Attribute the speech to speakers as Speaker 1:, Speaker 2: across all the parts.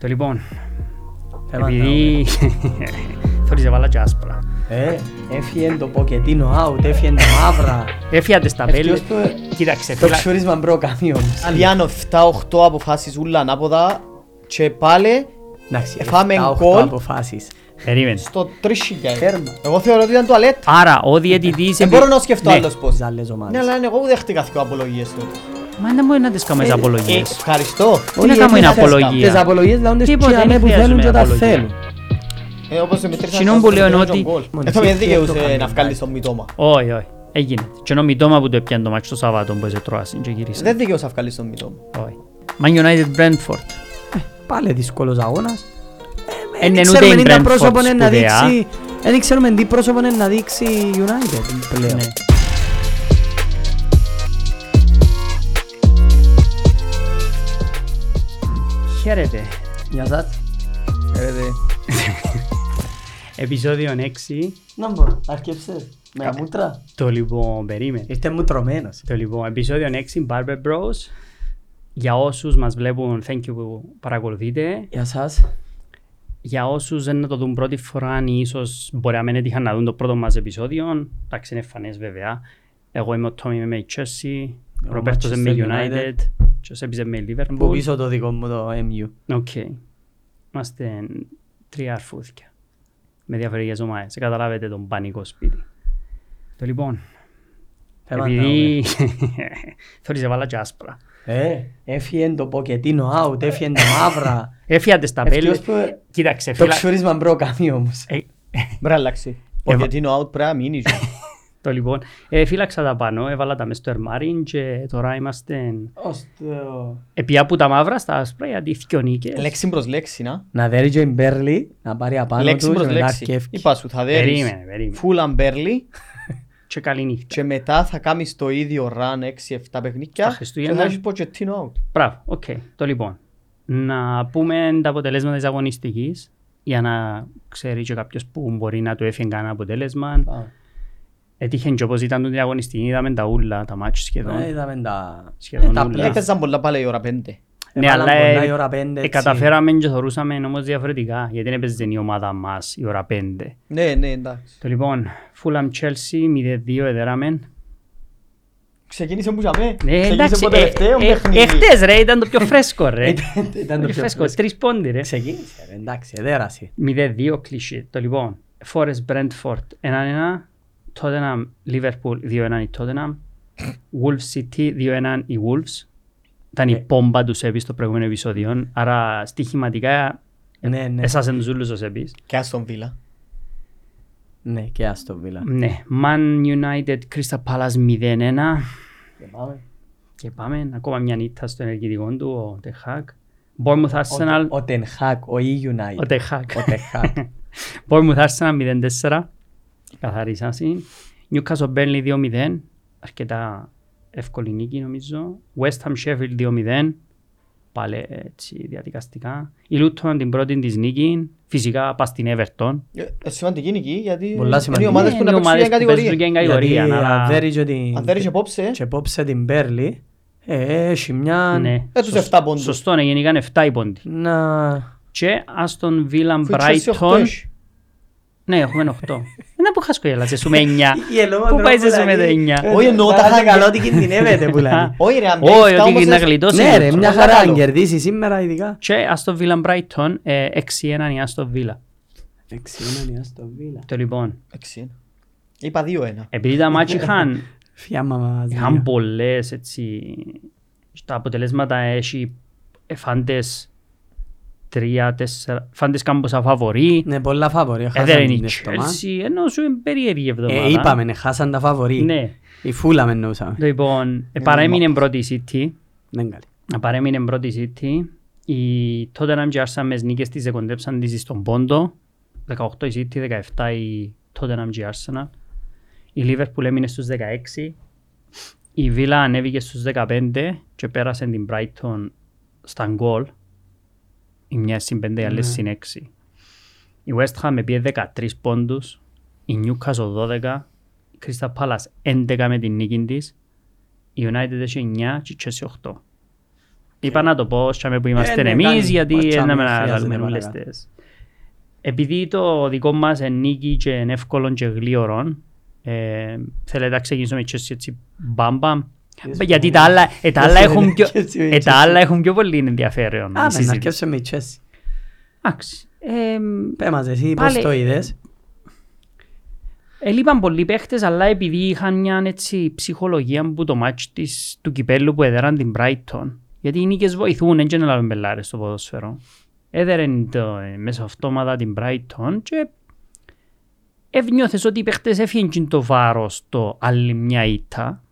Speaker 1: Το λοιπόν,
Speaker 2: Έβαλα
Speaker 1: επειδή... Θωρείς έβαλα και άσπρα.
Speaker 2: Ε, έφυγε το Pochettino out, έφυγε τα μαύρα.
Speaker 1: Έφυγαν τις ταπέλες.
Speaker 2: Ευτυχώς που-
Speaker 1: Κοίταξε,
Speaker 2: Το
Speaker 1: φίλα.
Speaker 2: ξούρισμα μπρο καμίον.
Speaker 3: Αλιάνο 7-8 αποφάσεις ούλα ανάποδα και πάλι
Speaker 2: Εντάξει,
Speaker 3: Φάμε
Speaker 2: εφτά, οχτώ
Speaker 3: γκολ.
Speaker 2: αποφάσεις.
Speaker 1: Περίμενε.
Speaker 3: στο 3.000.
Speaker 2: Τέρμα.
Speaker 3: Εγώ θεωρώ ότι ήταν τουαλέτα.
Speaker 1: Άρα, ο
Speaker 2: Ε,
Speaker 1: διαιτητής...
Speaker 3: Δεν
Speaker 1: επει-
Speaker 3: μπορώ να σκεφτώ
Speaker 1: Ναι.
Speaker 3: άλλος πώς.
Speaker 2: Τις άλλες
Speaker 3: Ναι,
Speaker 2: ομάδες.
Speaker 3: αλλά εγώ που δέχτηκα δύο απολογίες του.
Speaker 1: Μα δεν μπορεί να τις κάνουμε τις
Speaker 3: Ε,
Speaker 1: απολογίες.
Speaker 3: Ευχαριστώ.
Speaker 1: Τι να κάνουμε είναι απολογία.
Speaker 2: Τις απολογίες λαούντες
Speaker 1: Τίποτα,
Speaker 2: ποια
Speaker 1: δεν
Speaker 2: είναι που θέλουν
Speaker 1: χρειάζομαι
Speaker 2: και τα
Speaker 1: απολογία.
Speaker 2: θέλουν.
Speaker 3: Ε, όπως σε μετρήσαν
Speaker 1: Συνόν
Speaker 3: τα
Speaker 1: που λέω είναι
Speaker 3: στριμμένα
Speaker 1: ότι-
Speaker 3: γκολ.
Speaker 2: Μόνος
Speaker 3: Ε, θα με
Speaker 2: εσύ
Speaker 3: δίκαιους,
Speaker 2: αυτό
Speaker 3: ε,
Speaker 2: κάνει,
Speaker 3: να βγάλεις τον μητώμα.
Speaker 2: ε.
Speaker 1: Όχι, όχι. ε, Έγινε. Και ενώ μητώμα που το έπιανε το μάτσο το Σαββάτο που σε τρώασε και γύρισε.
Speaker 3: Δεν δικαιούς να βγάλεις τον μητώμα.
Speaker 1: Όχι. Man United Brentford.
Speaker 2: Πάλι δύσκολος αγώνας.
Speaker 1: Εν
Speaker 2: Ε, Δεν
Speaker 1: εν ούτε
Speaker 2: ξέρουμε
Speaker 1: η
Speaker 2: τι τα
Speaker 1: Brentford
Speaker 2: πρόσωπο είναι να
Speaker 1: σπουδαία.
Speaker 2: δείξει... Δεν ξέρουμε τι πρόσωπο είναι να δείξει η United πλέον.
Speaker 1: Ναι. Χαίρετε.
Speaker 2: Γεια σας.
Speaker 1: Ε, Επισόδιο 6.
Speaker 2: Να μπω, αρκεψες. Με τα μούτρα.
Speaker 1: Το λοιπόν, περίμενε.
Speaker 2: Είστε μουτρωμένος.
Speaker 1: Το λοιπόν, επεισόδιο 6, Barber Bros. Για όσους μας βλέπουν, thank you που παρακολουθείτε.
Speaker 2: Γεια σας.
Speaker 1: Για όσους δεν το δουν πρώτη φορά, ή ίσως μπορεί να μην έτυχαν να δουν το πρώτο μας επεισόδιο, εντάξει είναι φανές βέβαια. Εγώ είμαι ο Τόμι, είμαι η Chelsea, ο
Speaker 2: Εγώ
Speaker 1: Ροπέρτος είμαι η
Speaker 2: Manchester
Speaker 1: United,
Speaker 2: United.
Speaker 1: και ο Σέπης είμαι η
Speaker 2: Που
Speaker 1: Liverpool.
Speaker 2: πίσω το δικό μου το MU.
Speaker 1: Οκ. Είμαστε τρία αρφούδια με διαφορετικές ομάδες. Καταλάβετε τον πανικό σπίτι. Το λοιπόν,
Speaker 2: Θέμα
Speaker 1: επειδή... Θέλεις έβαλα και άσπρα.
Speaker 2: Ε, έφυγε το Pochettino out, έφυγε τα μαύρα.
Speaker 1: Έφυγαν τις ταπέλες.
Speaker 2: Ευτυχώς που-
Speaker 1: Κοίταξε,
Speaker 2: Το
Speaker 1: φίλα.
Speaker 2: ξούρισμα μπρο κάνει όμως.
Speaker 1: Ε,
Speaker 3: Μπορεί να αλλάξει.
Speaker 1: Εβα-
Speaker 3: Ποτσετίνο out πρέπει να μείνει. και.
Speaker 1: Το λοιπόν, ε, φύλαξα τα πάνω, έβαλα τα μες στο ερμάρι και τώρα είμαστε
Speaker 2: Ως το-
Speaker 1: επί από τα μαύρα στα άσπρα γιατί θκιο νίκες.
Speaker 3: Λέξη προς λέξη, να.
Speaker 2: Να δέρει και η Μπέρλι, να πάρει απάνω
Speaker 3: Λέξη
Speaker 2: τους και
Speaker 3: προς
Speaker 2: μετά
Speaker 3: λέξη.
Speaker 2: αρκεύει.
Speaker 3: Είπα σου, θα δέρεις.
Speaker 1: Περίμενε, περίμενε.
Speaker 3: Φούλαν Μπέρλι
Speaker 1: Και καλή νύχτα.
Speaker 3: και μετά θα κάνεις το ίδιο run 6-7
Speaker 1: Τα
Speaker 3: παιχνίκια και
Speaker 1: Χριστούγεννα.
Speaker 3: θα έχεις Ποτσετίνο out.
Speaker 1: Μπράβο, οκ. Το λοιπόν, να πούμε τα αποτελέσματα της αγωνιστικής για να ξέρει και κάποιος που μπορεί να του έφυγε κανένα αποτέλεσμα. Έτυχε και όπως ήταν την αγωνιστική, είδαμε τα ούλα, τα μάτια σχεδόν.
Speaker 2: Ε, Είδαμε τα...
Speaker 1: Σχεδόν
Speaker 2: ε, τα
Speaker 1: όλα.
Speaker 2: πλέον.
Speaker 3: Έπαιζαν πολλά πάλι η ώρα 5.
Speaker 1: Ναι,
Speaker 2: Έβαλαν
Speaker 1: αλλά
Speaker 2: πολλά
Speaker 1: ε,
Speaker 2: η ώρα πέντε,
Speaker 1: ε,
Speaker 2: έτσι.
Speaker 1: καταφέραμε και θεωρούσαμε όμως διαφορετικά, γιατί δεν έπαιζε η ομάδα μας η ώρα 5.
Speaker 3: Ναι, ναι, εντάξει.
Speaker 1: Το λοιπόν, Fulham Chelsea 0-2 εδέραμε.
Speaker 3: Ξεκίνησε που είχαμε.
Speaker 1: Ναι,
Speaker 3: Ξεκίνησε
Speaker 1: εντάξει,
Speaker 3: από
Speaker 1: ε,
Speaker 3: τελευταίο
Speaker 1: ε,
Speaker 3: παιχνίδι.
Speaker 1: εχθές ρε, ήταν το πιο φρέσκο ρε.
Speaker 2: Ε, Ήταν- Ήταν το
Speaker 1: Το πιο
Speaker 2: πιο
Speaker 1: φρέσκο, τρεις πόντι ρε.
Speaker 2: Ξεκίνησε, ρε, εντάξει, δέρασε.
Speaker 1: 0-2 κλεισί. Το λοιπόν, Forest Brentford 1-1, Tottenham Liverpool 2-1 η Tottenham, Wolves City 2-1 η Wolves. Ήταν η πόμπα του Σέμπης στο προηγούμενο επεισόδιο, άρα στοιχηματικά
Speaker 2: Ναι, ναι,
Speaker 1: εσάσεν τους ούλους ο Σέμπης.
Speaker 3: Και Άστον Βίλα.
Speaker 2: ναι, και ας το βίλα.
Speaker 1: Ναι, Man United Crystal Palace 0-1. Και πάμε, ακόμα μια νύχτα στο ενεργητικό του, ο Τεχάκ. Bournemouth Arsenal,
Speaker 2: Ο Τενχάκ, ο E-United.
Speaker 1: ο Τεχάκ.
Speaker 2: Ο Τενχάκ.
Speaker 1: Bournemouth Arsenal 0-4, καθαρή σάση. Newcastle Burnley 2-0, αρκετά εύκολη νίκη νομίζω. West Ham Sheffield 2-0, πάλι έτσι διαδικαστικά. Η Luton την πρώτη της νίκης, φυσικά πας στην Everton.
Speaker 3: Ε, ε, Σημαντική νίκη γιατί
Speaker 2: Πολλά
Speaker 3: είναι οι
Speaker 2: σημαντική.
Speaker 3: ομάδες που
Speaker 1: Ναι, Είναι
Speaker 3: να παίξουν για
Speaker 1: ομάδες που παίζουν για
Speaker 3: κατηγορία.
Speaker 2: Γιατί ε,
Speaker 1: κατηγορία.
Speaker 2: αν
Speaker 1: αλλά-
Speaker 2: δέρει και την-
Speaker 3: Αν δεν είχε απόψε,
Speaker 2: και πόψε την Μπέρλι, ε, έχει μια...
Speaker 1: Ναι.
Speaker 3: ε, τους
Speaker 1: Σωσ-
Speaker 3: 7 πόντους.
Speaker 1: Σωστό, ναι, γενικά 7 οι πόντοι.
Speaker 2: Να...
Speaker 1: Και Aston Villa
Speaker 3: αφού η Chelsea οκτώ
Speaker 1: Brighton.
Speaker 3: έχει.
Speaker 1: Ναι, έχουμε 8. Δεν που χασκογέλα, σε σούμε 9.
Speaker 2: Η Ελώνα
Speaker 1: Πού πάει σε
Speaker 2: Τρόπουλα
Speaker 1: σούμε
Speaker 2: λέει,
Speaker 1: 9.
Speaker 3: Όχι, εννοώ τα
Speaker 2: παράτα
Speaker 3: χάρια.
Speaker 2: καλό ότι κινδυνεύεται που λέει.
Speaker 3: Όχι ρε, αν τα
Speaker 1: Όχι,
Speaker 3: εφτά
Speaker 1: ότι
Speaker 3: όμως
Speaker 1: να
Speaker 3: είναι-
Speaker 1: γλιτώσεις.
Speaker 2: Ναι ρε, μια χαρά
Speaker 3: Παρακαλώ.
Speaker 2: αν κερδίσεις σήμερα ειδικά.
Speaker 1: Και Aston Villa Brighton, ε, 6-1 η Aston Villa.
Speaker 2: Ε, Εξήμανια στο Βίλα.
Speaker 1: Το λοιπόν,
Speaker 3: Εντάξει, είναι. Είπα 2-1.
Speaker 1: επειδή τα μάτια είχαν,
Speaker 2: Φιάμα μας.
Speaker 1: είχαν πολλές έτσι, τα αποτελέσματα έχει ε, φάντες τρία, τέσσερα, φάντες κάμποσα φαβορεί,
Speaker 2: Ναι, πολλά φαβορή.
Speaker 1: ε, δεν
Speaker 2: χάσαν
Speaker 1: είναι η
Speaker 2: την εβδομάδα.
Speaker 1: Chelsea, ενώ σου είναι περίεργη εβδομάδα.
Speaker 2: Ε, είπαμε, ναι, χάσαν τα φαβορή.
Speaker 1: Ναι,
Speaker 2: Η φούλα με εννοούσαμε.
Speaker 1: το λοιπόν, ε, παρέμεινε πρώτη η City,
Speaker 2: Δεν καλή.
Speaker 1: να παρέμεινε πρώτη City. Η Tottenham και Arsenal μες νίκες της εκοντέψαν της στον πόντο. 18 η City, 17 η Tottenham και Arsenal. Η Liverpool έμεινε στους 16. Η Villa ανέβηκε στους 15 και πέρασε την Brighton στα γκολ. Η μια συν 5,
Speaker 2: Ναι.
Speaker 1: η άλλη συν 6. Η West Ham επίε 13 πόντους. Η Newcastle 12. Η Crystal Palace 11 με την νίκη της. Η United έχει 9 και η Chelsea 8. Είπα να το πω σαν που είμαστε
Speaker 2: ναι,
Speaker 1: εμείς,
Speaker 2: κάνει.
Speaker 1: γιατί
Speaker 2: Πατσάμε,
Speaker 1: δεν με
Speaker 2: δεν χρειάζεται
Speaker 1: αναλύουμε
Speaker 2: παρακάτω.
Speaker 1: όλες τις. Επειδή το δικό μας νίκη και είναι εύκολο και γλύωρο, ε, θέλετε να ξεκινήσουμε και έτσι, έτσι μπάμπαμ. Γιατί τα άλλα, ε, τα άλλα
Speaker 2: Yes,
Speaker 1: έχουν πιο,
Speaker 2: yes, yes,
Speaker 1: ε, τα
Speaker 2: yes.
Speaker 1: άλλα έχουν πιο πολύ ενδιαφέρον.
Speaker 2: Α,
Speaker 1: η
Speaker 2: με να
Speaker 1: συζήτηση.
Speaker 2: αρκέψε με η Chelsea.
Speaker 1: Εντάξει. Ε,
Speaker 2: Πέ μας εσύ πώς
Speaker 1: Πάλι-
Speaker 2: το είδες.
Speaker 1: Έλειπαν πολλοί παίχτες, αλλά επειδή είχαν μια έτσι, ψυχολογία που το μάτς της, του κυπέλου που έδεραν την Brighton. Γιατί οι νίκες βοηθούν, δεν να λάβουν μπελάρες στο ποδόσφαιρο. Έδεραν το, ε, μέσα αυτόματα την Brighton και ευνιώθες ότι οι παίχτες έφυγαν το βάρος το άλλη μια ήττα.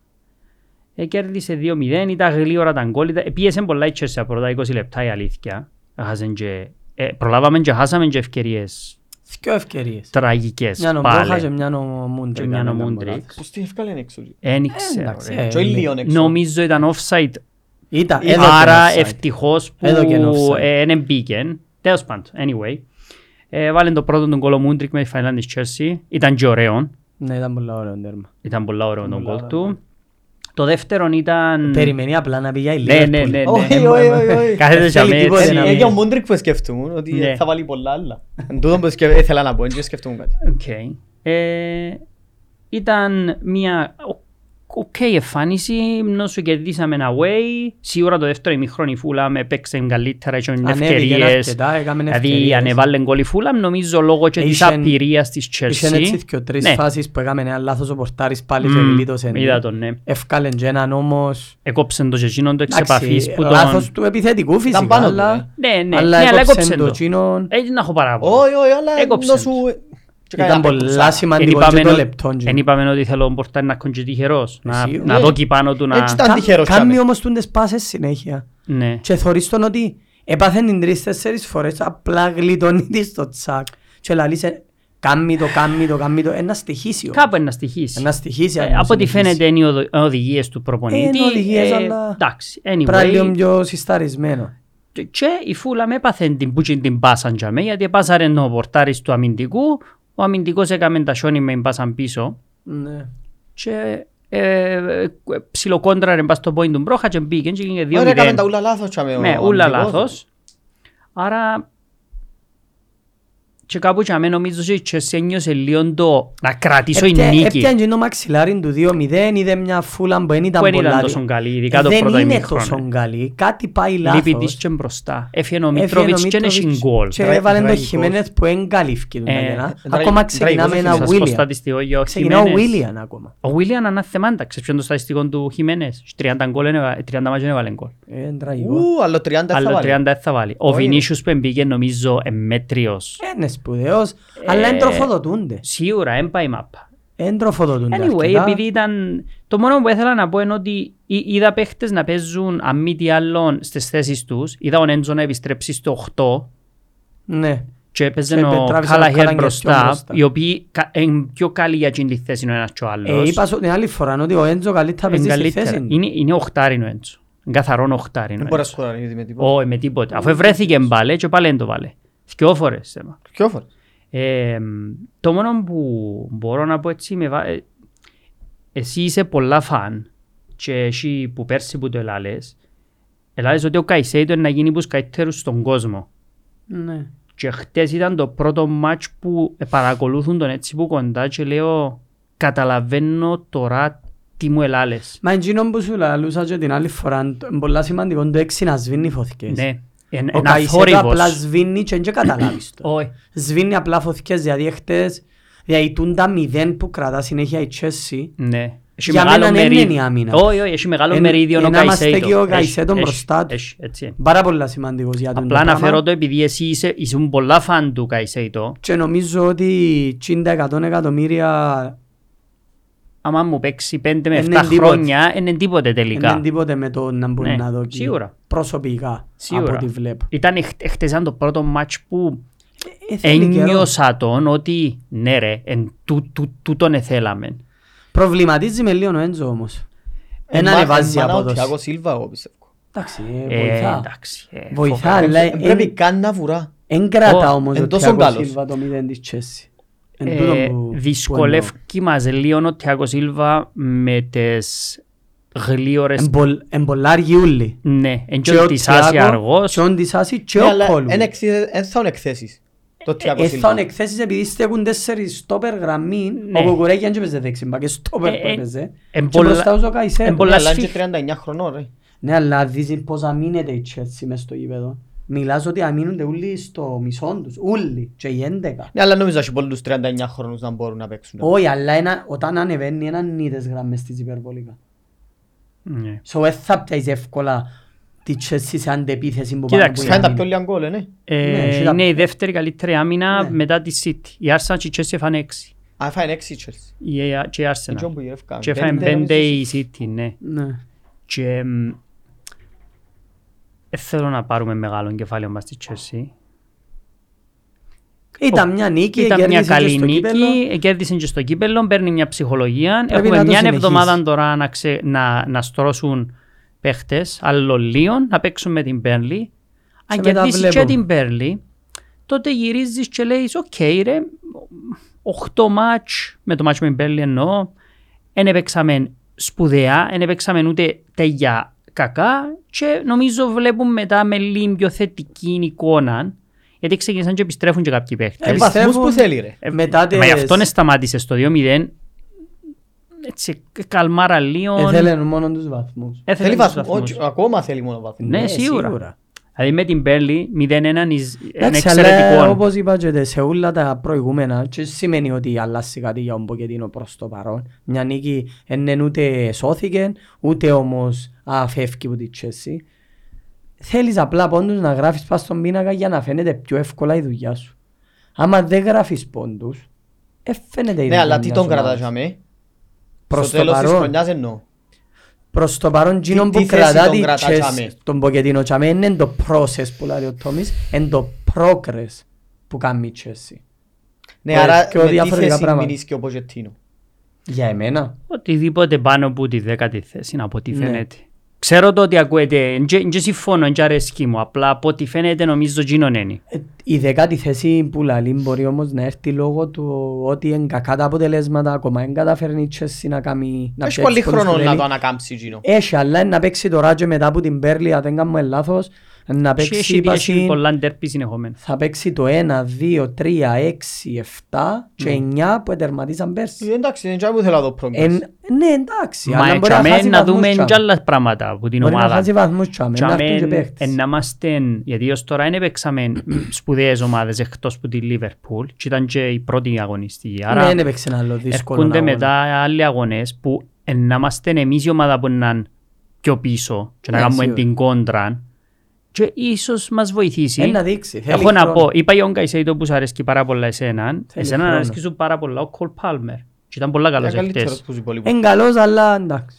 Speaker 1: Ε, κέρδισε 2-0, ήταν γλύωρα τα γκόλ. ήταν- ε, Πίεσε πολλά η Chelsea από τα 20 λεπτά η αλήθεια. Έχασαν και- ε, προλάβαμε και χάσαμε και ευκαιρίες
Speaker 2: Δυο ευκαιρίες.
Speaker 1: τραγικές
Speaker 2: Μια νομπρόχα και
Speaker 1: πάλι.
Speaker 2: μια νομούντρικ.
Speaker 1: Και μια νομούντρικ.
Speaker 3: Πώς την ευκάλεν έξω. ρε.
Speaker 1: Εν
Speaker 2: Εντάξει,
Speaker 1: ξέρω.
Speaker 2: ε,
Speaker 3: Και ο Ιλίον έξω.
Speaker 1: Νομίζω ήταν offside.
Speaker 2: Ήταν, έδωκε
Speaker 1: Άρα
Speaker 2: offside.
Speaker 1: ευτυχώς
Speaker 2: Έδωκε ένα
Speaker 1: που
Speaker 2: offside.
Speaker 1: δεν μπήκε. Τέλος πάντων, anyway. Ε, Βάλε το πρώτο τον κόλλο Μούντρικ με τη Φαϊλάνδη Chelsea. Ήταν και ωραίο.
Speaker 2: Ναι, ήταν πολύ ωραίο τέρμα.
Speaker 1: Ήταν πολλά ωραίο τον κόλ του. Το δεύτερο ήταν...
Speaker 2: Περιμένει απλά να πει για η
Speaker 1: Ναι, ναι, ναι.
Speaker 2: Liverpool.
Speaker 1: ναι.
Speaker 3: Όχι, όχι, όχι, όχι.
Speaker 1: Κάθεται
Speaker 2: θέλει ε,
Speaker 1: για
Speaker 2: τίποτε
Speaker 1: μένα.
Speaker 2: να
Speaker 3: Είναι
Speaker 1: έτσι.
Speaker 3: Ε, για ο Μούντρικ που σκεφτούμουν,
Speaker 1: Ναι.
Speaker 3: ότι θα βάλει πολλά άλλα. Εν τούτον που σκεφ- ήθελα να πω, δεν σκεφτούμουν κάτι.
Speaker 1: Οκ. Ε, ήταν μια οκ εμφάνιση, ενώ σου κερδίσαμε ένα away. Σίγουρα το δεύτερο ημιχρόνι η Φούλαμ έπαιξε καλύτερα, είχε
Speaker 2: Ανέβηκε ναι,
Speaker 1: ευκαιρίες.
Speaker 2: αρκετά, έκαμε
Speaker 1: Δηλαδή
Speaker 2: ευκαιρίες.
Speaker 1: ανεβάλλε γκολ η Φούλαμ, νομίζω λόγω και της
Speaker 2: Είχεν-
Speaker 1: απειρίας της
Speaker 2: Είχαν
Speaker 1: Chelsea.
Speaker 2: έτσι και τρεις
Speaker 1: Ναι.
Speaker 2: φάσεις που έκαμε ένα λάθος ο πορτάρης πάλι και
Speaker 1: Μμμ,
Speaker 2: γλίτωσε.
Speaker 1: Είδα τον, ναι.
Speaker 2: Ευκάλεν και έναν όμως.
Speaker 1: Έκοψε το και εκείνον το εξεπαφής
Speaker 2: Εντάξει,
Speaker 1: που
Speaker 2: λάθος
Speaker 1: τον...
Speaker 2: του επιθετικού φυσικά,
Speaker 3: πάνω του, ε.
Speaker 2: αλλά...
Speaker 1: Ναι, ναι, ναι,
Speaker 2: Αλλά
Speaker 1: αλλά
Speaker 2: έκοψε
Speaker 1: έκοψε
Speaker 2: το
Speaker 1: το. Ε,
Speaker 2: τσίνον.
Speaker 1: Έτσι να έχω
Speaker 2: ε,
Speaker 1: παράπονο.
Speaker 3: Όχι, όχι, αλλά
Speaker 1: Έκοψε
Speaker 3: ενώ σου... Και
Speaker 2: Ήταν
Speaker 3: κανένα
Speaker 2: πολλά
Speaker 3: απέκοψα.
Speaker 1: Εν
Speaker 2: σημαντικό
Speaker 1: είπαμε
Speaker 2: και το
Speaker 1: ότι-
Speaker 2: λεπτό. Ε,
Speaker 1: εν είπαμε ότι θέλω ο Μπορτάρι να κοντζε τυχερός, να-
Speaker 2: Εσύ,
Speaker 1: να
Speaker 3: ναι.
Speaker 1: δω εκεί πάνω
Speaker 2: Ε,
Speaker 1: του να...
Speaker 3: Έτσι ήταν τυχερός.
Speaker 2: Κάνει
Speaker 3: κάμε.
Speaker 2: όμως τούντες πάσες συνέχεια.
Speaker 1: Ναι.
Speaker 2: Και θωρείς τον ότι έπαθεν την τρεις-τέσσερις φορές απλά γλιτώνει της στο τσακ. Και λαλείς ε, κάμει το, κάμει το, κάμει το. Ένα στοιχήσιο.
Speaker 1: Κάπου είναι να στοιχήσει.
Speaker 2: Ένα στοιχήσιο.
Speaker 1: Ε, από ό,τι φαίνεται είναι οι οδο- οδηγίες του προπονητή.
Speaker 2: Είναι οδηγίες, αλλά-
Speaker 1: ε, Εντάξει,
Speaker 2: Πράγμα λίγο
Speaker 1: anyway.
Speaker 2: πιο συσταρισμένο.
Speaker 1: Και η Φούλα με έπαθε την πούτσιν την πάσαν για μέ, γιατί πάσαρε ο πορτάρις του αμυντικού, ο αμυντικός έκαμε τα σιόνι με την πάσαν πίσω
Speaker 2: Ναι.
Speaker 1: και ε, ψιλοκόντραρε πας στο point του μπρόχα και μπήκε και έγινε
Speaker 3: Ωραία, έκαμε
Speaker 1: 2-0.
Speaker 3: τα ούλα λάθος. τσάμε, ο
Speaker 1: Ναι, ούλα
Speaker 3: αμυντικός.
Speaker 1: λάθος. Άρα και κάπου και αμέ νομίζω ότι σε ένιωσες λίγο το να κρατήσω η
Speaker 2: Έπια-
Speaker 1: νίκη.
Speaker 2: Έπιαν και το μαξιλάρι του 2-0, είδε μια φούλα που δεν ήταν
Speaker 1: Που δεν ήταν
Speaker 2: πολλά.
Speaker 1: τόσο καλή, ειδικά το
Speaker 2: Δεν
Speaker 1: πρώτο
Speaker 2: είναι
Speaker 1: ημίχρονο.
Speaker 2: τόσο καλή. Κάτι πάει
Speaker 1: Λείπει της
Speaker 2: λάθος.
Speaker 1: και μπροστά. Έφυγε ο
Speaker 2: Έφυγε
Speaker 1: Μίτροβιτς και
Speaker 2: Μίτροβιτς
Speaker 1: έχει γκολ.
Speaker 2: Και
Speaker 3: Τρα-
Speaker 2: έβαλε το
Speaker 3: τραγικός.
Speaker 2: Χιμένεθ που δεν καλύφθηκε τον
Speaker 1: Ε,
Speaker 2: Αγενά.
Speaker 3: τραγικό.
Speaker 2: Ακόμα
Speaker 3: Τραγικός
Speaker 2: ξεκινάμε
Speaker 3: ο
Speaker 2: ένα
Speaker 1: Θα
Speaker 3: Χιμένεθ.
Speaker 1: σας πω
Speaker 2: Βίλιαν.
Speaker 1: στατιστικό για ο
Speaker 2: Ξεκινά ο
Speaker 1: Χιμένες.
Speaker 2: Βίλιαν ακόμα.
Speaker 1: Ο Βίλιαν ανάθεμάντα. Ξέρεις ποιο είναι το στατιστικό του Χιμένες. 30 γκολ, έβα- 30 μάτια έβαλε γκολ.
Speaker 2: Ε, είναι τραγικό.
Speaker 3: Ου, άλλο 30 θα
Speaker 1: Άλλο
Speaker 3: βάλει.
Speaker 1: 30 δεν θα βάλει. Ο Βινίσιους που εμπήκε νομίζω εμέτριος.
Speaker 2: Ε, Είναι σπουδαίος, αλλά
Speaker 1: Ε,
Speaker 2: δεν τροφοδοτούνται.
Speaker 1: Σίγουρα, εν πάει μάπα.
Speaker 2: Δεν τροφοδοτούνται
Speaker 1: Anyway,
Speaker 2: αρκετά.
Speaker 1: επειδή ήταν... Το μόνο που ήθελα να πω είναι ότι εί- είδα παίχτες να παίζουν αν μη τι άλλο στις θέσεις τους. Είδα ο Νέντζο να επιστρέψει στο 8
Speaker 2: Ναι.
Speaker 1: και έπαιζε
Speaker 2: Και
Speaker 1: ο
Speaker 2: πετράβησε ο
Speaker 1: Καλαχέρ
Speaker 2: Callagher πιο
Speaker 1: μπροστά,
Speaker 2: μπροστά.
Speaker 1: οι οποίοι κα- είναι πιο καλοί για εκείνη τη θέση ο ένας και ο
Speaker 2: Ε,
Speaker 1: άλλος.
Speaker 2: είπα σου την άλλη φορά ότι ο Έντζο καλύτερα
Speaker 1: Είναι
Speaker 2: παίζει στη
Speaker 1: καλύτερα.
Speaker 2: θέση. του.
Speaker 1: Είναι, είναι οχτάρινο έτσι. Καθαρόν οχτάρινο.
Speaker 3: Δεν μπορεί να σκοράρει με τίποτα.
Speaker 1: Όχι, με τίποτα. Αφού βρέθηκε μπάλε και πάλι δεν το βάλε. Δυο φορές θέμα.
Speaker 3: Ποιο φορά.
Speaker 1: Ε, το μόνο που μπορώ να πω έτσι με βα... ε, εσύ είσαι πολλά φαν και εσύ που πέρσι που το ελάλες ελάλες ότι ο Καϊσέιτο είναι να γίνει από τους καλύτερους στον κόσμο
Speaker 2: Ναι.
Speaker 1: και χτες ήταν το πρώτο μάτς που ε, παρακολούθουν τον έτσι που κοντά και λέω καταλαβαίνω τώρα τι μου ελάλες
Speaker 2: Μα εκείνο που σου λαλούσα και την άλλη φορά, είναι πολλά σημαντικό το έξι να σβήνει φωθικές.
Speaker 1: ναι, εν,
Speaker 2: Ο
Speaker 1: ένα
Speaker 2: Καϊσέδο απλά
Speaker 1: θόρυβος
Speaker 2: σβήνει και δεν καταλάβεις το.
Speaker 1: όχι
Speaker 2: Σβήνει απλά φωθικές, δηλαδή χτες διαητούν τα μηδέν που κρατά συνέχεια η Chelsea.
Speaker 1: Ναι. Έχει
Speaker 2: Για
Speaker 1: μεγάλο
Speaker 2: μένα δεν
Speaker 1: μερίδιο.
Speaker 2: είναι η άμυνα.
Speaker 1: Όχι, όχι, έχει μεγάλο
Speaker 2: Εν-
Speaker 1: μερίδιο ο
Speaker 2: εν άμα
Speaker 1: Καϊσέιτο.
Speaker 2: στέκει ο
Speaker 1: Έχει,
Speaker 2: Καϊσέιτο
Speaker 1: έχει,
Speaker 2: μπροστά του.
Speaker 1: έχει, έτσι είναι.
Speaker 2: Πάρα πολλά σημαντικός για τον
Speaker 1: Απλά αναφέρω το επειδή εσύ είσαι, ήσουν πολλά φαν του Καϊσέιτο.
Speaker 2: Και νομίζω ότι 50 εκατομμύρια
Speaker 1: Άμα μου παίξει 5 με 7
Speaker 2: Είναι τίποτε.
Speaker 1: χρόνια, είναι τίποτε
Speaker 2: δεν
Speaker 1: τελικά.
Speaker 2: είναι τίποτε με το να μπορεί
Speaker 1: Ναι,
Speaker 2: να δω και
Speaker 1: σίγουρα.
Speaker 2: προσωπικά
Speaker 1: Σίγουρα.
Speaker 2: από ό,τι βλέπω.
Speaker 1: Ήταν εχ- εχθές ήταν το πρώτο μάτς που
Speaker 2: Ε, θέλει καιρό.
Speaker 1: ένιωσα τον ότι ναι ρε, εν τού- τού- τούτον εθέλαμε.
Speaker 2: Προβληματίζει με λίγο ο Έντζο όμως.
Speaker 3: Ε,
Speaker 2: Ένα ανεβάζει
Speaker 3: Εμάνα ο
Speaker 2: απόδοση.
Speaker 3: Τιάκο Σίλβα, εγώ πιστεύω.
Speaker 2: Εντάξει,
Speaker 1: Ε,
Speaker 2: ε, βοηθά.
Speaker 1: εντάξει, ε,
Speaker 2: Βοηθά,
Speaker 1: φοβερός.
Speaker 2: Αλλά
Speaker 3: Ε,
Speaker 2: εν-
Speaker 3: Πρέπει καν να βουρά.
Speaker 2: Εν κρατά
Speaker 1: Ω,
Speaker 2: όμως
Speaker 3: εν
Speaker 2: ο
Speaker 3: τόσο
Speaker 2: Thiago
Speaker 3: καλός.
Speaker 2: Silva το 0 της Chelsea. Εν
Speaker 1: Ε,
Speaker 2: τούτο που- που εννοώ.
Speaker 1: Δυσκολεύει μας λίγο ο Τιάκο Σίλβα με τις γλίωρες.
Speaker 2: Εν πολλά αργιούλη.
Speaker 1: Ναι, εν και ότι σάσει αργός.
Speaker 2: Και ο Ντισάση και
Speaker 3: Ναι,
Speaker 2: ο
Speaker 3: αλλά
Speaker 2: Κόλου.
Speaker 3: εν εξι- εν θα είναι εκθέσεις. Το Ναι, Thiago
Speaker 2: Έθα
Speaker 3: Silva.
Speaker 2: ε, είναι εκθέσεις επειδή στέκουν τέσσερις στόπερ γραμμή.
Speaker 1: Ναι.
Speaker 2: Ο Κουκουρέγιαν και παίζε δεξιμπά και στόπερ
Speaker 1: Ε, ε,
Speaker 2: παίζε.
Speaker 1: εν
Speaker 2: Και
Speaker 1: πολλά-
Speaker 2: μπροστά τους ο
Speaker 1: εν
Speaker 2: Καϊσέδο.
Speaker 1: πολλά-
Speaker 3: Ναι, αλλά είναι
Speaker 1: σφίχ.
Speaker 3: και 39 χρονών, ρε.
Speaker 2: Ναι, αλλά δεις πώς αμήνεται η Chelsea μες στο γήπεδο. Μιλάς ότι αμήνονται όλοι στο μισό τους. Όλοι. Και οι 11.
Speaker 3: Ναι, αλλά νομίζω έχει πολλούς 39 χρόνους να μπορούν να παίξουν.
Speaker 2: Όχι, αλλά ένα, όταν ανεβαίνει έναν είδες γραμμές της υπερβολικά.
Speaker 1: Ναι.
Speaker 2: So, δεν θα πιάσεις εύκολα τη Chelsea σε αντεπίθεση που
Speaker 1: Κοίταξε,
Speaker 2: πάνω που
Speaker 3: Κάνει τα
Speaker 2: είναι.
Speaker 3: πιο λίγα γκολ, ε, ναι.
Speaker 1: Ε,
Speaker 2: Ναι, εσύ τα-
Speaker 1: είναι η δεύτερη καλύτερη άμυνα
Speaker 2: Ναι.
Speaker 1: μετά τη City. Η Arsenal και η Chelsea έφανε έξι.
Speaker 3: Α, έφαγε έξι η Chelsea.
Speaker 1: Η- η- Και η
Speaker 3: Η John
Speaker 1: Arsenal.
Speaker 3: που γυρεύκαν.
Speaker 1: Και έφανε
Speaker 3: Πέντε,
Speaker 1: πέντε
Speaker 3: νομίζω.
Speaker 1: η City, ναι.
Speaker 2: Ναι.
Speaker 1: Και μ, ε, θέλω να πάρουμε μεγάλο κεφάλαιο μας στη Chelsea.
Speaker 2: Ήταν μια νίκη,
Speaker 1: Ήταν μια
Speaker 2: κέρδισε και
Speaker 1: καλή
Speaker 2: στο κύπελλο.
Speaker 1: νίκη, ε, κέρδισε και στο κύπελλο, παίρνει μια ψυχολογία.
Speaker 2: Πρέπει
Speaker 1: Έχουμε
Speaker 2: να το
Speaker 1: μια
Speaker 2: συνεχίσει.
Speaker 1: εβδομάδα τώρα να, ξε, να, να στρώσουν παίχτες, άλλο λίγο, να παίξουν με την Πέρλη. Αν
Speaker 2: μετά
Speaker 1: κερδίσεις και
Speaker 2: βλέπουμε.
Speaker 1: την Πέρλη, τότε γυρίζεις και λέεις, οκ ρε, 8 μάτς, με το μάτς με την Πέρλη εννοώ, δεν έπαιξαμε σπουδαία, δεν έπαιξαμε ούτε τέλεια κακά και νομίζω βλέπουμε μετά με λίγο πιο θετική εικόνα γιατί ξεκίνησαν και επιστρέφουν και κάποιοι παίχτες.
Speaker 3: Ε, βαθμούς
Speaker 2: πιστεύω-
Speaker 3: που θέλει, ρε.
Speaker 1: Ε,
Speaker 2: Μετά
Speaker 1: Μα γι'
Speaker 2: τις-
Speaker 1: αυτόν σταμάτησε στο 2-0. Έτσι, καλμάρα λίγο.
Speaker 2: Ε, θέλουν μόνο τους βαθμούς.
Speaker 1: Έθελε
Speaker 3: Θέλει
Speaker 1: τους
Speaker 3: βαθμό.
Speaker 1: βαθμούς.
Speaker 3: Όχι, Ακόμα θέλει μόνο βαθμό.
Speaker 1: Ναι, σίγουρα. Δηλαδή με την Πέρλη 0-1 is- Ε, είναι
Speaker 2: Εντάξει, αλλά
Speaker 1: εξαιρετικό.
Speaker 2: όπως είπα και σε όλα τα προηγούμενα και σημαίνει ότι αλλάσει κάτι για τον Ποκετίνο προς το παρόν. Μια νίκη δεν ούτε σώθηκε, ούτε όμως αφεύκει από τη Τσέση. Θέλεις απλά πόντους να γράφεις πάνω στον πίνακα για να φαίνεται πιο εύκολα η δουλειά σου. Άμα δεν γράφεις πόντους, ε, φαίνεται η
Speaker 3: Ναι,
Speaker 2: δουλειά
Speaker 3: αλλά τι
Speaker 2: μιας
Speaker 3: τον
Speaker 2: ομάδας.
Speaker 3: κρατάς για μέ.
Speaker 2: Προς
Speaker 3: Στο
Speaker 2: το
Speaker 3: τέλος της
Speaker 2: παρόν.
Speaker 3: χρονιάς εννοώ.
Speaker 2: Προς το παρόν, εκείνο
Speaker 3: τι
Speaker 2: που
Speaker 3: θέση
Speaker 2: κρατά
Speaker 3: τον
Speaker 2: τη
Speaker 3: κρατά
Speaker 2: Chelsea-
Speaker 3: τσάμε?
Speaker 2: τον Ποκετίνο τσάμε είναι το process που λέει ο Τόμις, είναι το progress που κάνει η Chelsea.
Speaker 3: Ναι,
Speaker 2: Που
Speaker 3: άρα
Speaker 2: έχει πιο
Speaker 3: με τι
Speaker 2: διαφορετικά
Speaker 3: θέση
Speaker 2: πράγματα.
Speaker 3: μείνεις και ο Ποζετίνο.
Speaker 2: Για εμένα.
Speaker 1: Οτιδήποτε πάνω από τη δέκατη θέση, από ό,τι
Speaker 2: Ναι.
Speaker 1: φαίνεται. Ξέρω το ότι ακούετε, δεν συμφωνώ, δεν αρέσκει μου. Απλά από ό,τι φαίνεται νομίζω γίνον είναι.
Speaker 2: Ε, Η δεκάτη θέση που λαλεί μπορεί όμως να έρθει λόγω του ότι είναι κακά τα αποτελέσματα, ακόμα δεν καταφέρνει η Chelsea να κάνει... να
Speaker 3: Έχεις
Speaker 2: πιάσει
Speaker 3: πολύ
Speaker 2: πόντους
Speaker 3: χρόνο
Speaker 2: στο
Speaker 3: να
Speaker 2: τέλει.
Speaker 3: το ανακάμψεις εκείνο.
Speaker 2: Έχει, αλλά είναι να παίξει τώρα και μετά από την Πέρλη, αν δεν κάνουμε λάθος, να
Speaker 1: Και
Speaker 2: παίξει
Speaker 1: Έχει έχει
Speaker 2: πάση-
Speaker 1: πολλά ντέρπι συνεχόμενα.
Speaker 2: θα παίξει το 1, 2, 3, 6, 7
Speaker 3: Ναι.
Speaker 2: και 9 που τερματίσαν πέρσι.
Speaker 3: Ε, Εντάξει, δεν ξέρω που θέλω να δω progress.
Speaker 2: Εν, ναι, εντάξει,
Speaker 1: Μα
Speaker 2: αλλά μπορεί να
Speaker 1: τσαμέ
Speaker 2: χάσει
Speaker 1: να
Speaker 2: βαθμούς
Speaker 1: δούμε
Speaker 2: τσάμε.
Speaker 1: και άλλα πράγματα από την
Speaker 2: Μπορεί να
Speaker 1: ομάδα.
Speaker 2: χάσει βαθμούς τσάμε, να έρθουν και Ναι,
Speaker 1: Τσαμέν,
Speaker 2: παίχτες.
Speaker 1: εν να είμαστε, γιατί ως τώρα δεν παίξαμε σπουδαίες ομάδες εκτός που τη Λίβερπουλ και ήταν και η πρώτη αγωνιστική.
Speaker 2: Ναι,
Speaker 1: Άρα
Speaker 2: δεν έπαιξε ένα άλλο δύσκολο
Speaker 1: έρχονται
Speaker 2: αγώνα.
Speaker 1: μετά άλλοι αγωνές που εν να είμαστε εμείς η ομάδα που να είναι πιο πίσω και να
Speaker 2: Ναι,
Speaker 1: κάνουμε
Speaker 2: σίγουρα.
Speaker 1: την κόντρα και ίσως μας βοηθήσει.
Speaker 2: Ε, να δείξει, θέλει
Speaker 1: Έχω να
Speaker 2: χρόνο.
Speaker 1: πω, είπα για τον Καϊσέιτο που σου αρέσκει πάρα πολλά εσέναν,
Speaker 2: Θέλει
Speaker 1: εσέναν
Speaker 2: χρόνο.
Speaker 1: αρέσκει σου πάρα πολλά ο Κολ Πάλμερ και ήταν πολλά καλός
Speaker 3: Είναι καλύτερος
Speaker 1: εχθές.
Speaker 3: που τους υπόλοιπους.
Speaker 2: Εν καλός, αλλά εντάξει.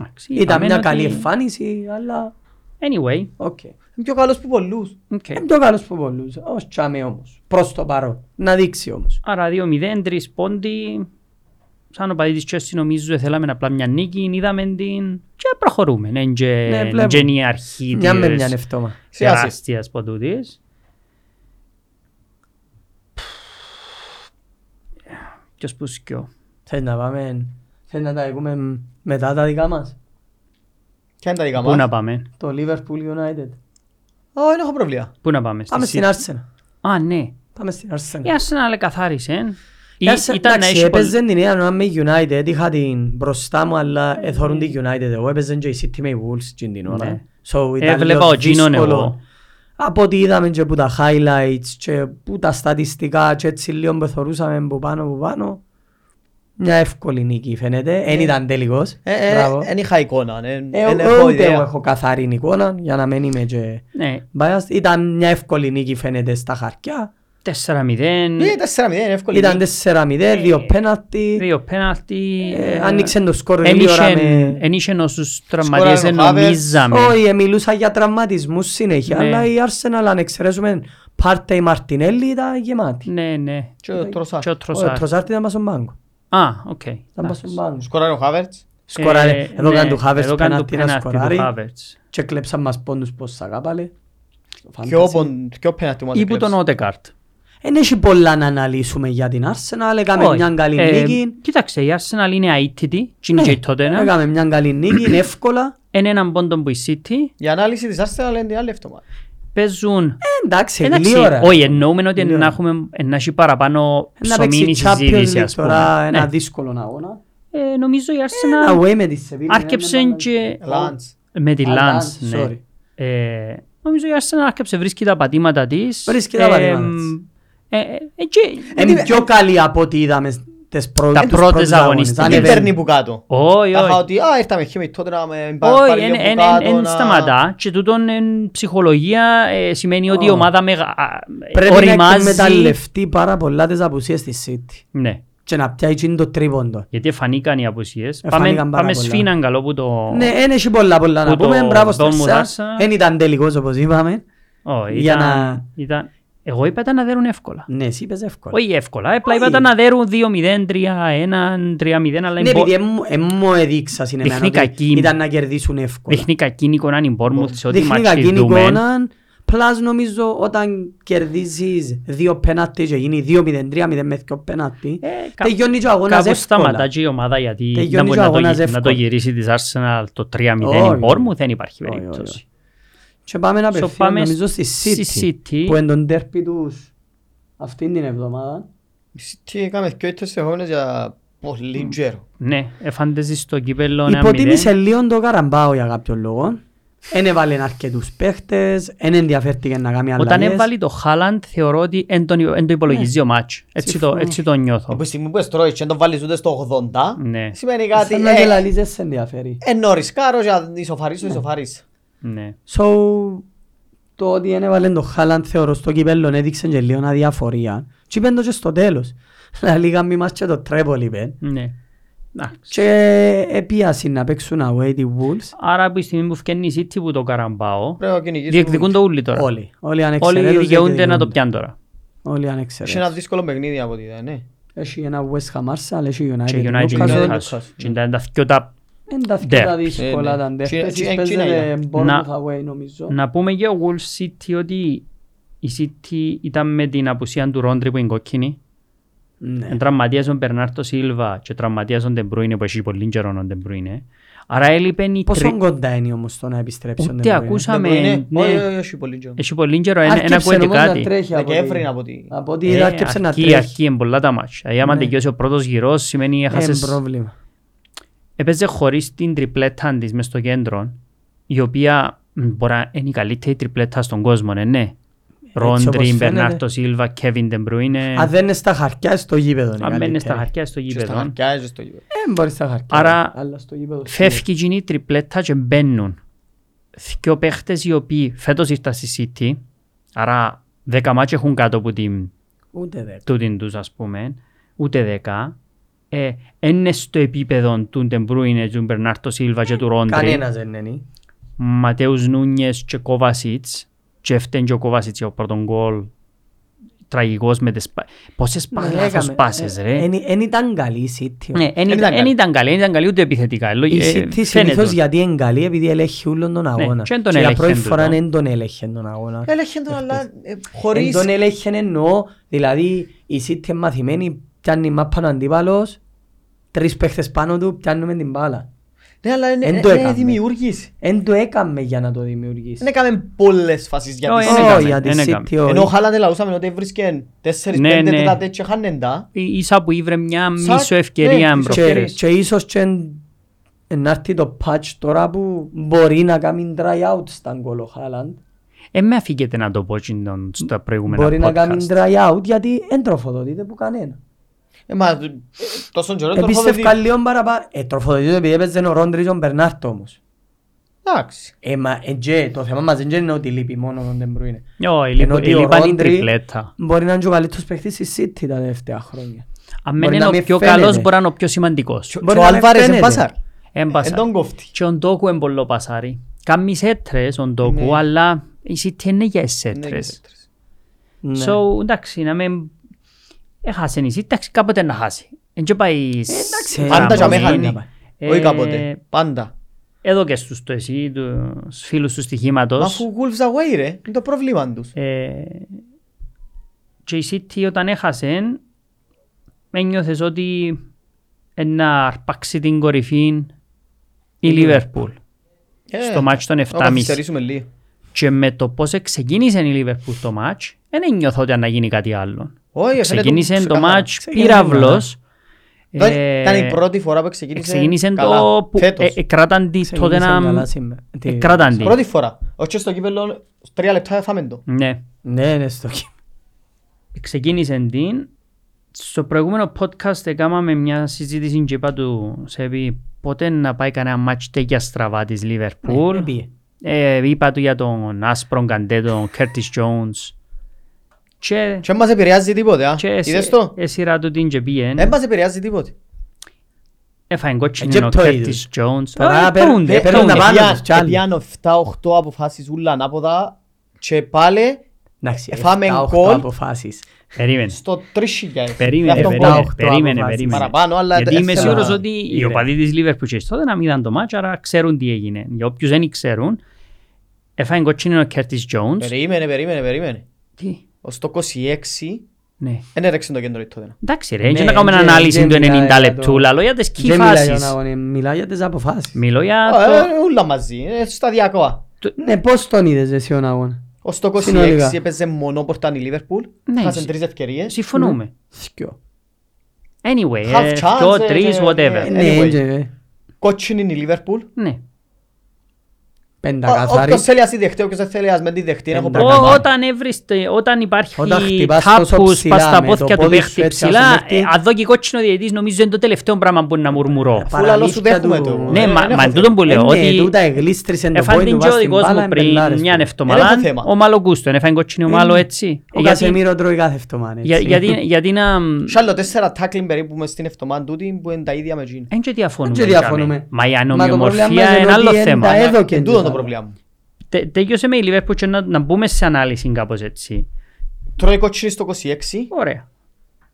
Speaker 1: Εντάξει,
Speaker 2: Ήταν
Speaker 1: είπαμε
Speaker 2: μια
Speaker 1: ότι- Ε.
Speaker 2: καλή εμφάνιση, αλλά
Speaker 1: Anyway,
Speaker 2: οκ.
Speaker 3: Είναι πιο καλός που πολλούς.
Speaker 1: okay.
Speaker 2: Είναι πιο καλός που πολλούς, ως τσάμε όμως. Προς το παρόν, να δείξει όμως.
Speaker 1: Άρα 2-0, τρεις πόντι. Σαν ο πατήτης Τσέσσι νομίζω θέλαμε απλά μια νίκη, είδαμε την και προχωρούμε. Εν και-
Speaker 2: Ναι,
Speaker 1: εν
Speaker 2: βλέπω.
Speaker 1: και είναι η αρχή
Speaker 2: Μια με μια ναι,
Speaker 1: της
Speaker 2: νευτόμα.
Speaker 3: Σιγά σιγά.
Speaker 1: τεράστιας ποντούτης. Ποιος που σκιώ.
Speaker 2: Θέλεις να πάμε, θέλεις να τα πούμε μετά τα δικά μας.
Speaker 3: Ποια είναι τα δικά
Speaker 1: Πού να
Speaker 3: μας.
Speaker 1: πάμε,
Speaker 2: Το Liverpool United.
Speaker 3: Α, δεν έχω προβλήμα.
Speaker 1: πού να πάμε. στη
Speaker 2: Πάμε στην
Speaker 1: City.
Speaker 2: Arsenal.
Speaker 1: Α, ναι.
Speaker 2: Πάμε στην Arsenal.
Speaker 1: Η Arsenal καθάρισε.
Speaker 2: Η Arsenal,
Speaker 1: Ήταν να
Speaker 2: εντάξει,
Speaker 1: έχει πολλ-
Speaker 2: έπαιζε την ίδια ώρα με η United, είχα την μπροστά μου, αλλά εθώρουν τη United. Εγώ έπαιζε και η City με η Wolves εκείνη την
Speaker 1: Ναι.
Speaker 2: ώρα. So, ήταν
Speaker 1: Έβλεπα
Speaker 2: λίγο
Speaker 1: ο Gino'n
Speaker 2: δύσκολο.
Speaker 1: εγώ.
Speaker 2: Από ό,τι είδαμε και που τα highlights και που τα στατιστικά και έτσι λίγο που εθωρούσαμε από πάνω από πάνω. Μια εύκολη νίκη φαίνεται.
Speaker 1: Ναι.
Speaker 2: Εν ήταν τελικός.
Speaker 3: Ε, ε,
Speaker 2: Μπράβο.
Speaker 3: Δεν είχα εικόνα. Δεν
Speaker 2: Ε,
Speaker 3: δεν
Speaker 2: ε,
Speaker 3: έχω
Speaker 2: Ούτε εγώ
Speaker 3: ιδέα.
Speaker 2: έχω καθαρή εικόνα για να μην είμαι και
Speaker 1: Ναι,
Speaker 2: biased. Ήταν μια εύκολη νίκη φαίνεται στα χαρτιά.
Speaker 1: 4-0,
Speaker 2: Ναι,
Speaker 3: Είναι 4-0, είναι εύκολη.
Speaker 2: Ήταν 4-0,
Speaker 1: Ε.
Speaker 2: δύο πέναλτι.
Speaker 1: δύο πέναλτι.
Speaker 2: Ε,
Speaker 1: ε,
Speaker 2: άνοιξε το σκορ
Speaker 1: Εν
Speaker 2: λίγο ώρα
Speaker 1: είχε-
Speaker 2: με-
Speaker 1: εν είχε όσους τραυματίες
Speaker 3: Σκόραρε ο Χάβερτς.
Speaker 1: νομίζαμε.
Speaker 2: Όχι, ε, μιλούσα για τραυματισμούς συνέχεια,
Speaker 1: Ναι.
Speaker 2: αλλά η Arsenal αν εξαιρέσουμε Πάρτε η Μαρτινέλη ήταν γεμάτη.
Speaker 1: Ναι, ναι.
Speaker 3: Και ο Τροσάρ.
Speaker 1: Και ο
Speaker 2: Ο
Speaker 1: Τροσάρ.
Speaker 2: Τροσάρτη ήταν πάνω στον πάγκο.
Speaker 1: Α, οκ.
Speaker 2: Ήταν πάνω στον πάγκο.
Speaker 3: Σκοράρει ο Χάβερτς.
Speaker 2: Σκοράρε, εδώ κάνει του Χάβερς
Speaker 1: Ε, ναι, Εδώ κάνει το
Speaker 2: πέναντι να
Speaker 1: πέναλτι του
Speaker 2: σκοράρει
Speaker 1: Χάβερτς.
Speaker 2: και κλέψαν μας πόντους πως σ' αγάπαλε.
Speaker 3: Ποιο πον- ποιο πέναλτι μας
Speaker 1: Ή που
Speaker 3: έκλεψε.
Speaker 1: τον Ότεκαρτ.
Speaker 2: Δεν έχει πολλά να αναλύσουμε για την Arsenal. Έκαμε
Speaker 1: Όχι.
Speaker 2: μια καλή
Speaker 1: Ε,
Speaker 2: νίκη.
Speaker 1: Κοίταξε, η Arsenal είναι αίτητη, και είναι
Speaker 2: Ναι,
Speaker 1: και η Tottenham.
Speaker 2: Έκαμε μια καλή νίκη, εύκολα.
Speaker 1: Είναι έναν πόντο που η City.
Speaker 3: Η ανάλυση της Arsenal είναι την άλλη εβδομάδα.
Speaker 1: Παίζουν...
Speaker 2: Ε, Εντάξει,
Speaker 1: Εντάξει,
Speaker 2: γλύωρα.
Speaker 1: όχι, εννοούμε ότι
Speaker 2: Λίγο.
Speaker 1: να έχουμε να έχει παραπάνω
Speaker 2: Να
Speaker 1: ψωμί η
Speaker 2: παίξει Champions
Speaker 1: συζήτηση,
Speaker 2: League
Speaker 1: ας
Speaker 2: τώρα
Speaker 1: πούμε.
Speaker 2: ένα
Speaker 1: Ναι.
Speaker 2: δύσκολο αγώνα.
Speaker 1: Ε, Νομίζω η
Speaker 2: Ένα
Speaker 1: Arsenal
Speaker 2: away με τη Σεβίλη.
Speaker 1: άρκεψε
Speaker 2: είναι
Speaker 1: και
Speaker 3: Λάντς.
Speaker 1: με τη
Speaker 2: Α,
Speaker 1: Lance.
Speaker 2: Lance,
Speaker 1: ναι.
Speaker 2: sorry.
Speaker 1: Ε, Νομίζω η Arsenal άρκεψε, βρίσκει τα πατήματα της.
Speaker 2: Βρίσκει τα
Speaker 1: Ε,
Speaker 2: πατήματα της.
Speaker 1: ε, ε, ε, και-
Speaker 2: Είναι πιο καλή από ό,τι είδαμε τις πρώτες,
Speaker 1: Τα
Speaker 2: τους
Speaker 1: πρώτες
Speaker 2: πρώτους
Speaker 1: αγωνιστικές. Ε,
Speaker 2: αγώνες.
Speaker 3: Τι
Speaker 1: ανεβαίνει.
Speaker 3: παίρνει που κάτω.
Speaker 1: Όχι,
Speaker 3: Αχα
Speaker 1: όχι.
Speaker 3: ότι α, ήρθαμε χειμή τότε να με πάρει
Speaker 1: Όχι,
Speaker 3: λίγο που
Speaker 1: εν-
Speaker 3: κάτω,
Speaker 1: εν
Speaker 3: να-
Speaker 1: σταματά και τούτον εν ψυχολογία ε, σημαίνει ότι η
Speaker 2: Ω.
Speaker 1: ομάδα μεγα- α,
Speaker 2: Πρέπει να
Speaker 1: οριμάζει.
Speaker 2: εκμεταλλευτεί πάρα πολλά τις απουσίες της City
Speaker 1: Ναι.
Speaker 2: και να πιάει εκείνο το τρίποντο.
Speaker 1: Γιατί φανήκαν οι απουσίες.
Speaker 2: Ε,
Speaker 1: Πάμε,
Speaker 2: φανήκαν πάρα
Speaker 1: πάμε
Speaker 2: πολλά.
Speaker 1: σφήναν καλό που το...
Speaker 2: Ναι, δεν έχει πολλά πολλά να
Speaker 1: Που το
Speaker 2: πούμε. Μπράβο στο
Speaker 1: Dortmund
Speaker 2: Εσάς.
Speaker 1: Arsenal.
Speaker 2: Δεν ήταν τελικός όπως είπαμε.
Speaker 1: Ω, ήταν,
Speaker 2: για να-
Speaker 1: ήταν... Εγώ είπα ήταν να δέρουν εύκολα.
Speaker 2: Ναι, εσύ είπες εύκολα.
Speaker 1: Όχι εύκολα, απλά
Speaker 2: Όχι.
Speaker 1: είπα ήταν να δέρουν 2-0, 3-1, 3-0, αλλά
Speaker 2: Ναι,
Speaker 1: η Μπο-
Speaker 2: επειδή δεν μου έδειξα στην εμένα
Speaker 1: Δείχνει
Speaker 2: ότι
Speaker 1: κακή-
Speaker 2: ήταν να κερδίσουν εύκολα.
Speaker 1: δείχνει κακή εικόνα η Μπόρμουθ σε ό,τι
Speaker 2: Δείχνει
Speaker 1: μάτς
Speaker 2: κακή
Speaker 1: της δούμε.
Speaker 2: εικόνα. Πλάς νομίζω όταν κερδίζεις δύο πέναλτις και γίνει δύο μηδέν τρία μηδέν με δύο πέναλτι
Speaker 1: Ε, κα-
Speaker 2: τελειώνει και ο αγώνας
Speaker 1: Κάπου σταματά
Speaker 2: εύκολα.
Speaker 1: και η ομάδα γιατί
Speaker 2: Τελειώνει
Speaker 1: να μπορεί
Speaker 2: και ο
Speaker 1: να το,
Speaker 2: αγώνας
Speaker 1: γι- να το
Speaker 2: εύκολα.
Speaker 1: γυρίσει της Arsenal το 3-0
Speaker 2: Όχι.
Speaker 1: η Μπόρμουθ δεν υπάρχει
Speaker 2: Όχι, όχι,
Speaker 1: περίπτωση.
Speaker 2: Και πάμε να
Speaker 1: So,
Speaker 2: απευθύνω
Speaker 1: πάμε
Speaker 2: νομίζω στη City,
Speaker 1: στη City.
Speaker 2: που εν τον τέρπι τους αυτήν την εβδομάδα.
Speaker 3: Τι έκαμε και έτσι εχόμενες για πολύ τζέρο.
Speaker 1: Ναι, εφάντεζε στο κύπελλο 1-0.
Speaker 2: Υποτίμησε λίγο το Καραμπάο για κάποιον λόγο. Εν έβαλε αρκετούς παίχτες, εν ενδιαφέρθηκε να κάνει αλλαγές.
Speaker 1: Όταν έβαλε το Χάλαντ θεωρώ ότι εν τον, εν το υπολογίζει ο μάτς. Έτσι, το,
Speaker 2: Συμφωνώ.
Speaker 1: έτσι το νιώθω.
Speaker 3: Από τη στιγμή που εστρώεις και δεν βάλεις ούτε στο 80,
Speaker 1: Ναι.
Speaker 3: σημαίνει
Speaker 2: κάτι...
Speaker 3: κάτι,
Speaker 2: να και
Speaker 3: ε,
Speaker 2: λαλείς, δεν σε ενδιαφέρει.
Speaker 3: ενώ ρισκάρω και αν ισοφαρίσω, ισοφαρίσω.
Speaker 1: Ναι.
Speaker 2: So, το ότι εν έβαλε το Χάλαντ θεωρώ στο κυπέλλο έδειξε και λίγο αδιαφορία. Και είπεν το και στο τέλος. Λίγα μη μας και το τρέπολ είπε.
Speaker 1: ναι. Εντάξει.
Speaker 2: Και επίασε να παίξουν away τη Wolves.
Speaker 1: Άρα από τη στιγμή που φκένει η City που το καραμπάω,
Speaker 3: Πρέπει να κυνηγήσουμε.
Speaker 1: διεκδικούν το ούλι τώρα.
Speaker 2: Όλοι. Όλοι
Speaker 1: Όλοι
Speaker 2: ανεξαιρέτως
Speaker 1: δικαιούνται να το
Speaker 2: διεκδικούνται.
Speaker 1: πιάνουν τώρα.
Speaker 2: Όλοι
Speaker 3: Έχει ένα
Speaker 2: ανεξαιρέτως.
Speaker 3: δύσκολο παιχνίδι από τη ιδέα, ναι.
Speaker 2: Έχει ένα West Ham Arsenal, έχει United.
Speaker 1: Και United
Speaker 2: Newcastle.
Speaker 1: και
Speaker 3: Newcastle.
Speaker 1: Newcastle. Και είναι τα δυο τα...
Speaker 2: Εν τα πιο τα
Speaker 1: Ναι.
Speaker 2: δύσκολα τα
Speaker 3: Ναι, ναι.
Speaker 2: αντέχτες.
Speaker 3: China- China-
Speaker 2: Παίζεται
Speaker 3: China.
Speaker 2: ε, Bournemouth
Speaker 1: Να-
Speaker 2: away νομίζω.
Speaker 1: Να πούμε για Wolves City ότι η City ήταν με την απουσία του Ρόντρι που είναι κόκκινη.
Speaker 2: Ναι.
Speaker 1: Εν Τραυματίαζαν Μπερνάρτο Σίλβα και τραυματίαζαν τον Μπρούινε που έχει πολύ καιρό τον Μπρούινε. Άρα έλειπεν η
Speaker 2: Πόσο
Speaker 1: τρι...
Speaker 2: κοντά είναι όμως το να επιστρέψει ο
Speaker 1: Ούτε
Speaker 2: De Bruyne.
Speaker 1: ακούσαμε,
Speaker 3: Δεν μπορεί, ναι.
Speaker 1: ναι.
Speaker 3: Όχι, όχι, όχι, πολύ τζέρο.
Speaker 1: Έχει πολύ καιρό, ένα
Speaker 2: ε, Άρκεψε
Speaker 1: ένα ακούεται
Speaker 2: όμως να
Speaker 1: κάτι.
Speaker 2: τρέχει από
Speaker 3: Δεκέμβρη
Speaker 2: την-
Speaker 3: από τη...
Speaker 2: Από ό,τι
Speaker 1: Ε,
Speaker 2: είδα άρκεψε να
Speaker 1: Αρκεί,
Speaker 2: τρέχει. Ναι.
Speaker 1: αρκεί εν πολλά τα μάτς. Δηλαδή άμα τελειώσει ο πρώτος γυρός σημαίνει
Speaker 2: Είναι
Speaker 1: έχασες...
Speaker 2: πρόβλημα.
Speaker 1: έπαιζε χωρίς την τριπλέτα της μες στο κέντρο, η οποία μ, μπορεί να είναι η καλύτερη τριπλέτα στον κόσμο, ναι, ναι.
Speaker 2: όπως
Speaker 1: Ρόντρι,
Speaker 2: φαίνεται.
Speaker 1: Μπερνάρτο Σίλβα, Κέβιν Ντεμπρούινε.
Speaker 2: Αν δεν είναι στα χαρτιά, στο γήπεδο είναι
Speaker 1: Ε. Αν μένει στα
Speaker 2: καλύτερη.
Speaker 1: χαρτιά στο
Speaker 3: Και στα
Speaker 1: γήπεδο.
Speaker 3: χαρτιά, και στο γήπεδο.
Speaker 2: Ε, μπορεί στα χαρτιά.
Speaker 1: Άρα,
Speaker 2: αλλά στο γήπεδο σίγουρα.
Speaker 1: Φεύγει γίνει η τριπλέτα και μπαίνουν. Δυο παίχτες οι οποίοι φέτος ήρθαν στη City, άρα δέκα μάτια έχουν κάτω από την
Speaker 2: Ούτε δέκα.
Speaker 1: τούτην τους ας πούμε, ούτε δέκα. Ε, είναι στο επίπεδο του Ντεμπρούινε, του Μπερνάρτο Σίλβα και του Ρόντρι.
Speaker 2: Κανένας δεν είναι.
Speaker 1: Ματέους Νούνιες και Κόβασιτς και έφταιγε και ο Κόβασιτς για πρώτον γκολ τραγικός με τις πα... πόσες παγλάθος
Speaker 2: Ναι, Λέγαμε,
Speaker 1: πάσες
Speaker 2: ε,
Speaker 1: ρε
Speaker 2: εν- εν ήταν καλή η City.
Speaker 1: ναι, εν
Speaker 3: ήταν
Speaker 1: ήταν-
Speaker 3: καλή.
Speaker 1: εν ήταν καλή, εν ήταν καλή ούτε επιθετικά ε,
Speaker 2: Η
Speaker 1: ε,
Speaker 2: City
Speaker 1: φαίνεται.
Speaker 2: συνήθως γιατί είναι καλή επειδή ελέγχει όλον τον αγώνα.
Speaker 1: και δεν τον
Speaker 2: Και για
Speaker 1: ελέγχε
Speaker 2: πρώτη
Speaker 1: εντούτο.
Speaker 2: φορά δεν τον ελέγχε τον αγώνα.
Speaker 3: Έλεγχε τον, αλλά ε,
Speaker 2: Εν
Speaker 3: χωρίς...
Speaker 2: τον ελέγχε εννοώ, δηλαδή η City είναι μαθημένη, πιάνει μάπαν ο αντίπαλος, τρεις παίχτες πάνω του, πιάνουμε την μπάλα.
Speaker 3: Ναι, αλλά είναι-
Speaker 2: Εν
Speaker 1: ε,
Speaker 2: το
Speaker 3: είναι
Speaker 2: έκαμε.
Speaker 3: δημιουργήσε.
Speaker 2: Εν το έκαμε για να το δημιουργήσει.
Speaker 3: Δεν έκαμε πολλές φάσεις για τη
Speaker 1: Όχι,
Speaker 3: City.
Speaker 1: έκαμε,
Speaker 2: Όχι, για τη
Speaker 1: Ναι, εν έκαμε.
Speaker 2: City
Speaker 3: Ενώ ο
Speaker 2: όχι.
Speaker 3: Χάλαντε λαούσαμε ότι βρίσκαν τέσσερις,
Speaker 1: Ναι,
Speaker 3: πέντε,
Speaker 1: ναι.
Speaker 3: τετάτε και χάνεν τα.
Speaker 1: Ή- ίσα που ήβρε μια
Speaker 3: Σαν-
Speaker 1: μίσο ευκαιρία
Speaker 3: ναι,
Speaker 1: ναι,
Speaker 2: Και,
Speaker 1: προχέρες
Speaker 2: και ίσως και εν- να έρθει το patch τώρα που μπορεί να κάνει try out στα γκολ ο Χάλαντ.
Speaker 1: ε, με αφήκετε να το πω τσιν στα προηγούμενα
Speaker 2: Μπορεί
Speaker 1: podcast
Speaker 2: να κάνει try out γιατί δεν τροφοδοτείται που κανένα.
Speaker 3: Ε, μα, ε, τόσο καιρό τον
Speaker 2: Επίστευκα
Speaker 3: φοβερή.
Speaker 2: λίγο παραπάνω. Ε, τροφοδοτείται επειδή έπαιζε ο Ρόντρι και ο Μπερνάρτ όμως.
Speaker 3: Εντάξει.
Speaker 2: Ε, μα, ε, και, το θέμα μας δεν είναι ότι λείπει μόνο ο Ντεμπρούινε.
Speaker 1: Όχι,
Speaker 2: Ενώ ότι ο
Speaker 1: λείπαν ε, η
Speaker 2: Ρόντρι-
Speaker 1: τριπλέτα
Speaker 2: Μπορεί να είναι και ο καλύτερος παίχτης της City τα τελευταία χρόνια.
Speaker 1: αν
Speaker 2: μπορεί
Speaker 1: μένει
Speaker 2: να
Speaker 1: ο
Speaker 2: μην
Speaker 1: πιο
Speaker 2: φαίνεται.
Speaker 1: καλός μπορεί να είναι ο πιο σημαντικός
Speaker 2: Μπορεί
Speaker 3: Και ο
Speaker 2: να με
Speaker 3: Άλβαρες
Speaker 2: φαίνεται.
Speaker 3: εν πάσαρ. Εν
Speaker 1: Έμπασα.
Speaker 3: τον κόφτη.
Speaker 1: Και ο Ντόκου είναι πολλό πασάρι. Κάνει σέτρες ο Ντόκου,
Speaker 3: Ναι.
Speaker 1: αλλά η City είναι για
Speaker 3: Ναι,
Speaker 1: σέτρες.
Speaker 3: κοίταξε.
Speaker 2: Ναι.
Speaker 1: e So, εντάξει, να με... Έχασε η City, εντάξει, κάποτε να χάσει. Εν και πάει...
Speaker 2: εντάξει,
Speaker 1: σε
Speaker 3: Πάντα και
Speaker 1: παραμονή.
Speaker 3: αμέχανη να πάει.
Speaker 1: Ε,
Speaker 3: Όχι κάποτε. Πάντα.
Speaker 1: Εδώ και στους το εσύ, τους φίλους του
Speaker 3: Μα
Speaker 1: στοιχήματος. E
Speaker 3: αφού Wolves away ρε, είναι το πρόβλημα τους.
Speaker 1: ε, και η City όταν έχασε ένιωθες ότι να αρπάξει την κορυφή η Liverpool
Speaker 3: Ε,
Speaker 1: στο μάτς των
Speaker 3: Να
Speaker 1: 7.30
Speaker 3: καθυστερήσουμε λίγο.
Speaker 1: και με το πώς ξεκίνησε η Liverpool το μάτς δεν νιώθω ότι να γίνει κάτι άλλο
Speaker 3: Όχι, φαίνεται
Speaker 1: ξεκίνησε το
Speaker 3: ξεκάθαρα.
Speaker 1: μάτς
Speaker 2: ξεκίνησε
Speaker 1: πύραυλος
Speaker 3: Ήταν-
Speaker 1: Ε,
Speaker 3: Ήταν η πρώτη φορά που ξεκίνησε
Speaker 1: ξεκίνησε
Speaker 3: καλά.
Speaker 1: το που
Speaker 3: Φέτος.
Speaker 1: ε, ε, κράταν τη τότε να ε, κράταν τη
Speaker 3: Πρώτη φορά. Όχι στο κύπελλο, τρία λεπτά φάμε το.
Speaker 1: ναι
Speaker 2: Ναι, ναι, στο κύπ.
Speaker 1: ξεκίνησε την. Στο προηγούμενο podcast έκαναμε μια συζήτηση και είπα του Σεβί πότε να πάει κανένα μάτς τέτοια στραβά της Λίβερπουλ.
Speaker 2: Ναι, πήγε.
Speaker 1: Ε, είπα του για τον Άσπρον Καντέ, τον Κέρτις Τζόουνς. Και,
Speaker 3: Και δεν μας επηρεάζει τίποτε, α.
Speaker 1: και εσύ-
Speaker 3: Είδες το.
Speaker 1: ε, σειρά του την και πήγαινε.
Speaker 3: Δεν μας επηρεάζει τίποτε.
Speaker 1: Έφαγε
Speaker 2: Ε, και
Speaker 1: κότσινη ο
Speaker 2: το
Speaker 1: Κέρτις Τζόουνς.
Speaker 2: Τώρα
Speaker 1: Α,
Speaker 2: παίρνε-
Speaker 1: παίρνουν,
Speaker 2: Ε, παίρνουν
Speaker 1: παίρνουν.
Speaker 2: τα πάντα.
Speaker 3: Επιάν-
Speaker 2: τους, κι άλλοι.
Speaker 3: επιάνω 7-8 αποφάσεις ούλα ανάποδα και πάλι
Speaker 1: Ε,
Speaker 2: Εντάξει,
Speaker 3: Εφάμε
Speaker 2: 7-8
Speaker 3: γκολ.
Speaker 2: αποφάσεις.
Speaker 1: Περίμενε.
Speaker 3: στο 3.000.
Speaker 1: Περίμενε,
Speaker 3: Γι' αυτό
Speaker 1: περίμενε,
Speaker 3: μπορώ.
Speaker 1: περίμενε,
Speaker 2: αποφάσεις.
Speaker 1: περίμενε.
Speaker 3: Παραπάνω, αλλά
Speaker 1: Γιατί είμαι
Speaker 3: ήθελα-
Speaker 1: σίγουρος ότι οι
Speaker 2: Ήρε.
Speaker 1: οπαδοί της Liverpool και τότε να μην είδαν το μάτς, άρα ξέρουν τι έγινε. Για όποιους δεν ξέρουν, έφαγε κότσινη ο Κέρτις Τζόουνς.
Speaker 3: Περίμενε, περίμενε, περίμενε.
Speaker 1: Τι,
Speaker 3: Ως το 26
Speaker 1: ναι.
Speaker 3: δεν έρεξε ε, το κέντρο τότε.
Speaker 1: Εντάξει ρε, και
Speaker 2: Ναι,
Speaker 1: να κάνουμε
Speaker 2: ναι,
Speaker 1: ανάλυση
Speaker 2: δεν
Speaker 1: του
Speaker 2: μιλάει
Speaker 1: 90
Speaker 2: για
Speaker 1: λεπτού,
Speaker 2: το-
Speaker 1: λαλό για τις key
Speaker 2: Δεν μιλάει για τον
Speaker 1: phases.
Speaker 2: αγώνα, μιλάει για τις αποφάσεις.
Speaker 1: Μιλώ για
Speaker 3: Ε,
Speaker 1: το...
Speaker 3: ε, Ούλα μαζί, ε, σταδιακό.
Speaker 2: Ναι, πώς τον είδες εσύ τον αγώνα.
Speaker 3: Ως το
Speaker 2: Συνολικά.
Speaker 3: 26 έπαιζε μόνο πορτάν η Λίβερπουλ.
Speaker 1: Ναι,
Speaker 3: Χάσαν
Speaker 1: συ-
Speaker 3: τρεις ευκαιρίες.
Speaker 1: Συμφωνούμε.
Speaker 2: Θκυο.
Speaker 1: Anyway,
Speaker 3: eh, Half
Speaker 1: ε,
Speaker 3: chance,
Speaker 1: δυο,
Speaker 3: ε,
Speaker 1: τρεις,
Speaker 3: ε,
Speaker 1: whatever.
Speaker 3: ε,
Speaker 2: Ναι,
Speaker 3: Anyway.
Speaker 2: και, ε,
Speaker 3: Κότσινη είναι η Λίβερπουλ.
Speaker 1: Ναι.
Speaker 2: πέντα
Speaker 3: Ο-
Speaker 2: καθάρι.
Speaker 3: Όποιος θέλει ας τη δεχτεί, όποιος δεν θέλει ας μην τη δεχτεί.
Speaker 2: Ε,
Speaker 3: έχω
Speaker 2: τα
Speaker 1: Ο-
Speaker 3: πρόβλημα.
Speaker 2: καλά.
Speaker 1: Όταν έβριστε, όταν
Speaker 2: Όταν
Speaker 1: υπάρχει
Speaker 2: χτυπάς τόσο
Speaker 1: κάπου
Speaker 2: ψηλά
Speaker 1: πας στα
Speaker 2: με
Speaker 1: πόθηκια
Speaker 2: το
Speaker 1: του
Speaker 2: πόδι σου
Speaker 1: παίχτη
Speaker 2: έτσι, ας
Speaker 1: ψηλά,
Speaker 2: πούμε,
Speaker 1: ε,
Speaker 2: τι- Ε,
Speaker 1: αν δω και κότσινο διαιτητής νομίζω είναι το τελευταίο πράγμα που να μουρμουρώ.
Speaker 2: Πα-
Speaker 3: Φούλα λόγω σου δέχομαι
Speaker 2: Παραλήφθηκα
Speaker 3: το.
Speaker 2: του.
Speaker 1: Ναι,
Speaker 3: Ε,
Speaker 1: μα-
Speaker 3: δεν
Speaker 1: μα
Speaker 3: έχω
Speaker 1: τούτο που
Speaker 2: Ε,
Speaker 1: λέω,
Speaker 2: Ναι,
Speaker 1: ότι
Speaker 2: τούτα εγλίστρισε το
Speaker 1: Έφαγε
Speaker 2: πόδι
Speaker 1: την
Speaker 2: του
Speaker 1: και ο
Speaker 2: βάζει την
Speaker 1: δικός
Speaker 2: μπάλα
Speaker 1: μου πριν
Speaker 2: εμπελάρες
Speaker 1: μια
Speaker 2: του. Ε,
Speaker 3: Είναι
Speaker 1: νευτομαλά,
Speaker 3: το θέμα.
Speaker 1: ο Μαλογκούστον, έφαγε κότσινη ο Μάλο έτσι. Ε,
Speaker 2: Ο
Speaker 1: Γιατί-
Speaker 2: Κασεμίρο τρώει κάθε φτωμάν,
Speaker 1: για-
Speaker 2: έτσι.
Speaker 1: γιατί- Γιατί να...
Speaker 3: Σ' άλλο τέσσερα τάκλιν περίπου μες στην εβδομάδα τούτη που είναι τα ίδια με εκείνη.
Speaker 1: Εν και διαφωνούμε.
Speaker 2: Δεν και διαφωνούμε.
Speaker 1: Τζάμε. Μα η
Speaker 2: Μα το πρόβλημα
Speaker 1: ανομοιομορφία είναι
Speaker 2: είναι
Speaker 1: άλλο
Speaker 2: ότι εν
Speaker 1: θέμα.
Speaker 2: τα έδω-
Speaker 3: Ε,
Speaker 2: και
Speaker 3: τούτο
Speaker 2: εντός.
Speaker 3: το πρόβλημα μου.
Speaker 1: Τε- Τέλειωσε με η Λιβέρπουλ και να, να μπούμε σε ανάλυση κάπως έτσι.
Speaker 3: Τρώει κότσινη στο 26,
Speaker 1: Ωραία.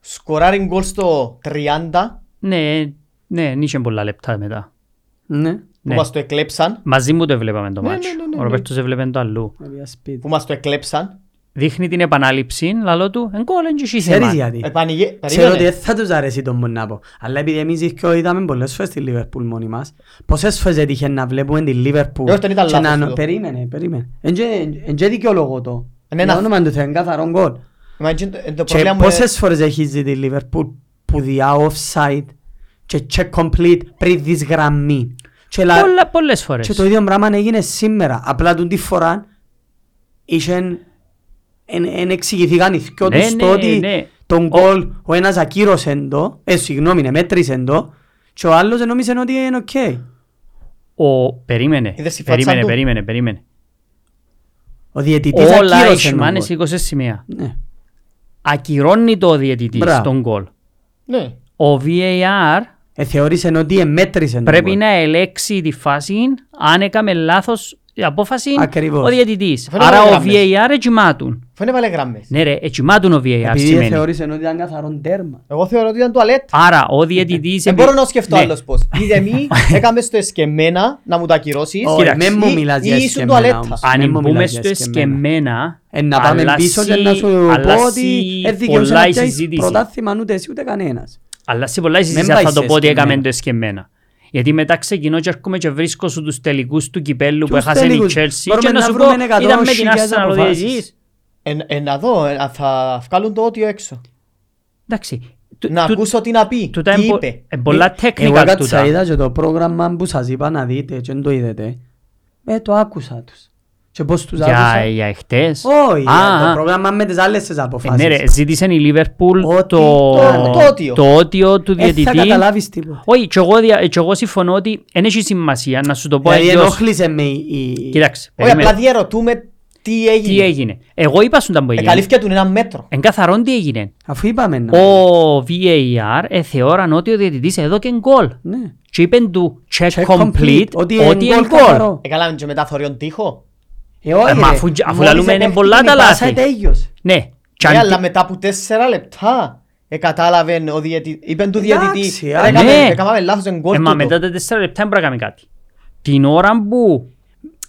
Speaker 3: σκοράρει γκολ στο 30
Speaker 1: Ναι, ναι, νίσχε πολλά λεπτά μετά.
Speaker 2: Ναι.
Speaker 1: Ναι.
Speaker 3: που μας το εκλέψαν.
Speaker 1: Μαζί μου το έβλεπαμε το
Speaker 3: Ναι,
Speaker 1: μάτσο.
Speaker 3: ναι, ναι, ναι,
Speaker 1: Ο
Speaker 3: ναι.
Speaker 1: Ροπέρτος έβλεπε το αλλού.
Speaker 2: Να πει ασπίτι.
Speaker 3: Που μας το εκλέψαν.
Speaker 1: Δείχνει την επανάληψη, λαλό του, εν κόλλεν και εσύ
Speaker 2: Ξέρεις
Speaker 1: θέμα.
Speaker 2: γιατί.
Speaker 3: Επανηγε...
Speaker 2: Ξέρω Ναι. ότι
Speaker 3: Ε, Περίμενε.
Speaker 2: δεν θα τους αρέσει τον Μονάπο. Αλλά επειδή εμείς οι δυο είδαμε πολλές φορές τη Λίβερπουλ μόνοι μας, πόσες φορές έτυχε να βλέπουμε τη
Speaker 1: Ε,
Speaker 2: Λίβερπουλ.
Speaker 3: Εγώ δεν ήταν
Speaker 2: και
Speaker 3: λάθος
Speaker 2: να-
Speaker 3: τούτο.
Speaker 2: Περίμενε, περίμενε. Εν και- Εν και δικαιολογώ το.
Speaker 1: Ε, ναι,
Speaker 3: Είναι ένα-
Speaker 2: Για όνομα του Θεού, είναι καθαρό γκολ.
Speaker 3: Μα εκείνο το- ε, Το
Speaker 2: Και
Speaker 3: πρόβλημα μου είναι...
Speaker 2: πόσες φορές έχει δει τη Λίβερπουλ που διά offside και check complete πριν δεις γραμμή. Και λα-
Speaker 1: Πολλά, πολλές
Speaker 2: και το
Speaker 1: φορές.
Speaker 2: ίδιο πράγμα έγινε σήμερα. Απλά τον τη φορά είχαν εν, εν εξηγηθήκαν οι δυο
Speaker 1: Ναι,
Speaker 2: τους
Speaker 1: ναι,
Speaker 2: το ότι
Speaker 1: ναι.
Speaker 2: τον κόλ ο ένας ακύρωσε το, ε, συγγνώμη, ναι, μέτρησε το και ο άλλος νόμιζε ότι είναι οκ.
Speaker 1: Ο... Περίμενε,
Speaker 3: Είδες τη φάτσα
Speaker 1: περίμενε,
Speaker 3: του?
Speaker 1: περίμενε, περίμενε.
Speaker 2: Ο διαιτητής
Speaker 1: Όλα
Speaker 2: ακύρωσε
Speaker 1: έχει
Speaker 2: τον
Speaker 1: μάνε
Speaker 2: γκολ.
Speaker 1: 20 σημεία.
Speaker 2: Ναι.
Speaker 1: Ακυρώνει το ο διαιτητής
Speaker 2: Μπράβο.
Speaker 1: τον κόλ.
Speaker 3: Ναι.
Speaker 1: Ο VAR
Speaker 2: Ε, θεώρησε ότι εμέτρησε
Speaker 1: πρέπει να ελέξει τη φάση αν έκαμε λάθος η απόφαση
Speaker 2: Ακριβώς.
Speaker 1: ο διαιτητής.
Speaker 3: Φέρε
Speaker 1: Άρα
Speaker 3: μου
Speaker 1: ο
Speaker 3: γράμμες.
Speaker 1: VAR ετοιμάτουν.
Speaker 3: Φαίνεται βάλε γραμμές.
Speaker 1: Ναι ρε, ετοιμάτουν ο VAR
Speaker 2: Επειδή
Speaker 1: σημαίνει.
Speaker 2: θεώρησε ότι ήταν καθαρόν τέρμα.
Speaker 3: Εγώ θεωρώ ότι ήταν τουαλέτα.
Speaker 1: Άρα ο διαιτητής...
Speaker 3: Δεν
Speaker 1: επει-
Speaker 3: Ε, μπορώ να σκεφτώ
Speaker 1: Ναι.
Speaker 3: άλλος πώς. Είδε μη, έκαμε στο εσκεμμένα να μου τα ακυρώσεις.
Speaker 2: Όχι,
Speaker 1: κοίταξε,
Speaker 2: μεν μου
Speaker 3: ή-
Speaker 2: μιλάς για
Speaker 3: ή ήσουν
Speaker 2: εσκεμμένα
Speaker 3: τουαλέτα.
Speaker 2: όμως.
Speaker 1: Αν
Speaker 2: Μεν ναι, μου
Speaker 1: μπούμε
Speaker 2: μιλάς για
Speaker 1: στο εσκεμμένα...
Speaker 2: Ε, να πάμε
Speaker 1: αλλάζει-
Speaker 2: πίσω και να σου πω
Speaker 1: αλλάζει
Speaker 2: ότι δεν δικαιούσε
Speaker 1: πολλά
Speaker 2: να
Speaker 1: η
Speaker 2: πιάσεις
Speaker 1: συζήτηση.
Speaker 2: πρωτάθλημα ούτε εσύ ούτε κανένας.
Speaker 1: Αλλά σε πολλά συζήτηση
Speaker 2: πάει
Speaker 1: θα το
Speaker 2: σε
Speaker 1: πω ότι έκαμε
Speaker 2: εσκεμμένα.
Speaker 1: το εσκεμμένα. Γιατί μετά ξεκινώ και έρχομαι και βρίσκω σου τους τελικούς του κυπέλου που
Speaker 2: Τους
Speaker 1: έχασε η
Speaker 2: τελικούς.
Speaker 1: Chelsea
Speaker 2: Μπορούμε
Speaker 1: και να
Speaker 2: να
Speaker 1: σου πω
Speaker 2: βρούμε εκατό
Speaker 1: ήταν με την
Speaker 2: χιλιάδες
Speaker 1: Arsenal ο
Speaker 2: αποφάσεις.
Speaker 1: διαιτητής.
Speaker 3: Ε, ε, να δω, ε, α, θα βγάλουν το ότιο έξω.
Speaker 1: Εντάξει. Του-
Speaker 3: Να
Speaker 1: του-
Speaker 3: ακούσω τι να πει,
Speaker 1: τούτα
Speaker 3: τι
Speaker 1: εμπο-
Speaker 3: είπε.
Speaker 1: ε, Πολλά
Speaker 2: Εγώ
Speaker 1: τέκνικα
Speaker 2: κάτσα
Speaker 1: τούτα.
Speaker 2: είδα και το πρόγραμμα που σας είπα να δείτε και δεν το είδετε. Ε, το άκουσα τους. Και πώς τους
Speaker 1: Για,
Speaker 2: άκουσα.
Speaker 1: για εχθές.
Speaker 2: Όχι, ε,
Speaker 1: Α,
Speaker 2: το
Speaker 1: α.
Speaker 2: πρόγραμμα με τις άλλες τις
Speaker 1: Ε, ναι ρε,
Speaker 2: αποφάσεις.
Speaker 1: ζήτησε η Λίβερπουλ το,
Speaker 2: Ότι
Speaker 3: το- το ότιο.
Speaker 1: το ότιο του
Speaker 2: Ε, θα
Speaker 1: διαιτητή.
Speaker 2: καταλάβεις τίποτα.
Speaker 1: Όχι, και εγώ, δια- και εγώ συμφωνώ ότι δεν έχει σημασία να σου το πω
Speaker 2: Δηλαδή
Speaker 1: αλλιώς.
Speaker 2: ενόχλησε με η... η-
Speaker 1: Κοίταξε,
Speaker 3: Όχι, απλά
Speaker 1: περίμενε.
Speaker 3: διαρωτούμε τι
Speaker 1: Τι
Speaker 3: έγινε.
Speaker 1: έγινε. Εγώ είπα σου τα που έγινε.
Speaker 3: Εκαλύφθηκε του ένα μέτρο.
Speaker 1: Εν καθαρόν τι έγινε.
Speaker 2: Αφού είπαμε να...
Speaker 1: Ο VAR εθεώραν ότι ο διαιτητής έδωκε γκολ.
Speaker 2: Ναι.
Speaker 1: Και είπεν του check,
Speaker 2: Check
Speaker 1: complete,
Speaker 2: complete, ότι
Speaker 1: ότι
Speaker 2: εν
Speaker 1: είναι
Speaker 2: γκολ
Speaker 1: γκολ.
Speaker 2: καθαρό.
Speaker 3: Έκαναμε και μετά θωριόν τείχο.
Speaker 2: Ε, όχι
Speaker 1: Ε, μα
Speaker 2: ρε.
Speaker 1: αφού- αφού
Speaker 2: Μόλις
Speaker 1: λαλούμε είναι
Speaker 2: επέχτηκε
Speaker 1: πολλά
Speaker 2: η
Speaker 1: τα
Speaker 2: πάσα,
Speaker 1: λάθη.
Speaker 2: τέλειωσε.
Speaker 1: Ναι. Και
Speaker 3: Ναι,
Speaker 1: αν-
Speaker 3: αλλά μετά από τέσσερα λεπτά ε, κατάλαβε ο διαιτητή. Είπεν του
Speaker 2: Εντάξει,
Speaker 3: διαιτητή.
Speaker 2: α,
Speaker 3: «Ρε, έκαμε-
Speaker 1: ναι.
Speaker 3: Έκαμε λάθος εγκόλ
Speaker 1: Ε, μα
Speaker 3: τούτο.
Speaker 1: μετά τα τέσσερα λεπτά δεν μπορεί να κάνει κάτι. Την ώρα που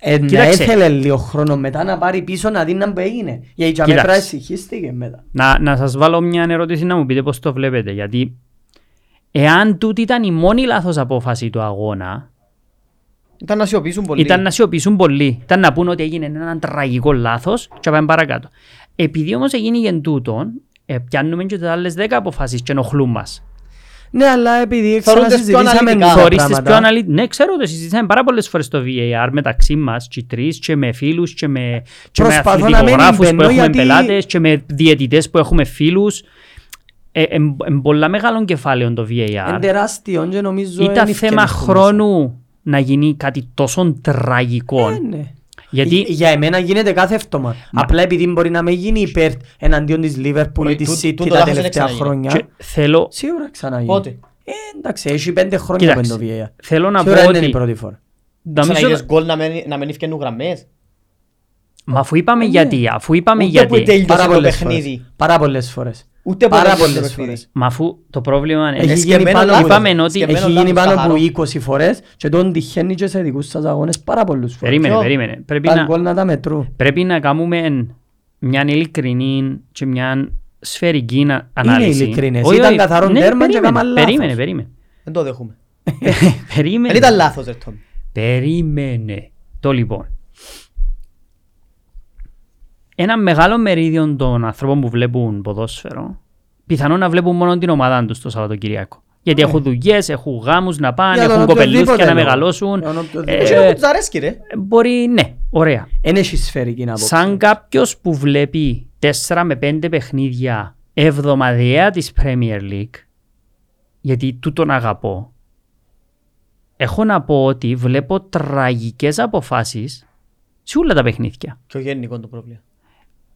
Speaker 2: Ε, να
Speaker 1: Κοίταξε.
Speaker 2: ήθελε λίγο χρόνο μετά να πάρει πίσω να δει να που έγινε. Γιατί για
Speaker 1: Κοίταξε.
Speaker 2: μέτρα εσυχίστηκε μετά.
Speaker 1: Να, να σας βάλω μια ερώτηση να μου πείτε πώς το βλέπετε. Γιατί εάν τούτη ήταν η μόνη λάθος απόφαση του αγώνα,
Speaker 3: Ήταν να σιωπήσουν πολύ.
Speaker 1: ήταν να σιωπήσουν πολύ. Ήταν να πούν ότι έγινε έναν τραγικό λάθος και να πάμε παρακάτω. Επειδή όμως έγινε για τούτον, ε, πιάνουμε και τις άλλες 10 αποφάσεις και ενοχλούν μας.
Speaker 2: Ναι, αλλά επειδή
Speaker 3: Θεωρούνται πιο
Speaker 2: ξανασυζητήσαμε
Speaker 3: αναλυτικά.
Speaker 2: τα
Speaker 1: Θεωρείς τις πιο
Speaker 2: πράγματα.
Speaker 1: αναλύ... Ναι, ξέρω το συζητήσαμε πάρα πολλές φορές το VAR μεταξύ μας, και οι τρεις, και με φίλους, και με, και με
Speaker 2: Προσπαθώ να μην
Speaker 1: αθλητικογράφους που
Speaker 2: μπαίνω,
Speaker 1: έχουμε
Speaker 2: γιατί-
Speaker 1: πελάτες, και με διαιτητές που έχουμε φίλους. Ε, ε, ε, πολλά μεγάλων κεφάλαιων το VAR.
Speaker 2: Είναι τεράστιο και νομίζω...
Speaker 1: Ήταν
Speaker 2: είναι
Speaker 1: θέμα
Speaker 2: ευκαιρία.
Speaker 1: χρόνου να γίνει κάτι τόσο τραγικό.
Speaker 2: Ε, ναι.
Speaker 1: Γιατί-
Speaker 2: Ε, Για εμένα γίνεται κάθε εύτομα. Απλά επειδή μπορεί να με γίνει υπέρ εναντίον της Λίβερπουλ ή
Speaker 3: Μπορεί,
Speaker 2: της
Speaker 3: τούτο-
Speaker 2: City
Speaker 3: τούτο
Speaker 2: τα
Speaker 3: λάθος δεν
Speaker 2: τελευταία
Speaker 3: ξαναγίνει.
Speaker 1: Και
Speaker 2: χρόνια.
Speaker 1: θέλω,
Speaker 2: Σίγουρα ξαναγίνει.
Speaker 3: Πότε?
Speaker 2: Ε, εντάξει, έχει πέντε χρόνια που
Speaker 1: Κοίταξε,
Speaker 2: είναι το VAR.
Speaker 1: θέλω να πω
Speaker 2: Σίγουρα δεν είναι η
Speaker 1: ότι...
Speaker 2: πρώτη φορά.
Speaker 1: Νομίζω-
Speaker 3: Ξαναγίνεις γκολ να μην- να μην φκαινούν γραμμές.
Speaker 1: Μα αφού
Speaker 2: Ε,
Speaker 1: είπαμε
Speaker 2: ναι.
Speaker 1: γιατί, αφού είπαμε
Speaker 3: Ούτε που
Speaker 1: γιατί.
Speaker 3: τέλειωσε
Speaker 2: Πάρα
Speaker 3: το
Speaker 2: πολλές φορές.
Speaker 3: παιχνίδι.
Speaker 2: Πάρα πολλές φορές.
Speaker 3: Ούτε που
Speaker 2: Πάρα
Speaker 3: τέλειωσε το
Speaker 2: πολλές
Speaker 3: παιχνίδι.
Speaker 2: φορές.
Speaker 1: Μα αφού το πρόβλημα είναι...
Speaker 2: Έχει
Speaker 3: Ε,
Speaker 2: γίνει
Speaker 3: σκεμμένο
Speaker 2: πάνω-
Speaker 3: λάθος.
Speaker 1: Είπαμε ότι
Speaker 3: Σκεμμένο
Speaker 2: Έχει γίνει
Speaker 3: λάθος,
Speaker 2: πάνω
Speaker 3: καθαρό.
Speaker 2: από 20 φορές και τον τυχαίνει και σε δικούς σας αγώνες πάρα πολλούς φορές.
Speaker 1: Περίμενε,
Speaker 3: Ποιο?
Speaker 1: περίμενε. Πρέπει
Speaker 2: Τα
Speaker 1: να...
Speaker 2: γκολ να τα μετρούν.
Speaker 1: πρέπει να κάνουμε μια ειλικρινή και μια σφαιρική να-
Speaker 2: Είναι
Speaker 1: ανάλυση.
Speaker 2: ειλικρινές.
Speaker 1: Όχι,
Speaker 2: Ήταν
Speaker 1: όχι.
Speaker 2: καθαρόν
Speaker 1: Ναι,
Speaker 2: τέρμα και
Speaker 1: περίμενε,
Speaker 2: έκαναν λάθος.
Speaker 1: Περίμενε, περίμενε.
Speaker 3: Δεν το δέχομαι.
Speaker 1: περίμενε.
Speaker 3: Δεν ήταν λάθος, ρε Τόμι.
Speaker 1: Περίμενε. Το λοιπόν. Ένα μεγάλο μερίδιο των ανθρώπων που βλέπουν ποδόσφαιρο πιθανόν να βλέπουν μόνο την ομάδα τους το Σαββατοκυριακό. Γιατί έχουν δουλειές, έχουν γάμους να πάνε,
Speaker 2: Ναι. Για τον
Speaker 1: έχουν κοπελούθια να
Speaker 2: οποιοδήποτε λόγο.
Speaker 1: μεγαλώσουν.
Speaker 2: Για τον οποιοδήποτε.
Speaker 1: Ε,
Speaker 3: Και εγώ τους αρέσκει, ρε.
Speaker 1: μπορεί, ναι, ωραία.
Speaker 2: Εν έχει σφαιρική να πω.
Speaker 1: Σαν κάποιος που βλέπει 4 με 5 παιχνίδια εβδομαδιαία της Premier League, γιατί τούτον αγαπώ, έχω να πω ότι βλέπω τραγικές αποφάσεις σε όλα τα παιχνίδια.
Speaker 3: Και ο γενικό το
Speaker 1: Ε.
Speaker 3: πρόβλημα.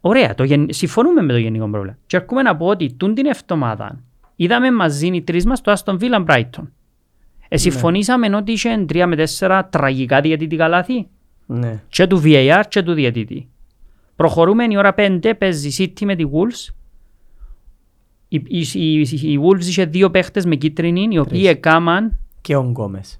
Speaker 1: Ωραία, το γεν... συμφωνούμε με το γενικό πρόβλημα. Και έρχομαι να πω ότι τούν την εβδομάδα είδαμε μαζί οι τρεις μας το Aston Villa Brighton. Ε, συμφωνήσαμε ότι είχε 3 με 4 τραγικά διαιτητικά λάθη
Speaker 2: Ναι.
Speaker 1: και του VAR και του διαιτητή. Προχωρούμε η ώρα 5, παίζει η City με τη Wolves. Η, η, η, η Wolves είχε δύο παίχτες με κίτρινη, οι οποίοι
Speaker 2: Τρεις.
Speaker 1: έκαναν
Speaker 2: Και ο Γκόμες.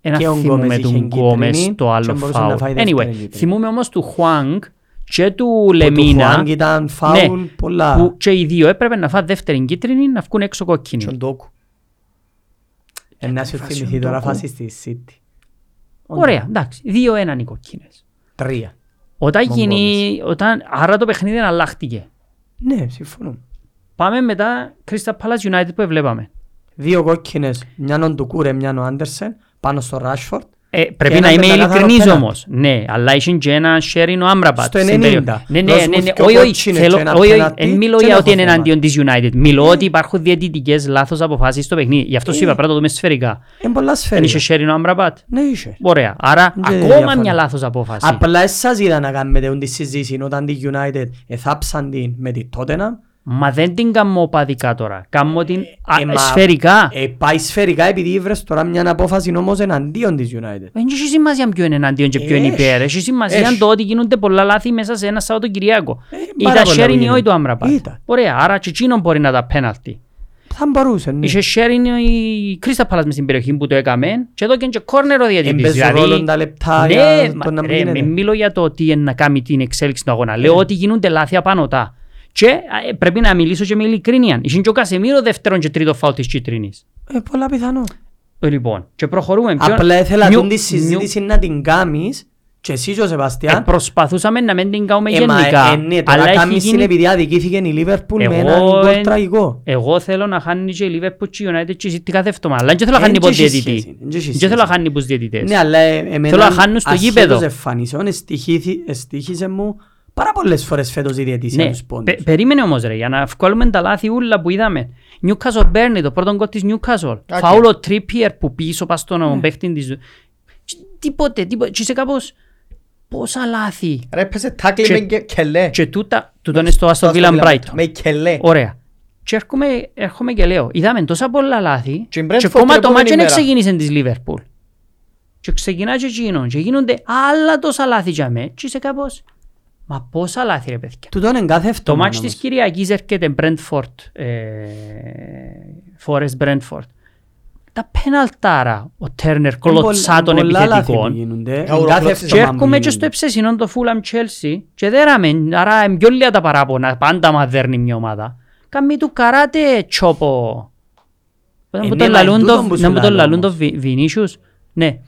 Speaker 1: ένα
Speaker 2: Και ο Γκόμες
Speaker 1: θυμούμε
Speaker 2: είχε
Speaker 1: του
Speaker 2: κίτρινη
Speaker 1: Γκόμες το
Speaker 2: και
Speaker 1: άλλο
Speaker 2: μπορούσε να
Speaker 1: φάουλ.
Speaker 2: φάει δεύτερη
Speaker 1: Anyway,
Speaker 2: κίτρινη.
Speaker 1: θυμούμε όμως του Χουάνγκ και του
Speaker 2: Που του
Speaker 1: Λεμίνα
Speaker 2: Χουάνγκ ήταν φάουλ
Speaker 1: Ναι,
Speaker 2: πολλά.
Speaker 1: που και οι δύο έπρεπε να φάνε δεύτερη κίτρινη να βγουν έξω
Speaker 3: Και
Speaker 1: κόκκινη.
Speaker 3: ο Ντόκου.
Speaker 2: Ε, να σου θυμηθεί τώρα φάση στη City. Όντως.
Speaker 1: Ωραία, εντάξει, δύο έναν οι κόκκινες.
Speaker 2: Τρία.
Speaker 1: Όταν
Speaker 2: Μόνο
Speaker 1: γίνει, όταν, άρα το παιχνίδι αλλάχτηκε.
Speaker 2: Ναι, συμφωνώ.
Speaker 1: Πάμε μετά Crystal Palace United που βλέπαμε.
Speaker 2: Δύο κόκκινες, μιαν ο Ντουκούρε, μιαν ο Άντερσεν, πάνω στο Ράσφορτ.
Speaker 1: Ε, πρέπει
Speaker 2: Και
Speaker 1: να
Speaker 2: έναν
Speaker 1: είμαι
Speaker 2: πεντακάθαρο
Speaker 1: ειλικρινής
Speaker 2: πέναλτι.
Speaker 1: όμως. Ναι, αλλά είσαι και ένα sharing ο Άμπραμπατ.
Speaker 2: Στο
Speaker 1: στην
Speaker 2: 90.
Speaker 1: περίοδο. Ναι, ναι, ναι,
Speaker 2: Δώσ'
Speaker 1: ναι,
Speaker 2: μου
Speaker 1: ναι.
Speaker 2: δυο
Speaker 1: Όχι, όχι,
Speaker 2: κότσινες
Speaker 1: θέλω,
Speaker 2: και ένα Ε.
Speaker 1: όχι, όχι,
Speaker 2: πέναλτι
Speaker 1: δεν μιλώ
Speaker 2: και
Speaker 1: για
Speaker 2: δεν
Speaker 1: ότι
Speaker 2: έχω
Speaker 1: είναι
Speaker 2: θέμα.
Speaker 1: εναντίον της United. Μιλώ ότι υπάρχουν διαιτητικές λάθος αποφάσεις στο παιχνίδι. Γι' αυτό σου είπα, πρέπει να το δούμε σφαιρικά.
Speaker 2: Είναι πολλά
Speaker 1: Δεν είσαι
Speaker 2: σφαίρια.
Speaker 1: sharing ο Άμπραμπατ.
Speaker 2: Ε. Ναι, είχε.
Speaker 1: Ωραία. Άρα
Speaker 2: Δεν
Speaker 1: ακόμα
Speaker 2: διαφωνώ.
Speaker 1: μια λάθος απόφαση.
Speaker 2: Απλά εσάς είδα να κάνετε όντι συζήτηση όταν τη United εθάψαν την με τη Tottenham.
Speaker 1: Μα δεν την κάνω οπαδικά τώρα. Κάνω την α,
Speaker 2: Ε, μα-
Speaker 1: σφαιρικά.
Speaker 2: Ε, πάει σφαιρικά επειδή βρες τώρα μια απόφαση όμως εναντίον της United.
Speaker 1: Δεν έχει σημασία ποιο είναι εναντίον και ποιο είναι
Speaker 2: Έχει.
Speaker 1: υπέρ. Έχει σημασία
Speaker 2: Έχει.
Speaker 1: το ότι γίνονται πολλά λάθη μέσα σε ένα Σαββατοκυριακό.
Speaker 2: Ε, πάρα
Speaker 1: Ήταν
Speaker 2: πολλά που
Speaker 1: sharing ή
Speaker 2: γίνονται.
Speaker 1: όχι το Άμπραμπατ.
Speaker 2: Ήταν.
Speaker 1: Ωραία, άρα και εκείνον μπορεί να τα πέναλτι.
Speaker 2: Θα μπορούσε, ναι.
Speaker 1: Είχε sharing η Κρίστα Πάλας μες στην περιοχή που το έκαμε και εδώ και και κόρνερ ο διαιτητής. Δηλαδή,
Speaker 2: Εμπέζουν Ε, όλων τα λεπτά
Speaker 1: ναι,
Speaker 2: για
Speaker 1: μα-
Speaker 2: το να Ε. μην
Speaker 1: ρε,
Speaker 2: γίνεται.
Speaker 1: μην μιλώ για το τι είναι να κάνει την εξέλιξη του αγώνα. Λέω ότι γίνονται λάθη απάνω τα. Και α, ε, πρέπει να μιλήσω και με ειλικρίνεια. Είχε και ο Κασεμίρο δεύτερον και τρίτο φάουλ της κίτρινης.
Speaker 2: Ε, πολλά πιθανό.
Speaker 1: Λοιπόν, και προχωρούμε. Ποιον-
Speaker 2: Απλά ήθελα
Speaker 1: Νιου-
Speaker 2: την τη
Speaker 1: νιου-
Speaker 2: συζήτηση να την κάνεις και εσύ και ο
Speaker 1: ε,
Speaker 2: Σεβαστιάν.
Speaker 1: προσπαθούσαμε να μην την κάνουμε
Speaker 2: Ε, μα,
Speaker 1: γενικά.
Speaker 2: ε, ναι, τώρα
Speaker 1: αλλά έχει
Speaker 2: κάνεις την
Speaker 1: γίνει-
Speaker 2: επειδή αδικήθηκε η Λίβερπουλ με
Speaker 1: Εγώ
Speaker 2: έναν γκολ
Speaker 1: εν-
Speaker 2: τραγικό.
Speaker 1: Εγώ θέλω να χάνει και η Liverpool και η United και η City κάθε εβδομάδα. Αλλά δεν θέλω να
Speaker 2: Ε,
Speaker 1: χάνει
Speaker 2: εν
Speaker 1: υπό
Speaker 2: και έχει
Speaker 1: διαιτητή.
Speaker 2: σχέση, εν και έχει
Speaker 1: Δεν θέλω να
Speaker 2: σχέση.
Speaker 1: χάνει υπό διαιτητές.
Speaker 2: Ναι, αλλά ε, εμένα
Speaker 1: Θέλω να χάνουν στο
Speaker 2: ασχέτως
Speaker 1: γήπεδο.
Speaker 2: εμφανισεών, εστυχήθη- εστίχησε Ε, μου πάρα πολλές φορές φέτος η διαιτησία
Speaker 1: Ναι,
Speaker 2: τους πόντους.
Speaker 1: πε- περίμενε όμως ρε, για να βγάλουμε τα λάθη ούλα που είδαμε. Newcastle παίρνει το πρώτο γκολ της Newcastle.
Speaker 3: Άκυρο.
Speaker 1: Φαούλο Trippier που πίσω πας
Speaker 2: Ναι.
Speaker 1: στον παίχτη της. Τι- Τίποτε, τίποτε. Και είσαι κάπως πόσα λάθη.
Speaker 3: Ρε έπεσε τάκλι
Speaker 1: Και-
Speaker 3: με και- κελέ.
Speaker 1: Και τούτα, τούτο
Speaker 2: Ναι,
Speaker 1: είναι στο
Speaker 3: Στο
Speaker 1: Aston Villa
Speaker 3: Aston Villa
Speaker 1: Brighton.
Speaker 3: Με κελέ.
Speaker 1: Ωραία. Και έρχομαι, έρχομαι και λέω, είδαμε τόσα πολλά λάθη
Speaker 3: Και η
Speaker 1: και,
Speaker 3: Brentford
Speaker 1: ακόμα
Speaker 3: την
Speaker 1: το
Speaker 3: επόμενη
Speaker 1: μάτσο δεν
Speaker 3: μέρα.
Speaker 1: ξεκίνησε της Λίβερπουλ. Και ξεκινά και εκείνον και γίνονται άλλα τόσα λάθη για μέ και είσαι κάπως, μα πόσα λάθη ρε παιδιά.
Speaker 2: Τούτον είναι κάθε
Speaker 1: Το
Speaker 2: εβδομάδα
Speaker 1: μάτσο της
Speaker 2: όμως.
Speaker 1: Κυριακής έρχεται Brentford, ε, Forest Brentford. τα πέναλτάρα ο Τέρνερ κολοτσά των
Speaker 2: Πολλά λάθη που
Speaker 1: επιθετικών.
Speaker 2: γίνονται.
Speaker 3: Καουρό
Speaker 2: Κάθε
Speaker 3: κλωτσίσμα
Speaker 1: Και
Speaker 2: εβδομάδα
Speaker 1: έρχομαι και
Speaker 2: μιλούν.
Speaker 1: στο εψεσινό το Fulham Chelsea και δέραμε, άρα είναι πιο λίγα τα παράπονα, πάντα μα δέρνει μια ομάδα. Καμί του καράτε τσόπο. Να
Speaker 2: Ε,
Speaker 1: μου
Speaker 2: ναι,
Speaker 1: τον
Speaker 2: μα
Speaker 1: λαλούν
Speaker 2: εν τούτον
Speaker 1: το-
Speaker 2: που σου
Speaker 1: να μου τον
Speaker 2: λαλώ
Speaker 1: λαλούν το
Speaker 2: όμως.
Speaker 1: Βι- Βινίσιους. Ναι.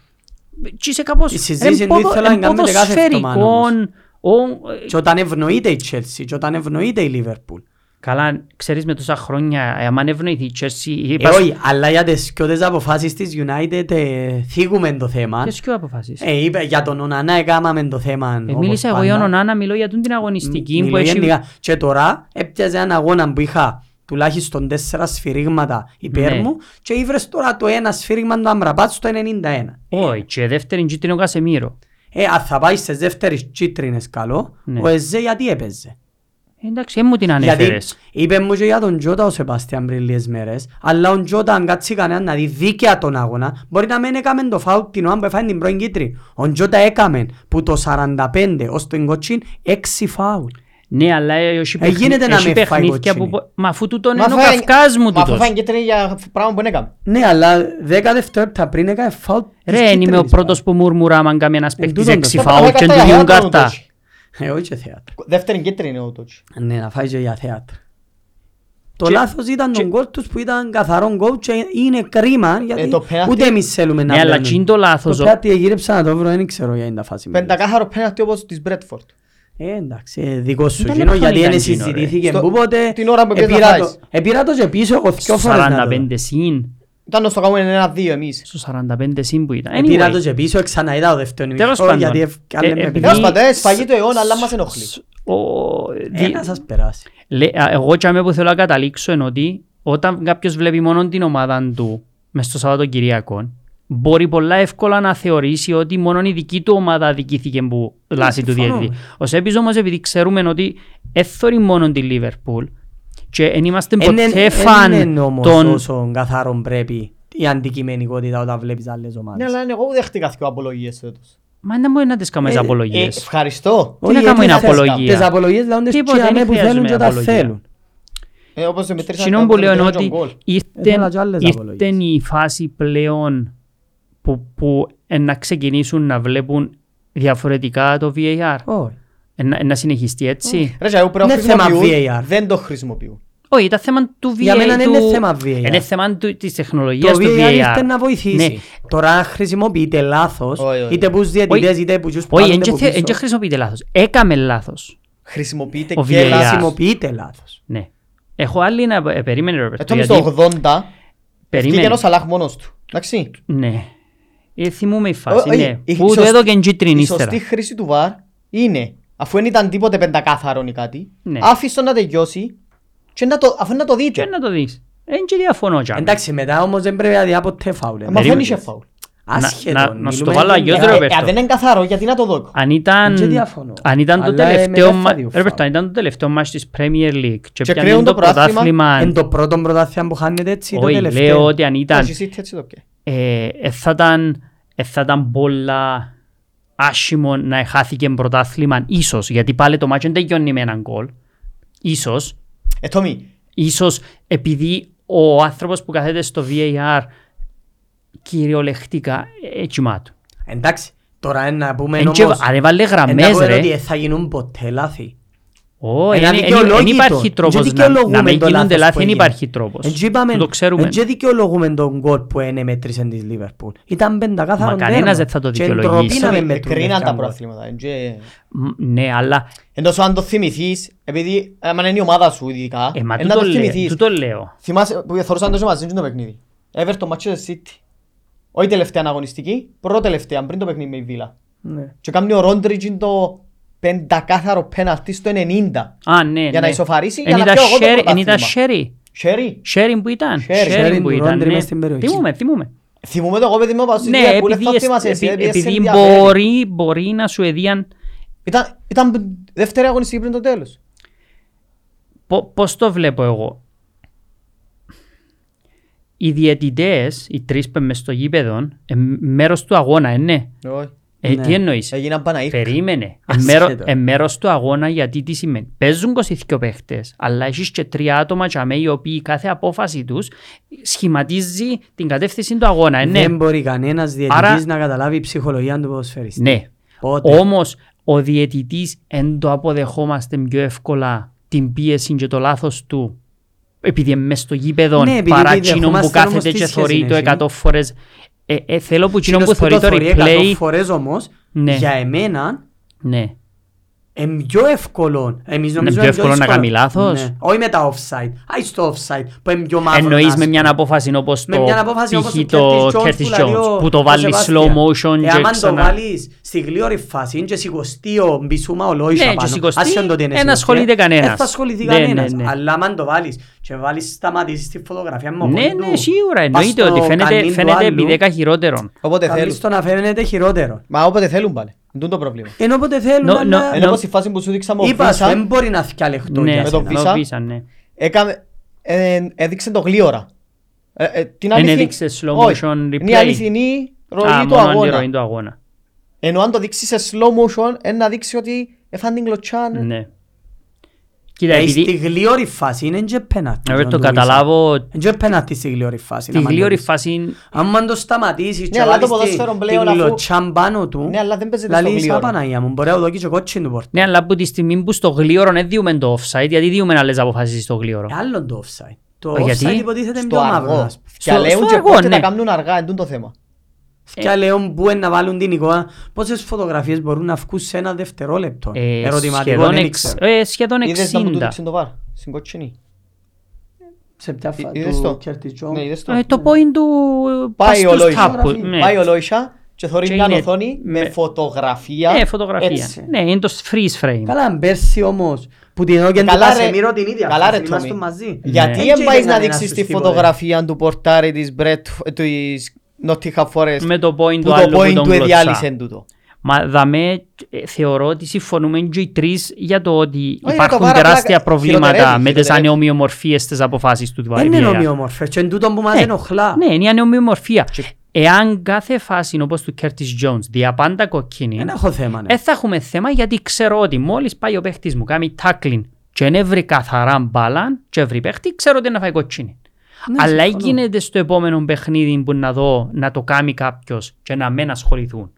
Speaker 1: Και είσαι κάπως
Speaker 2: Η συζήτηση
Speaker 1: εν ποδο-
Speaker 2: που ήθελα να
Speaker 1: εν
Speaker 2: κάνουμε κάθε εβδομάδα όμως.
Speaker 1: ποδοσφαιρικόν, ο- ε,
Speaker 2: Και όταν ευνοείται η Chelsea και όταν ευνοείται η Liverpool.
Speaker 1: Καλά, ξέρεις με τόσα χρόνια, ε, άμα ευνοηθεί η Chelsea,
Speaker 2: Ε,
Speaker 1: είπα
Speaker 2: όχι, αλλά για τις κοιότες αποφάσεις της United ε, θίγουμε το θέμα.
Speaker 1: ποιες και αποφάσεις.
Speaker 2: Ε, είπε, για τον Ονανά έκαναμε το θέμα.
Speaker 1: Ε,
Speaker 2: όπως
Speaker 1: Μίλησα εγώ
Speaker 2: πάντα.
Speaker 1: για τον Άννα, μιλώ για τούν την αγωνιστική
Speaker 2: Μιλώ
Speaker 1: που έχει
Speaker 2: γενικά. Και τώρα έπιαζε έναν αγώνα που είχα τουλάχιστον τέσσερα σφυρίγματα υπέρ
Speaker 1: Ναι.
Speaker 2: μου και ήβρες τώρα το ένα σφύριγμα του Αμραμπάτ στο 91.
Speaker 1: Όχι, και δεύτερη κίτρινο ο Κασεμίρο.
Speaker 2: Ε, αν θα πάει στις δεύτερες κίτρινες καλό,
Speaker 1: Ναι.
Speaker 2: ο Εζέ γιατί έπαιζε.
Speaker 1: Ε, Εντάξει, ε, μου την
Speaker 2: Γιατί
Speaker 1: ανέφερες.
Speaker 2: είπε μου και για τον Τζότα ο Σεπάστιαν πριν λίγες μέρες, αλλά ο Τζότα αν κάτσει κανέναν να δει δίκαια τον αγώνα, μπορεί να μην έκαμε το φάουλ την ώρα που έφαγε την πρώην κίτρη. Ο Τζότα έκαμε που το 45 ως το εγκοτσίν 6 φάουλ.
Speaker 1: Ναι, αλλά ε, όχι
Speaker 2: Ε, γίνεται να
Speaker 1: έχει
Speaker 2: με φάει
Speaker 1: παιχνίδια
Speaker 2: κότσινη.
Speaker 1: που... Μα αφού τούτον
Speaker 3: Μα
Speaker 1: είναι ο
Speaker 3: φάει-
Speaker 1: Καυκάς μου
Speaker 3: Μα αφού
Speaker 1: τούτος.
Speaker 3: φάει κίτρινη για πράγμα που δεν έκαμε.
Speaker 2: Ναι, αλλά 10 δευτερόλεπτα πριν έκαμε φάουλ της
Speaker 1: Ρε, εν είμαι ο
Speaker 2: κίτρινης.
Speaker 1: πρώτος που μουρμουράμε αν καμία ένας παίκτης
Speaker 2: τούτον Ε, το
Speaker 1: έξι
Speaker 2: θέμα.
Speaker 1: φάουλ
Speaker 3: Αλλά
Speaker 1: και
Speaker 3: κατά
Speaker 1: του
Speaker 3: για
Speaker 1: διούν
Speaker 3: τον
Speaker 1: κάρτα.
Speaker 3: Τότσι.
Speaker 2: Ε, όχι και θέατρο.
Speaker 3: Δεύτερη κίτρινη είναι ο Τότσι.
Speaker 2: Ναι, να φάει και για θέατρο. Το
Speaker 1: Και-
Speaker 2: λάθος ήταν τον γκολ τους που ήταν καθαρό γκολ και είναι κρίμα γιατί
Speaker 3: το πέναλτι-
Speaker 2: ούτε εμείς θέλουμε να
Speaker 1: Ναι, αλλά
Speaker 2: μπαίνουν.
Speaker 1: τσιν το
Speaker 2: Το
Speaker 1: λάθος. ο-
Speaker 2: πέναλτι γύριψα να το βρω, δεν ξέρω για είναι τα φάση. με λες.
Speaker 3: Πεντακάθαρο πέναλτι όπως της Μπρέτφορντ.
Speaker 2: Ε, εντάξει, ε, δικό σου
Speaker 1: Ήταν
Speaker 2: γίνω, γιατί
Speaker 1: λεπτομερικά
Speaker 2: δεν
Speaker 1: γίνω, ρε.
Speaker 2: συζητήθηκε
Speaker 3: Στο-
Speaker 2: που ποτέ.
Speaker 3: την ώρα που πήγες να
Speaker 2: Επήρα
Speaker 3: φάεις.
Speaker 2: το- Επήρα το και πίσω, εγώ δυο
Speaker 1: Στο
Speaker 2: φορές να το
Speaker 1: 45
Speaker 2: δω.
Speaker 1: συν.
Speaker 3: Ήταν στο κάνουμε ένα-δύο εμείς.
Speaker 1: Στο 45 συν που ήταν.
Speaker 2: Επήρα Ε, το
Speaker 1: Anyway,
Speaker 2: και πίσω, ξανά είδα το δεύτερο
Speaker 1: Τέλος
Speaker 2: ημίχρονο,
Speaker 1: πάντων.
Speaker 2: γιατί
Speaker 1: Ε,
Speaker 2: έκανε με
Speaker 1: επειδή-
Speaker 2: πίσω.
Speaker 3: Τέλος πάντων, ε, σφαγή του αιώνα, αλλά μας ενοχλεί.
Speaker 1: ο- δι-
Speaker 2: Ε, να σας περάσει.
Speaker 1: Λέ- α, εγώ και που θέλω να καταλήξω είναι ότι όταν κάποιος βλέπει μόνο την ομάδα του μες στο Σαββατοκυριακό μπορεί πολλά εύκολα να θεωρήσει ότι μόνο η δική του ομάδα δικήθηκε που λάση του
Speaker 2: συμφωνώ.
Speaker 1: διαιτητή. Ο Σέπης όμως επειδή ξέρουμε ότι έθωρει μόνο τη Λίβερπουλ και δεν είμαστε
Speaker 2: Ε, ναι,
Speaker 1: ποτέ φαν
Speaker 2: Είναι όμως
Speaker 1: των...
Speaker 2: τόσο καθαρόν πρέπει η αντικειμενικότητα όταν βλέπεις άλλες
Speaker 3: Ναι,
Speaker 2: ομάδες.
Speaker 3: αλλά εγώ που δέχτηκα δύο απολογίες φέτος.
Speaker 1: Μα δεν μπορεί να τις κάνουμε
Speaker 2: Ε,
Speaker 1: τις
Speaker 2: ε,
Speaker 3: Ε,
Speaker 1: απολογίες.
Speaker 3: Ευχαριστώ.
Speaker 1: Τι να
Speaker 2: Όχι,
Speaker 1: κάνουμε
Speaker 2: ε,
Speaker 1: είναι
Speaker 2: τις-
Speaker 1: απολογία.
Speaker 2: Τις απολογίες λαούντες
Speaker 1: Τίποτε,
Speaker 2: και αμέ
Speaker 1: δεν
Speaker 2: που θέλουν
Speaker 1: χρειάζομαι
Speaker 2: και τα
Speaker 1: απολογία.
Speaker 2: θέλουν.
Speaker 3: Ε, Όπως το μετρήσαν...
Speaker 1: Συνόν
Speaker 3: όπως
Speaker 1: που
Speaker 3: το
Speaker 1: λέω είναι
Speaker 3: μετρήσαν
Speaker 1: ότι
Speaker 3: τον γκολ.
Speaker 2: Ήθελα κι άλλες
Speaker 1: ήρθε
Speaker 2: απολογίες.
Speaker 1: η φάση πλέον που, που ε, να ξεκινήσουν να βλέπουν διαφορετικά το VAR.
Speaker 2: Όχι.
Speaker 1: Ε, να- ε, να συνεχιστεί έτσι.
Speaker 3: Ρε, και εγώ που να
Speaker 2: Είναι θέμα
Speaker 3: χρησιμοποιούν,
Speaker 2: VAR.
Speaker 3: δεν το χρησιμοποιούν.
Speaker 1: Mm. Όχι, ήταν θέμα του VAR.
Speaker 2: Για μένα δεν είναι θέμα VAR.
Speaker 1: Είναι θέμα του- της
Speaker 2: Το
Speaker 1: τεχνολογίας του
Speaker 2: VAR ήρθε να
Speaker 1: Ναι.
Speaker 2: βοηθήσει. Τώρα αν χρησιμοποιείται λάθος,
Speaker 3: Όχι, όχι.
Speaker 2: είτε πους διαιτητές, είτε πους που
Speaker 1: Όχι,
Speaker 2: πάνε
Speaker 1: εν και
Speaker 2: από
Speaker 1: θε- εν και
Speaker 2: πίσω.
Speaker 1: χρησιμοποιείται λάθος. Έκαμε λάθος.
Speaker 3: Χρησιμοποιείται
Speaker 1: Ο
Speaker 3: και
Speaker 1: VAR.
Speaker 3: λάθος.
Speaker 2: Χρησιμοποιείται λάθος.
Speaker 1: Ναι. Έχω άλλη να ε, περίμενε Ρόμπερτο,
Speaker 3: Έτω μες
Speaker 1: γιατί-
Speaker 3: το 80, βγήκε
Speaker 1: Περίμενε.
Speaker 3: ο Σαλάχ μόνος του. Εντάξει.
Speaker 1: Ναι. Ε, θυμούμαι η
Speaker 3: Ο-
Speaker 1: φάση,
Speaker 3: όχι,
Speaker 1: ναι.
Speaker 3: η
Speaker 1: Που του
Speaker 3: σωστή-
Speaker 1: έδωκε κίτρινη
Speaker 3: Η
Speaker 1: ύστερα.
Speaker 3: σωστή χρήση του βαρ είναι, αφού δεν ήταν τίποτε πεντακάθαρο ή κάτι,
Speaker 1: Ναι.
Speaker 3: άφησε το να τελειώσει και να το, αφού να το
Speaker 1: Και
Speaker 3: δείτε.
Speaker 1: να το δεις. Εν και διαφωνώ κι άλλο.
Speaker 2: Εντάξει, μετά όμως δεν πρέπει να δει ποτέ φάουλ. ε.
Speaker 3: Ε, Μα δεν
Speaker 1: Περίμενε.
Speaker 3: είχε φαουλ.
Speaker 1: Να- να-
Speaker 2: Άσχετον.
Speaker 1: να σου το
Speaker 2: μιλούμε
Speaker 1: βάλω
Speaker 2: για-
Speaker 1: αλλιώς, ρε. Ρόμπερτο.
Speaker 3: ε, Αν δεν είναι καθαρό, γιατί να το δω.
Speaker 1: Αν ήταν,
Speaker 2: Δεν διαφωνώ.
Speaker 1: αν ήταν το
Speaker 2: Αλλά
Speaker 1: τελευταίο
Speaker 2: εμένα θα
Speaker 1: μα...
Speaker 2: διωφθάρω.
Speaker 1: Ρόμπερτο, αν ήταν το τελευταίο μάτς της Premier League και,
Speaker 3: Και
Speaker 1: πιάνει
Speaker 3: κρέουν
Speaker 1: το
Speaker 3: το πρωτάθλημα,
Speaker 1: πρωτάθλημα...
Speaker 2: Εν το πρώτο πρωτάθλημα που χάνεται έτσι, το
Speaker 1: Όχι,
Speaker 2: τελευταίο.
Speaker 1: λέω ότι αν ήταν
Speaker 3: Όχι, εσύ έτσι το πιέ.
Speaker 1: ε, ε, θα ήταν, ε, θα ήταν πολλά άσχημο να χάθηκε πρωτάθλημα, ίσως, γιατί πάλι το μάτσο δεν τελειώνει με έναν γκολ. Ίσως,
Speaker 3: Ε, Τόμι,
Speaker 1: ίσως επειδή ο άνθρωπος που καθέται στο VAR κυριολεκτικά ε, κοιμά του.
Speaker 2: Εντάξει, τώρα είναι να πούμε
Speaker 1: Εν και-
Speaker 2: όμως...
Speaker 1: Αν έβαλε
Speaker 2: είναι να
Speaker 1: γραμμές
Speaker 2: πούμε
Speaker 1: ρε,
Speaker 2: ότι δεν θα γίνουν ποτέ λάθη.
Speaker 1: όχι,
Speaker 2: Ένα
Speaker 1: εν- εν- εν
Speaker 2: δικαιολόγητο.
Speaker 1: υπάρχει
Speaker 2: Εν και
Speaker 1: τρόπος να, να
Speaker 2: δικαιολογούμε
Speaker 1: μην
Speaker 2: το
Speaker 1: γίνονται
Speaker 2: λάθος
Speaker 1: λάθη,
Speaker 2: που
Speaker 1: δεν
Speaker 2: έγινε.
Speaker 1: υπάρχει τρόπος.
Speaker 2: Εν και είπαμε-
Speaker 1: Το ξέρουμε.
Speaker 2: εν και δικαιολογούμε τον γκολ που είναι μέτρησε της Λίβερπουλ. Ήταν πεντακάθαρο
Speaker 1: Μα κανένας
Speaker 2: τέρμα.
Speaker 1: δεν θα το
Speaker 2: Και εν
Speaker 1: δικαιολογήσει.
Speaker 2: ντροπή να με μετρούν
Speaker 3: κρίναν τα
Speaker 2: εύκολα.
Speaker 3: προαθλήματα. εν και-
Speaker 1: Μ, Ναι, αλλά
Speaker 3: Εντός αν το θυμηθείς, επειδή άμα είναι η ομάδα σου ειδικά,
Speaker 1: ε, μα
Speaker 3: ε, να το
Speaker 1: τούτο λέ-
Speaker 3: θυμηθείς.
Speaker 1: τούτο λέω.
Speaker 3: Θυμάσαι που θεωρούσαν τόσο μαζί το παιχνίδι. Everton Manchester City. Όχι τελευταία αγωνιστική, πρώτη-τελευταία, πριν το παιχνίδι με η Βίλα.
Speaker 2: Ναι.
Speaker 3: Και κάνει ο Ρόντριτζ το πεντακάθαρο πέναλτι στο 90.
Speaker 1: Α, ναι,
Speaker 3: Για να
Speaker 1: ναι.
Speaker 3: ισοφαρίσει, για
Speaker 1: Εν
Speaker 3: να
Speaker 1: ήταν
Speaker 3: πιω εγώ το
Speaker 1: Sherry- Εν
Speaker 3: πρωτάθλημα.
Speaker 1: ήταν Sherry.
Speaker 3: Σέρι,
Speaker 1: Sherry που ήταν.
Speaker 3: Sherry.
Speaker 1: Sherry που
Speaker 2: Sherry,
Speaker 1: ήταν,
Speaker 2: Ρόντρι
Speaker 1: ναι.
Speaker 2: μες στην περιοχή.
Speaker 1: Θυμούμε, θυμούμε.
Speaker 3: θυμούμαι το εγώ παιδί μου πάω στη
Speaker 1: Ναι,
Speaker 3: Λία που λέει, θα
Speaker 1: επειδή,
Speaker 3: θυμάσαι εσύ,
Speaker 1: επει-
Speaker 3: επειδή σε
Speaker 1: επειδή
Speaker 3: ενδιαφέρει.
Speaker 1: μπορεί, μπορεί να σου εδίαν...
Speaker 3: Ήταν- Ήταν δεύτερη αγωνιστική πριν το τέλος.
Speaker 1: Πο- Πώς το βλέπω εγώ. Οι διαιτητές, οι τρεις που είναι μες στο γήπεδο, ε, μέρος του αγώνα, ε, ναι.
Speaker 3: Όχι.
Speaker 1: Ε,
Speaker 2: Ναι.
Speaker 1: Τι εννοείς.
Speaker 3: Έγιναν παναήρκα.
Speaker 1: Περίμενε.
Speaker 2: Ασχέτω.
Speaker 1: Εν μέρος του αγώνα γιατί τι σημαίνει. Παίζουν 22 παίχτες, αλλά έχεις και τρία άτομα και αμέ οι οποίοι κάθε απόφαση τους σχηματίζει την κατεύθυνση του αγώνα. Ε, Ναι,
Speaker 2: Δεν μπορεί κανένας διαιτητής
Speaker 1: Άρα-
Speaker 2: να καταλάβει η ψυχολογία του ποδοσφαιριστή.
Speaker 1: ναι.
Speaker 2: Πότε.
Speaker 1: Όμως ο διαιτητής εν το αποδεχόμαστε πιο εύκολα την πίεση και το λάθος του επειδή είναι μες στο γήπεδο
Speaker 2: Ναι, επειδή
Speaker 1: παρά
Speaker 2: τη
Speaker 1: εκείνον που
Speaker 2: δεχόμαστε,
Speaker 1: κάθεται
Speaker 2: όμως τι
Speaker 1: και
Speaker 2: σχέσης
Speaker 1: θωρεί το
Speaker 2: έχει?
Speaker 1: 100 φορές. Ε, ε, θέλω που εκείνον
Speaker 2: ναι. Εκείνος
Speaker 1: που θωρεί το
Speaker 2: θωρεί 100
Speaker 1: replay.
Speaker 2: φορές όμως,
Speaker 1: Ναι.
Speaker 2: για εμένα,
Speaker 1: Ναι.
Speaker 2: είναι πιο εύκολο. Εμείς νομίζω
Speaker 1: πιο εύκολο να κάνει λάθος.
Speaker 2: Ναι. Όχι με τα offside. Άι στο offside που είναι πιο μαύρος.
Speaker 1: Εννοείς
Speaker 2: άσπρο.
Speaker 1: με μια απόφαση όπως
Speaker 2: Με
Speaker 1: το
Speaker 2: μια απόφαση
Speaker 1: π.χ.
Speaker 2: όπως
Speaker 1: το
Speaker 2: το Curtis Jones που,
Speaker 1: Curtis
Speaker 2: λέει ο-
Speaker 1: Jones που
Speaker 2: ο
Speaker 1: το βάλει slow
Speaker 2: Sebastian.
Speaker 1: motion
Speaker 2: Ε,
Speaker 1: και
Speaker 2: άμα το
Speaker 1: ξανά.
Speaker 2: βάλεις στη γλύωρη φάση, είναι και σηκωστεί ο Μπισούμα ο Λόισα
Speaker 1: Ναι, και
Speaker 2: πάνω.
Speaker 1: σηκωστεί,
Speaker 2: Ας είναι ότι είναι
Speaker 1: εν
Speaker 2: σηκωστεί,
Speaker 1: ασχολείται
Speaker 2: ε.
Speaker 1: κανένας.
Speaker 2: Ε, θα ασχοληθεί
Speaker 1: Ναι, ναι,
Speaker 2: κανένας.
Speaker 1: ναι.
Speaker 2: Αλλά άμα το βάλεις και βάλεις σταματήσεις τη φωτογραφία με ο
Speaker 1: Ναι,
Speaker 2: πόντου,
Speaker 1: ναι, σίγουρα.
Speaker 2: πας
Speaker 1: Εννοείται
Speaker 2: στο
Speaker 1: ότι φαίνεται,
Speaker 2: κανήν του
Speaker 1: φαίνεται
Speaker 2: άλλου,
Speaker 1: επί 10 χειρότερων.
Speaker 3: Όποτε
Speaker 2: καλείς
Speaker 3: θέλουν.
Speaker 2: το να φαίνεται χειρότερο.
Speaker 3: Μα όποτε θέλουν πάλι. Είναι τούτο το πρόβλημα.
Speaker 2: Ενώ όποτε θέλουν,
Speaker 1: Νο- νο-
Speaker 2: αλλά-
Speaker 1: Ε,
Speaker 3: Είναι
Speaker 1: νο-
Speaker 3: όπως η φάση που σου δείξα με ο
Speaker 2: Είπα, σου,
Speaker 3: Βίσα.
Speaker 2: δεν μπορεί να φτιαλεχτώ
Speaker 1: Ναι,
Speaker 2: για
Speaker 3: με το
Speaker 2: σένα.
Speaker 3: βι-
Speaker 1: το βίσαν, ναι.
Speaker 3: έκαμε, ε, έδειξε το γλίωρα. Ε, ε, την
Speaker 1: Εν
Speaker 3: αλήθεια-
Speaker 1: έδειξε slow
Speaker 3: Όχι.
Speaker 1: motion
Speaker 3: Είναι η
Speaker 1: replay.
Speaker 3: αληθινή
Speaker 1: Α,
Speaker 3: ροή του
Speaker 1: μόνο αν τη
Speaker 3: αγώνα.
Speaker 1: ροή του αγώνα.
Speaker 3: Ενώ αν το δείξεις σε slow motion, ε, να δείξει ότι έφανε την κλωτσιά. ναι.
Speaker 1: Ναι. Κοίτα,
Speaker 2: Ε, Στη
Speaker 1: επειδή
Speaker 2: γλύωρη φάση είναι και πέναλτι.
Speaker 1: να
Speaker 2: τον
Speaker 1: το
Speaker 2: του Wilson.
Speaker 1: καταλάβω,
Speaker 2: Είναι και πέναλτι στη γλύωρη φάση.
Speaker 1: τη
Speaker 2: να μ'
Speaker 1: γλύωρη
Speaker 2: αντιλάβεις.
Speaker 1: φάση
Speaker 2: Αν το σταματήσεις
Speaker 3: Ναι,
Speaker 2: και
Speaker 3: αλλά το
Speaker 2: βάλεις τη-
Speaker 3: ποδόσφαιρο
Speaker 2: τη
Speaker 3: πλέον αφού-
Speaker 2: γλωτσιά πάνω του,
Speaker 3: Ναι, αλλά δεν παίζεται στο
Speaker 2: λαλείς,
Speaker 3: γλύωρο.
Speaker 2: «Απαναγία μου, μπορεί να δω και κότσιν του πόρτα».
Speaker 1: ναι, αλλά από τη στιγμή που στο γλύωρο δεν διούμε το offside, γιατί διούμε άλλες αποφάσεις στο γλύωρο.
Speaker 2: Ε, Άλλο το offside. Το
Speaker 1: Ε, γιατί?
Speaker 2: offside υποτίθεται είναι πιο
Speaker 3: Στο
Speaker 2: μαύρο.
Speaker 3: αργό.
Speaker 2: ας πούμε.
Speaker 1: Στο-
Speaker 3: Φτιαλέουν
Speaker 1: στο
Speaker 3: και
Speaker 1: αργό,
Speaker 3: πότε τα
Speaker 1: ναι.
Speaker 3: κάνουν αργά, είναι το θέμα.
Speaker 1: Ε.
Speaker 2: Φτιά λέω που είναι να βάλουν την εικόνα. Πόσες φωτογραφίες μπορούν να βγουν σε ένα δευτερόλεπτο.
Speaker 1: Ε,
Speaker 2: Ερωτηματικό,
Speaker 1: σχεδόν
Speaker 2: δεν
Speaker 1: εξ-
Speaker 2: ξέρω.
Speaker 1: ε, Σχεδόν
Speaker 3: Είδες να μου το
Speaker 1: 60.
Speaker 3: δείξε το βαρ, στην κοτσινή.
Speaker 2: Σε ποια φα-
Speaker 3: Ε, είδες
Speaker 2: του
Speaker 3: το.
Speaker 2: Curtis Jones.
Speaker 3: Ναι, είδες το.
Speaker 1: Ε, Το point του
Speaker 3: Πάει ο
Speaker 1: πας στους
Speaker 3: Λόισα.
Speaker 1: τάπους.
Speaker 2: Γράφει.
Speaker 1: ναι.
Speaker 3: Πάει ο Λόισα και θωρεί
Speaker 1: Και
Speaker 3: μια
Speaker 1: είναι
Speaker 3: οθόνη με
Speaker 1: με-
Speaker 3: φωτογραφία.
Speaker 1: Ναι, φωτογραφία.
Speaker 3: Έτσι.
Speaker 1: Ναι, είναι το freeze frame.
Speaker 2: Καλά, αν πέρσι όμως, που την όκεν του
Speaker 3: Καλά, ρε-
Speaker 2: Κασεμίρο την ίδια
Speaker 3: καλά,
Speaker 2: φάση,
Speaker 3: ρε,
Speaker 2: ήμασταν
Speaker 3: Τόμι.
Speaker 2: μαζί.
Speaker 1: Ναι.
Speaker 3: Γιατί
Speaker 2: Έτσι
Speaker 3: δεν πάει
Speaker 2: ήταν
Speaker 3: να
Speaker 2: ένας
Speaker 3: δείξεις τη
Speaker 2: στους
Speaker 3: φωτογραφία του πορτάρι της Μπρέτ, της Νότιχα Φόρεστ,
Speaker 1: Με το point
Speaker 3: που
Speaker 1: του
Speaker 3: το
Speaker 1: άλλου που
Speaker 3: point
Speaker 1: τον Ε,
Speaker 3: του εδιάλυσε
Speaker 1: γλωτσά.
Speaker 3: τούτο.
Speaker 1: Μα δαμέ, ε, θεωρώ ότι συμφωνούμε και οι τρεις για το ότι
Speaker 3: το
Speaker 1: υπάρχουν
Speaker 3: βάρα απλά
Speaker 1: τεράστια
Speaker 3: κα-
Speaker 1: προβλήματα
Speaker 3: χειροτερεύει,
Speaker 1: με τις
Speaker 3: χειροτερεύει.
Speaker 1: ανεομοιομορφίες της αποφάσεις του VAR.
Speaker 2: Δεν
Speaker 3: Ναι,
Speaker 2: είναι ομοιόμορφες και είναι τούτο που μας
Speaker 1: Ναι.
Speaker 2: ενοχλά.
Speaker 1: Ναι, είναι η ανεομοιομορφία.
Speaker 3: Και-
Speaker 1: Εάν κάθε φάση όπως του Curtis Jones διαπάντα κοκκίνη,
Speaker 2: Δεν έχω θέμα.
Speaker 3: Ε,
Speaker 2: ναι.
Speaker 1: δεν ε, θα έχουμε θέμα γιατί ξέρω ότι μόλις πάει ο παίχτης μου κάνει tackling και δεν βρει καθαρά μπάλα και βρει παίχτη, ξέρω ότι να φάει κοκκίνη.
Speaker 2: Ναι,
Speaker 1: Αλλά
Speaker 2: συμφωνώ.
Speaker 1: γίνεται στο επόμενο παιχνίδι που να δω να το κάνει κάποιος και να μην ασχοληθούν.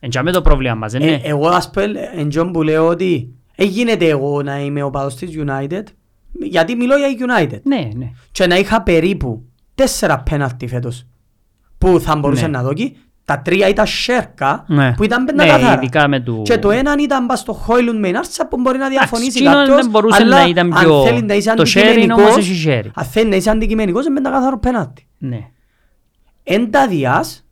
Speaker 1: Εν τζαμέ το πρόβλημα μας, δεν
Speaker 2: Ε,
Speaker 3: ναι.
Speaker 1: είναι.
Speaker 2: Εγώ ας πω, εν τζον που λέω ότι ε, γίνεται εγώ να είμαι ο παδός της United, γιατί μιλώ για η United.
Speaker 1: Ναι, ναι.
Speaker 2: Και να είχα περίπου τέσσερα πέναλτι φέτος που θα μπορούσε
Speaker 1: Ναι.
Speaker 2: να δοκεί. Τα τρία ήταν σέρκα
Speaker 1: Ναι.
Speaker 2: που ήταν πέντα
Speaker 1: Ναι,
Speaker 2: καθαρά.
Speaker 1: ειδικά με του-
Speaker 2: Και το έναν ήταν πας στο Χόιλουν με που μπορεί να διαφωνήσει
Speaker 1: εκείνον
Speaker 2: κάποιος.
Speaker 1: δεν μπορούσε
Speaker 2: αλλά
Speaker 1: να ήταν πιο-
Speaker 2: αν θέλει να είσαι
Speaker 1: το sharing
Speaker 2: αντικειμενικός,
Speaker 1: όμως έχει sharing.
Speaker 2: αν θέλει να είσαι αντικειμενικός, είναι πέντα καθαρό πέναλτι.
Speaker 1: ναι.
Speaker 2: εν τα διάς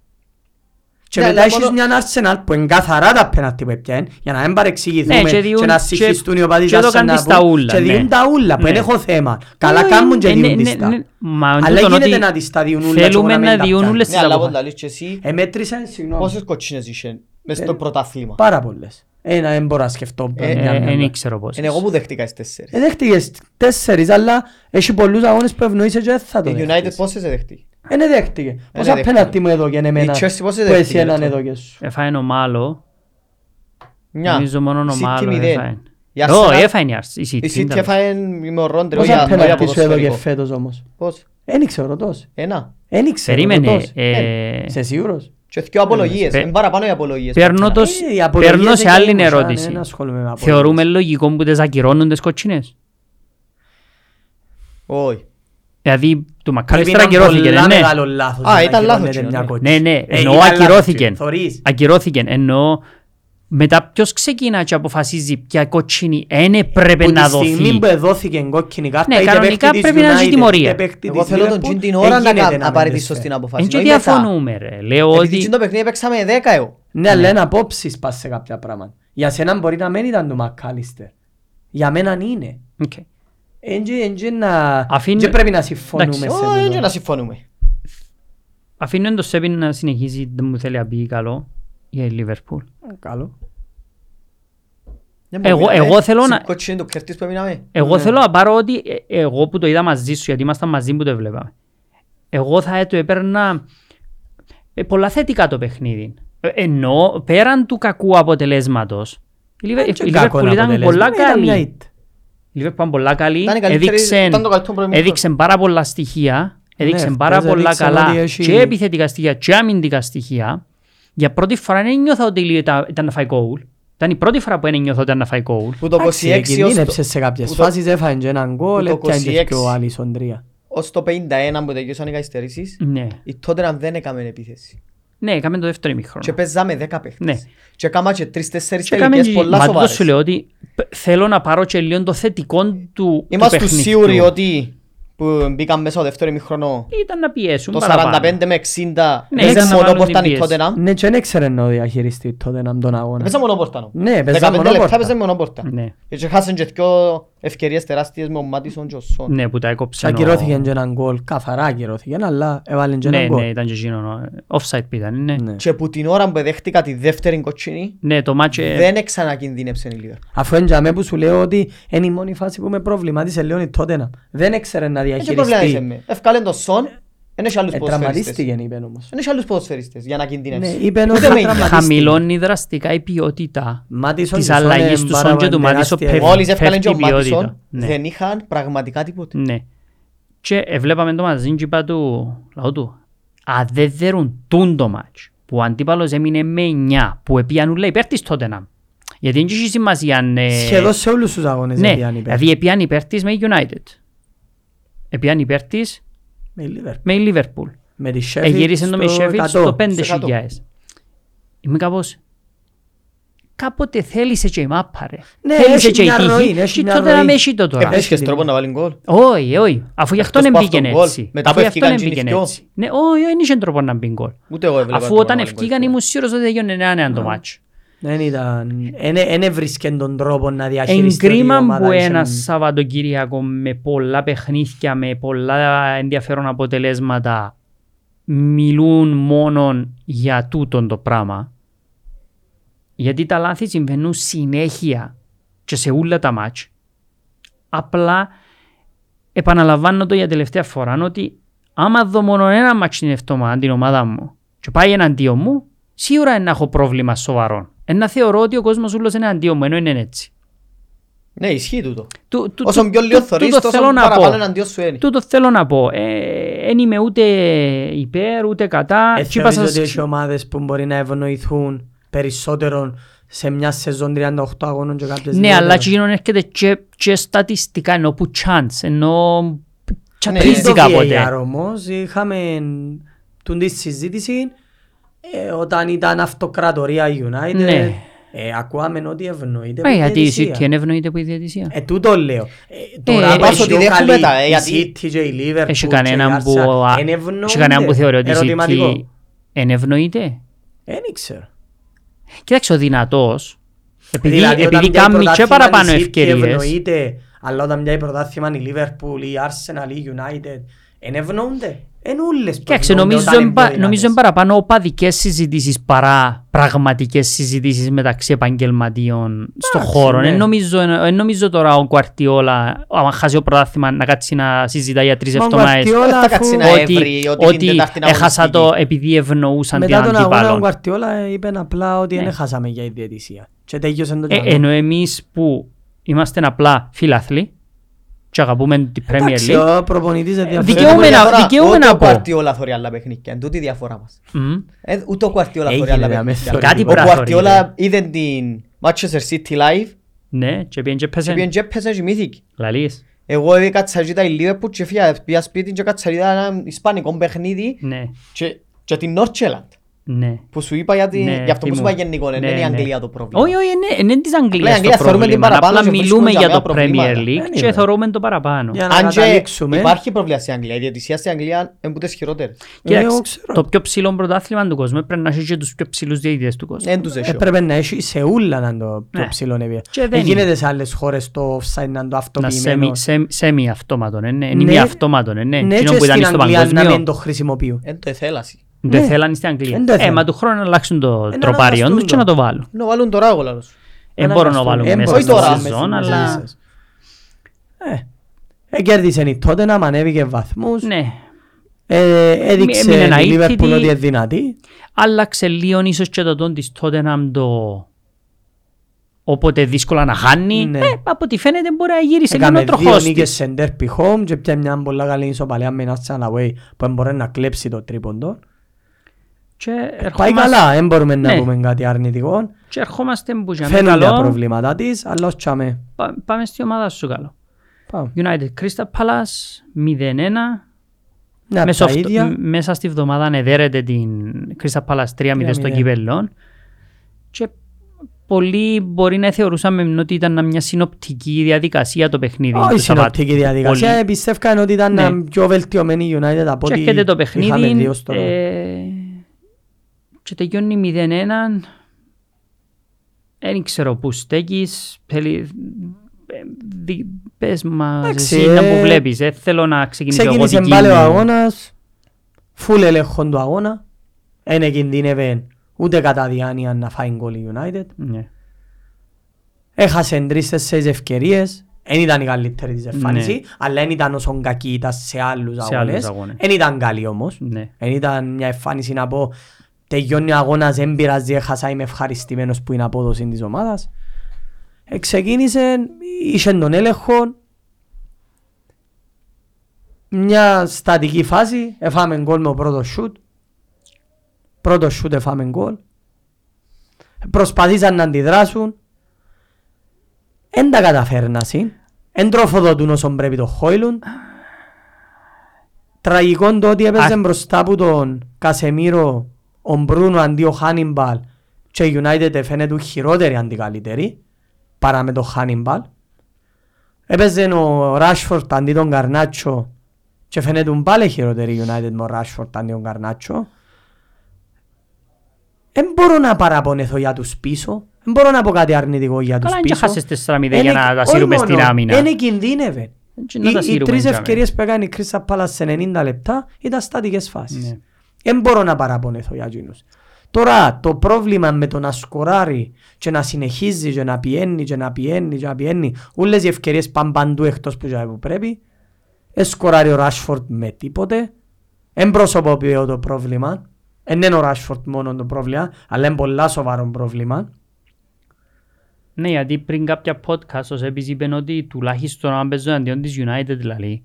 Speaker 2: και
Speaker 3: Ναι,
Speaker 2: μετά
Speaker 3: αλλά
Speaker 2: έχεις
Speaker 3: μόνο-
Speaker 2: μια Arsenal που είναι καθαρά τα πέναλτι που έπιαν για να μην παρεξηγηθούμε
Speaker 1: Ναι, και διούν-
Speaker 2: και να
Speaker 1: και-
Speaker 2: συγχυστούν οι οπαδοί
Speaker 1: και
Speaker 2: της
Speaker 1: δώκαν
Speaker 2: Arsenal
Speaker 1: τις
Speaker 2: που-
Speaker 1: τα ούλα,
Speaker 2: και διούν
Speaker 1: ναι.
Speaker 2: τα ούλα που
Speaker 1: Ναι.
Speaker 2: δεν έχω θέμα καλά
Speaker 1: Ναι,
Speaker 2: κάνουν και
Speaker 1: ναι,
Speaker 2: διούν
Speaker 1: ναι,
Speaker 2: τις
Speaker 1: ναι,
Speaker 2: τα
Speaker 1: ναι. Μα εν
Speaker 2: αλλά
Speaker 1: τούτον
Speaker 2: γίνεται
Speaker 1: ότι
Speaker 2: να τις τα διούν ούλα και
Speaker 1: θέλουμε
Speaker 2: εγώ να
Speaker 1: να
Speaker 2: μην τα
Speaker 1: διούν
Speaker 2: πιάνω.
Speaker 1: ούλες.
Speaker 3: Ναι, αλλά
Speaker 1: αποφα-
Speaker 3: όπως λαλείς και εσύ,
Speaker 2: Εμέτρησαν, συγγνώμη,
Speaker 3: πόσες κοτσίνες είσαι μες
Speaker 2: Ε,
Speaker 3: στο πρωτάθλημα.
Speaker 2: πάρα πολλές Ένα, δεν μπορώ να σκεφτώ
Speaker 3: Ε,
Speaker 2: μια- μια-
Speaker 1: Δεν
Speaker 2: μια.
Speaker 1: ήξερα πώς.
Speaker 3: Είναι εγώ που δέχτηκας τις τέσσερις.
Speaker 2: Ε, δέχτηκες τέσσερις αλλά έχει πολλούς αγώνες που ευνοείσαι και δεν θα
Speaker 1: Ε,
Speaker 2: το
Speaker 3: Η United
Speaker 2: δέχτηκες.
Speaker 3: πόσες δέχτηκε.
Speaker 2: Ε, ναι, δέχτηκε. Πόσα
Speaker 3: δέχτηκε.
Speaker 2: πέναλτι μου έδωκεν
Speaker 1: Ε,
Speaker 2: εμένα
Speaker 3: Chelsea πόσες
Speaker 2: που
Speaker 3: δέχτηκε,
Speaker 2: εσύ έναν
Speaker 3: ρε, τώρα.
Speaker 2: έδωκες σου.
Speaker 1: Έφαγε ο Μάλο.
Speaker 3: Μια.
Speaker 1: Νομίζω μόνο ο
Speaker 3: City
Speaker 1: Μάλο
Speaker 3: μηδέν.
Speaker 1: έφαγε.
Speaker 3: Η Arsenal-
Speaker 1: Όχι, έφαγε η Arsenal, η
Speaker 3: Η
Speaker 1: City.
Speaker 3: City
Speaker 1: ήταν.
Speaker 3: έφαγε με ο Ρόντρε, όχι
Speaker 2: Πόσα
Speaker 3: για- όχι για
Speaker 2: πέναλτι σου έδωκε
Speaker 3: ποδοσφαιρικό.
Speaker 2: φέτος όμως.
Speaker 3: Πώς,
Speaker 2: Δεν ξέρω τόσο.
Speaker 3: ένα.
Speaker 2: Δεν ξέρω
Speaker 1: Περίμενε.
Speaker 2: τόσο.
Speaker 1: ε,
Speaker 2: Είσαι σίγουρος.
Speaker 3: Και δυο απολογίες,
Speaker 1: Ε,
Speaker 3: είναι παραπάνω οι απολογίες.
Speaker 1: Παίρνω το...
Speaker 2: Ε, οι απολογίες
Speaker 1: Παίρνω
Speaker 2: δεν
Speaker 1: σε άλλη
Speaker 2: κάνουν, σαν,
Speaker 1: ερώτηση.
Speaker 2: δεν ασχολούμαι με απολογίες.
Speaker 1: Θεωρούμε λογικό που τις ακυρώνουν τις κοτσινές.
Speaker 3: Όχι.
Speaker 1: Δηλαδή, του
Speaker 2: Πρέπει
Speaker 1: Μακάλιστρα
Speaker 2: να είναι
Speaker 1: ακυρώθηκε,
Speaker 2: πολλά
Speaker 1: ναι.
Speaker 2: μεγάλο λάθος
Speaker 3: Α,
Speaker 2: να
Speaker 3: ήταν λάθος,
Speaker 2: ακυρώνεται
Speaker 3: ναι,
Speaker 2: μια
Speaker 3: ναι.
Speaker 2: κότσινη.
Speaker 1: Ναι, ναι,
Speaker 2: Ε,
Speaker 1: εννοώ
Speaker 2: ήταν λάθος, ε,
Speaker 1: ακυρώθηκε.
Speaker 2: Θωρείς.
Speaker 1: Ακυρώθηκε. Εννοώ μετά ποιος ξεκινά και αποφασίζει ποια κότσινη δεν έπρεπε
Speaker 2: Που
Speaker 1: να
Speaker 2: τη στιγμή
Speaker 1: δοθεί.
Speaker 2: που εδόθηκε κόκκινη κάρτα,
Speaker 1: Ναι,
Speaker 2: είτε
Speaker 1: κανονικά
Speaker 2: παίκτη της
Speaker 1: πρέπει να ζει
Speaker 2: United,
Speaker 1: τιμωρία.
Speaker 2: είτε παίκτη
Speaker 3: Εγώ
Speaker 2: της
Speaker 3: θέλω τον
Speaker 2: Liverpool,
Speaker 3: Τζιν την ώρα
Speaker 2: δεν
Speaker 3: να
Speaker 2: γίνεται
Speaker 3: κα- να
Speaker 2: μην
Speaker 3: πάρει τη
Speaker 2: δεις
Speaker 3: σωστή
Speaker 2: φε.
Speaker 1: Εν
Speaker 3: αποφάση.
Speaker 1: και
Speaker 3: όχι μετά.
Speaker 1: διαφωνούμε ρε. Λέω
Speaker 3: Επειδή
Speaker 1: ότι...
Speaker 3: τζιν το παιχνίδι παίξαμε 10 εγώ.
Speaker 2: Ναι, αλλά είναι απόψεις πας σε κάποια πράγματα. Για σένα μπορεί να μην ήταν το Μακάλιστερ. Για μένα είναι.
Speaker 1: Οκ.
Speaker 2: Έντζε- έντζε να-
Speaker 1: Αφήν-
Speaker 2: Δεν πρέπει να συμφωνούμε
Speaker 1: Εντάξει.
Speaker 2: Ε, σε
Speaker 3: Ω,
Speaker 2: τούτο.
Speaker 3: δεν και να συμφωνούμε.
Speaker 1: Αφήνω τον Σέπιν να συνεχίζει, δεν μου θέλει να πει καλό για η Λίβερπουλ.
Speaker 3: Ε,
Speaker 2: Καλό.
Speaker 3: Δεν
Speaker 1: Εγώ-
Speaker 3: μπορεί να-
Speaker 1: εγώ
Speaker 3: ε,
Speaker 1: θέλω
Speaker 3: στην
Speaker 1: να-
Speaker 3: κοτσίνη του Κέρτις που έμειναμε.
Speaker 2: Ναι.
Speaker 1: Εγώ θέλω να πάρω ότι ε, εγώ που το είδα μαζί σου, γιατί ήμασταν μαζί που το έβλεπαμε. Εγώ θα το έπαιρνα ε, πολλά θετικά το παιχνίδι. Ε, Ε, Εννοώ πέραν του κακού αποτελέσματος. Η Λίβερ- η
Speaker 2: Και Ε, κακό
Speaker 1: Λίβερπουλ ήταν
Speaker 2: αποτέλεσμα.
Speaker 1: πολλά
Speaker 2: Ήταν μια
Speaker 1: καλή.
Speaker 2: hit.
Speaker 1: Η Λίβερπουλ ήταν πολλά καλή.
Speaker 3: Ήταν η καλύτερη-
Speaker 1: Έδειξε
Speaker 3: ήταν το καλύτερο πρώτο μήχρονο.
Speaker 1: έδειξε πάρα πολλά στοιχεία. Έδειξε
Speaker 2: Ναι,
Speaker 1: πάρα
Speaker 2: αυτές
Speaker 1: πολλά
Speaker 2: έδειξαν
Speaker 1: καλά
Speaker 2: ότι έχει-
Speaker 1: και επιθετικά στοιχεία και αμυντικά στοιχεία. Για πρώτη φορά δεν νιώθω ότι η Λίβερπουλ ήταν- ήταν να φάει goal. Ήταν η πρώτη φορά που δεν νιώθω ότι ήταν να φάει goal.
Speaker 3: Που το 26
Speaker 2: Εντάξει,
Speaker 3: ως το-
Speaker 2: κινδύνεψε σε κάποιες
Speaker 3: που το-
Speaker 2: φάσεις, έφαγε και έναν γκολ,
Speaker 3: που το
Speaker 2: έπιανε και
Speaker 3: 26.
Speaker 2: ο Άλισον τρία.
Speaker 3: ως το 51 που τελειώσαν οι καθυστερήσεις,
Speaker 1: Ναι.
Speaker 3: η Tottenham δεν έκαμε επίθεση.
Speaker 1: Ναι, έκαμε το δεύτερο ημίχρονο.
Speaker 3: Και παίζαμε 10
Speaker 1: Ναι.
Speaker 3: παίχτες. Και έκαμε και 3-4
Speaker 1: Και έκαμε
Speaker 3: τελικές
Speaker 1: και-
Speaker 3: πολλά
Speaker 1: Μα τούτο
Speaker 3: σοβαρές.
Speaker 1: σου λέω ότι π- θέλω να πάρω και λίγο το θετικό του- του
Speaker 3: Είμαστε
Speaker 1: παιχνιδιού.
Speaker 3: σίγουροι ότι που μπήκαν μέσα στο δεύτερο ημιχρονό
Speaker 1: Ήταν να πιέσουν
Speaker 3: το
Speaker 1: παραπάνω.
Speaker 3: 45 με 60
Speaker 1: Ναι,
Speaker 3: παίζαν
Speaker 1: ήταν να
Speaker 3: μονόπορτα
Speaker 1: βάλουν
Speaker 3: η
Speaker 1: την
Speaker 3: Tottenham.
Speaker 2: Ναι, και δεν ήξερε να διαχειριστεί τότε να τον αγώνα.
Speaker 3: Παίζαν μονόπορτα. νο.
Speaker 2: Ναι, παίζαν
Speaker 3: 15
Speaker 2: μονόπορτα.
Speaker 3: λεπτά παίζαν μονόπορτα.
Speaker 1: Ναι.
Speaker 3: Και χάσαν και δυο ευκαιρίες τεράστιες με ο Μάτισον και ο Σον.
Speaker 1: Ναι, που τα έκοψαν. ο-
Speaker 2: Ακυρώθηκε και έναν γκολ, καθαρά ακυρώθηκε, αλλά έβαλε και
Speaker 1: Ναι,
Speaker 2: έναν
Speaker 1: ναι,
Speaker 2: γκολ.
Speaker 1: ήταν και γίνον. Offside ήταν, ναι.
Speaker 2: Ναι.
Speaker 3: Και που την ώρα που δέχτηκα τη δεύτερη κοτσινή,
Speaker 1: Ναι, το μάτσε...
Speaker 3: δεν ξανακινδύνεψε η
Speaker 1: Ε,
Speaker 3: Λίβερ.
Speaker 2: Αφού είναι τζαμέ που σου λέω ότι είναι η μόνη φάση που με προβλημάτισε λίγο η Τότεναμ. Δεν ήξερε να
Speaker 3: Ε, Δεν προβλέπεσαι
Speaker 2: διαχειριστεί.
Speaker 3: με. Ευκάλεν τον Σον, δεν έχει άλλους
Speaker 2: Ε,
Speaker 3: ποδοσφαιριστές.
Speaker 2: Τραυματίστηκε
Speaker 3: Δεν
Speaker 2: είπε όμως.
Speaker 3: έχει άλλους ποδοσφαιριστές για να
Speaker 2: Ναι,
Speaker 3: κινδυνεύσει.
Speaker 2: είπε ότι
Speaker 3: Ούτε με
Speaker 2: τραυμα-
Speaker 3: ίδια.
Speaker 1: Χαμηλώνει δραστικά η ποιότητα
Speaker 2: Μάτισον
Speaker 1: της
Speaker 2: και Σον
Speaker 1: αλλαγής
Speaker 2: είναι
Speaker 1: του
Speaker 2: πάρα
Speaker 1: Σον και
Speaker 2: πολύ
Speaker 1: του Μάτισον
Speaker 2: τεράστια.
Speaker 1: πέφτει.
Speaker 3: Μόλις ευκάλεν και ο
Speaker 1: Φεύγει η ποιότητα.
Speaker 3: Μάτισον,
Speaker 1: Ναι.
Speaker 3: δεν είχαν πραγματικά τίποτα.
Speaker 1: Ναι. Και εβλέπαμε το μαζί και είπα του λαού του αν δεν δέρουν τούν το μάτς που ο αντίπαλος έμεινε με 9 που επίαν ούλα υπέρ της τότε να γιατί δεν έχει σημασία αν... ε,
Speaker 2: Σχεδόν σε όλους τους αγώνες
Speaker 1: ναι,
Speaker 2: έπιανε υπέρ.
Speaker 1: δηλαδή επίαν υπέρ της με η United επίαν υπέρ της
Speaker 2: Με η Liverpool.
Speaker 1: με η Liverpool
Speaker 2: Με τη Sheffield
Speaker 1: Εγύρισε το με
Speaker 2: στο
Speaker 1: Sheffield
Speaker 2: 100.
Speaker 1: στο
Speaker 3: στο
Speaker 1: 5.000. Είμαι κάπως... Κάποτε θέλησε και η μάπα ρε.
Speaker 2: Ναι,
Speaker 1: θέλησε
Speaker 2: έχει
Speaker 1: και η
Speaker 2: μια ροή,
Speaker 1: τύχη.
Speaker 2: έχει
Speaker 1: Και
Speaker 2: μια
Speaker 1: τότε να
Speaker 2: ροή.
Speaker 1: με έχει το τώρα.
Speaker 2: Ε,
Speaker 3: Έχεις τρόπο να βάλει γκολ.
Speaker 1: Όχι, όχι. Αφού γι' αυτό
Speaker 3: Εκτός
Speaker 1: δεν
Speaker 3: που
Speaker 1: πήγαινε
Speaker 3: αυτόν γκολ,
Speaker 1: έτσι.
Speaker 3: μετά
Speaker 1: Αφού
Speaker 3: που
Speaker 1: γι' αυτό
Speaker 3: ευκήκαν
Speaker 1: δεν πήγαινε
Speaker 3: τζινιθκιό.
Speaker 1: έτσι. Ναι, όχι, δεν είχε τρόπο να μπει γκολ.
Speaker 3: Ούτε εγώ έβλεπα.
Speaker 1: Αφού
Speaker 3: τον
Speaker 1: όταν
Speaker 3: να Ναι. βάλει γκολ.
Speaker 1: ευκήκαν ήμουν σίγουρος ότι έγινε ένα έναν το μάτσο.
Speaker 2: Δεν ήταν... Δεν έβρισκε τον τρόπο να
Speaker 1: Εν
Speaker 2: διαχειριστεί ότι η
Speaker 1: κρίμα
Speaker 2: ομάδα
Speaker 1: που
Speaker 2: είχε-
Speaker 1: ένα Σαββατοκύριακο με πολλά παιχνίδια, με πολλά ενδιαφέρον αποτελέσματα μιλούν μόνο για τούτον το πράγμα. Γιατί τα λάθη συμβαίνουν συνέχεια και σε όλα τα μάτς. Απλά επαναλαμβάνω το για τελευταία φορά ότι άμα δω μόνο ένα μάτς την εβδομάδα την ομάδα μου και πάει εναντίον μου, σίγουρα είναι να έχω πρόβλημα σοβαρό. Είναι να θεωρώ ότι ο κόσμος ούλος είναι εναντίον μου, ενώ είναι έτσι.
Speaker 3: Ναι, ισχύει τούτο.
Speaker 1: Του- του-
Speaker 3: Όσο
Speaker 1: του-
Speaker 3: πιο λίγο
Speaker 1: του-
Speaker 3: θωρείς,
Speaker 1: τούτο
Speaker 3: τόσο
Speaker 1: θέλω να πω.
Speaker 3: παραπάνω εναντίον σου είναι.
Speaker 1: Τούτο θέλω να πω. Ε, Δεν είμαι ούτε υπέρ, ούτε κατά.
Speaker 2: Ε,
Speaker 1: Τι είπα
Speaker 2: θεωρείς
Speaker 1: σας-
Speaker 2: ότι έχει ομάδες που μπορεί να ευνοηθούν περισσότερο σε μια σεζόν 38 αγώνων και κάποιες
Speaker 1: Ναι,
Speaker 2: λιγότερο.
Speaker 1: αλλά και γίνον έρχεται και, και στατιστικά ενώ που chance, ενώ
Speaker 3: Ναι.
Speaker 2: Πριν
Speaker 1: τσατρίζει
Speaker 2: το
Speaker 1: κάποτε.
Speaker 2: VAR όμως είχαμε τον τη συζήτηση ε, όταν ήταν αυτοκρατορία η United
Speaker 1: Ναι.
Speaker 2: ε, ακούαμε ότι ευνοείται
Speaker 1: Μα
Speaker 2: από
Speaker 1: Ε, γιατί η
Speaker 2: τη
Speaker 1: City
Speaker 2: διαιτησία.
Speaker 1: δεν ευνοείται από η διαιτησία.
Speaker 2: Ε, τούτο λέω. Ε, τώρα
Speaker 1: Ε,
Speaker 2: ε,
Speaker 1: ε,
Speaker 2: πας
Speaker 1: ε,
Speaker 2: ότι
Speaker 3: ε,
Speaker 2: δέχουμε
Speaker 3: ε,
Speaker 2: τα
Speaker 3: ε,
Speaker 2: η
Speaker 3: γιατί-
Speaker 2: City και η Liverpool
Speaker 1: Έχει
Speaker 2: Ε, και η
Speaker 1: Ε, κανέναν που,
Speaker 2: Arsenal,
Speaker 1: α,
Speaker 2: εν
Speaker 1: έχει κανέναν που
Speaker 2: ευνοούνται.
Speaker 1: θεωρεί ότι η
Speaker 2: Ερωτηματικό. Ε,
Speaker 1: City εν ευνοείται.
Speaker 2: Εν ήξερα.
Speaker 1: Κοίταξε ο δυνατός, επειδή,
Speaker 2: Δηλαδή, όταν
Speaker 1: επειδή
Speaker 2: μια η
Speaker 1: κάνει και
Speaker 2: πρωτάθλημα
Speaker 1: παραπάνω
Speaker 2: η City
Speaker 1: ευκαιρίες,
Speaker 2: Ευνοείται, αλλά όταν μια η πρωτάθλημα είναι η Liverpool, η Arsenal, η United, εν ευνοούνται. Εν ούλες που
Speaker 1: Κοίταξε,
Speaker 2: ευνοούνται
Speaker 1: νομίζω,
Speaker 2: όταν
Speaker 1: εν
Speaker 2: είναι
Speaker 1: πα-
Speaker 2: πιο δυνατές.
Speaker 1: νομίζω είναι παραπάνω οπαδικές συζητήσεις παρά πραγματικές συζητήσεις μεταξύ επαγγελματιών στον χώρο.
Speaker 2: ναι.
Speaker 1: Δεν νομίζω, εν νομίζω τώρα ο Κουαρτιόλα, άμα χάσει το πρωτάθλημα, να κάτσει να συζητά για τρεις
Speaker 2: Μα ο
Speaker 1: εβδομάδε.
Speaker 2: Guardiola
Speaker 3: Αυτά
Speaker 2: αφού-
Speaker 3: κάτσε να-
Speaker 1: Ότι,
Speaker 3: έβρι, ότι την
Speaker 1: ότι
Speaker 3: Τετάρτη να
Speaker 1: έχασα το
Speaker 3: αγωνιστική.
Speaker 1: επειδή ευνοούσαν την
Speaker 2: Μετά τον αγώνα ο
Speaker 1: αντίπαλο.
Speaker 2: Γκουαρτιόλα είπε απλά ότι
Speaker 1: Ναι.
Speaker 2: δεν χάσαμε για η διαιτησία. Και τέλειωσε το
Speaker 1: Ε,
Speaker 2: τζαμί.
Speaker 1: ενώ εμείς που είμαστε απλά φιλάθλοι και αγαπούμε την Premier
Speaker 2: Εντάξει,
Speaker 1: League. Ε,
Speaker 2: ο προπονητής δεν Ε,
Speaker 3: Τούτη
Speaker 1: δικαιούμαι
Speaker 2: διαφορετικός.
Speaker 3: είναι η
Speaker 1: να-
Speaker 3: διαφορά.
Speaker 1: δικαιούμαι
Speaker 3: Ούτε
Speaker 1: να
Speaker 3: ο
Speaker 1: πω.
Speaker 3: Κουαρτιόλα θωρεί άλλα παιχνίδια. Εν τούτη η διαφορά μας.
Speaker 1: Μμμ.
Speaker 3: Ε, Ούτε ο Κουαρτιόλα θωρεί
Speaker 2: Έγινε,
Speaker 3: άλλα
Speaker 2: ρε, με
Speaker 3: παιχνίδια.
Speaker 2: θωρεί.
Speaker 1: Κάτι
Speaker 3: Ο
Speaker 1: πρέπει να
Speaker 3: Κουαρτιόλα
Speaker 1: θωρείτε.
Speaker 3: είδε την Manchester City live
Speaker 1: Ναι, και πήγαινε και
Speaker 3: και πήγαινε
Speaker 1: πέσεν.
Speaker 3: και έπαιζε και μύθηκε.
Speaker 1: Λαλείς.
Speaker 3: Εγώ είδα κατσαρίδα η Liverpool και φύγα- πήγα σπίτι και κατσαρίδα ένα ισπανικό παιχνίδι
Speaker 1: Ναι,
Speaker 3: και- και την Northland.
Speaker 1: ναι.
Speaker 3: Που σου είπα για, την-
Speaker 1: Ναι,
Speaker 3: για αυτό που σου
Speaker 1: θυμούμαι.
Speaker 3: είπα γενικό, δεν
Speaker 1: Ναι,
Speaker 3: είναι η
Speaker 1: ναι.
Speaker 3: Αγγλία το πρόβλημα.
Speaker 1: Όχι, όχι, ναι, είναι της Αγγλίας
Speaker 3: Απλά η
Speaker 1: το
Speaker 3: Αγγλία θεωρούμε την
Speaker 1: πρόβλημα.
Speaker 3: παραπάνω
Speaker 1: Απλά
Speaker 3: και
Speaker 1: μιλούμε
Speaker 3: βρίσκουμε
Speaker 1: για
Speaker 3: για
Speaker 1: το
Speaker 3: προβλήματα.
Speaker 1: Premier League
Speaker 2: Δεν
Speaker 1: και
Speaker 2: είναι.
Speaker 1: θεωρούμε το παραπάνω.
Speaker 2: Για να
Speaker 3: Αν και
Speaker 2: καταλήξουμε.
Speaker 3: υπάρχει πρόβλημα στην Αγγλία, η διαιτησία στην Αγγλία είναι που τις χειρότερες.
Speaker 1: Κοίταξε,
Speaker 2: εγώ Ε, ξέρω.
Speaker 1: το πιο ψηλό πρωτάθλημα του κόσμου Ε, πρέπει να έχει και τους πιο ψηλούς διαιτητές του κόσμου.
Speaker 3: Δεν τους έχει.
Speaker 2: Έπρεπε να έχει σε ούλα να το πιο
Speaker 1: Ναι.
Speaker 2: ψηλό νεβία.
Speaker 1: Και δεν
Speaker 2: Δεν
Speaker 1: είναι.
Speaker 2: γίνεται σε άλλες χώρες το offside να το
Speaker 1: Να
Speaker 2: αυτοποιημένο.
Speaker 1: σέμι ε, αυτόματον, είναι
Speaker 2: Ναι.
Speaker 1: μη αυτόματον, είναι.
Speaker 2: Ναι,
Speaker 1: Εκείνο
Speaker 2: και
Speaker 1: ε, που ήταν
Speaker 2: στην
Speaker 1: στο
Speaker 2: Αγγλία να
Speaker 1: παγκόσμιο,
Speaker 2: μην το χρησιμοποιούν.
Speaker 3: Δεν το εθέλασαι.
Speaker 1: δεν
Speaker 2: Ναι.
Speaker 1: θέλαν στην Αγγλία.
Speaker 2: Εν το
Speaker 1: Ε,
Speaker 2: θέλαν.
Speaker 1: μα του χρόνου να αλλάξουν το
Speaker 2: Ε, να
Speaker 1: τροπάριον
Speaker 2: αναγκαστούν
Speaker 1: τους και
Speaker 2: το.
Speaker 1: να το βάλουν.
Speaker 3: Να βάλουν τώρα εγώ λαλώς.
Speaker 1: Δεν μπορούν να
Speaker 2: Αναγκαστούν.
Speaker 1: βάλουν
Speaker 2: Ε,
Speaker 1: μέσα
Speaker 2: μπορεί
Speaker 1: στη
Speaker 3: τώρα,
Speaker 1: σεζόν,
Speaker 2: μέσα στη
Speaker 1: αλλά...
Speaker 2: σεζόν. Ε, ε, κέρδισε η τότε να ανέβηκε βαθμούς.
Speaker 1: Ναι,
Speaker 2: Ε, έδειξε
Speaker 1: Έμεινε
Speaker 2: η
Speaker 1: αίτητη.
Speaker 2: Λίβερπουλ ότι είναι δυνατή.
Speaker 1: άλλαξε λίγο ίσως και το τόν της Tottenham το όποτε δύσκολα να χάνει.
Speaker 2: Ναι.
Speaker 1: Ε, από ό,τι φαίνεται μπορεί να γύρισε
Speaker 2: Έκαμε
Speaker 1: λίγο
Speaker 2: δύο
Speaker 1: τροχός
Speaker 2: νίκες
Speaker 1: της.
Speaker 2: σε ντέρπι χόμ και πια μια πολλά καλή ισοπαλία με ένα away που μπορεί να κλέψει το τρίποντο.
Speaker 1: Και
Speaker 2: Ε, Πάει
Speaker 1: ερχόμαστε-
Speaker 2: καλά, δεν μπορούμε να
Speaker 1: Ναι.
Speaker 2: πούμε κάτι αρνητικό.
Speaker 1: Και ερχόμαστε που για μένα
Speaker 2: Φαίνονται τα
Speaker 1: καλό.
Speaker 2: προβλήματά της, αλλά ως τσάμε.
Speaker 1: Πα- Πάμε στη ομάδα σου καλό.
Speaker 2: Πάμε.
Speaker 1: United Crystal Palace 0-1.
Speaker 2: Ναι, απ'
Speaker 1: Μέσα,
Speaker 2: τα
Speaker 1: αυτό-
Speaker 2: ίδια.
Speaker 1: μ- μέσα στη βδομάδα ανεδέρεται την Crystal Palace 3-0 στο
Speaker 2: 3-0.
Speaker 1: κύπελλο. Και πολλοί μπορεί να θεωρούσαμε ότι ήταν μια συνοπτική διαδικασία το παιχνίδι.
Speaker 2: Όχι
Speaker 1: τους Σαββάτου.
Speaker 2: συνοπτική διαδικασία.
Speaker 1: Πολλοί-
Speaker 2: Επιστεύκαν ότι ήταν
Speaker 1: Ναι.
Speaker 2: α, πιο βελτιωμένη η United από
Speaker 1: Και
Speaker 2: ό,τι
Speaker 1: έρχεται το
Speaker 2: είχαμε
Speaker 1: παιχνίδι
Speaker 2: δει ως τώρα.
Speaker 1: ε, και τελειώνει 0-1. Δεν ξέρω που στέκεις. Θέλει, ε, δι- πες μας
Speaker 2: Εντάξει,
Speaker 1: εσύ να μου
Speaker 2: ε,
Speaker 1: βλέπεις. Ε, θέλω να ξεκινήσω εγώ
Speaker 2: Ξεκίνησε
Speaker 1: δική
Speaker 2: πάλι ο
Speaker 1: μου.
Speaker 2: αγώνας, φουλ ελέγχον του αγώνα, δεν κινδύνευε ούτε κατά διάνοια να φάει γκολ η United.
Speaker 1: Ναι.
Speaker 2: Έχασε τρεις-τέσσερις ευκαιρίες, δεν ήταν η καλύτερη της εμφάνιση,
Speaker 1: Ναι.
Speaker 2: αλλά δεν ήταν όσο κακή ήταν σε άλλους
Speaker 1: Σε άλλους
Speaker 2: αγώνες.
Speaker 1: αγώνες.
Speaker 2: Δεν ήταν καλή όμως.
Speaker 1: ναι.
Speaker 2: Δεν ήταν μια εμφάνιση να πω τελειώνει ο αγώνας, δεν πειράζει, έχασα, είμαι ευχαριστημένος που είναι απόδοση της ομάδας. Ε, ξεκίνησε, είχε τον έλεγχο, μια στατική φάση, εφάμε γκολ με το πρώτος σούτ, πρώτος σούτ εφάμε γκολ, προσπαθήσαν να αντιδράσουν, δεν τα καταφέρνασαν, δεν τροφοδοτούν όσον πρέπει το Χόιλουν, Τραγικό το ότι έπαιζε
Speaker 1: Α.
Speaker 2: μπροστά από τον Κασεμίρο, ο Μπρούνο αντί ο Χάνιμπαλ και η United φαίνεται χειρότερη αντί καλύτερη παρά με τον Χάνιμπαλ. Έπαιζε ο Ράσφορτ αντί τον Καρνάτσο και φαίνεται πάλι χειρότερη η United με ο Ράσφορτ αντί τον Καρνάτσο. Δεν μπορώ να παραπονεθώ για τους πίσω. Δεν μπορώ να πω κάτι αρνητικό για τους
Speaker 1: Καλά,
Speaker 2: πίσω.
Speaker 1: και χάσες 4-0
Speaker 2: Εν-
Speaker 1: για να τα
Speaker 2: όχι
Speaker 1: σύρουμε
Speaker 2: μόνο,
Speaker 1: στην άμυνα.
Speaker 2: εν εκινδύνευε.
Speaker 1: Και να τα
Speaker 2: Οι, οι
Speaker 1: σύρουμε,
Speaker 2: τρεις
Speaker 1: τζάμε.
Speaker 2: ευκαιρίες που έκανε η Crystal Palace σε 90 λεπτά ήταν στατικές φάσεις.
Speaker 1: Ναι.
Speaker 2: Δεν μπορώ να παραπονεθώ για εκείνους. Τώρα το πρόβλημα με το να σκοράρει και να συνεχίζει και να πιένει και να πιένει και να πιένει όλες οι ευκαιρίες πάνε παντού εκτός που, που πρέπει. Δεν σκοράρει ο Ράσφορτ με τίποτε. Δεν προσωποποιώ το πρόβλημα. Δεν είναι ο Ράσφορτ μόνο το πρόβλημα, αλλά είναι πολλά σοβαρό πρόβλημα.
Speaker 1: Ναι, γιατί πριν κάποια podcast ο Σέμπης είπε ότι τουλάχιστον αν παίζω αντίον της United δηλαδή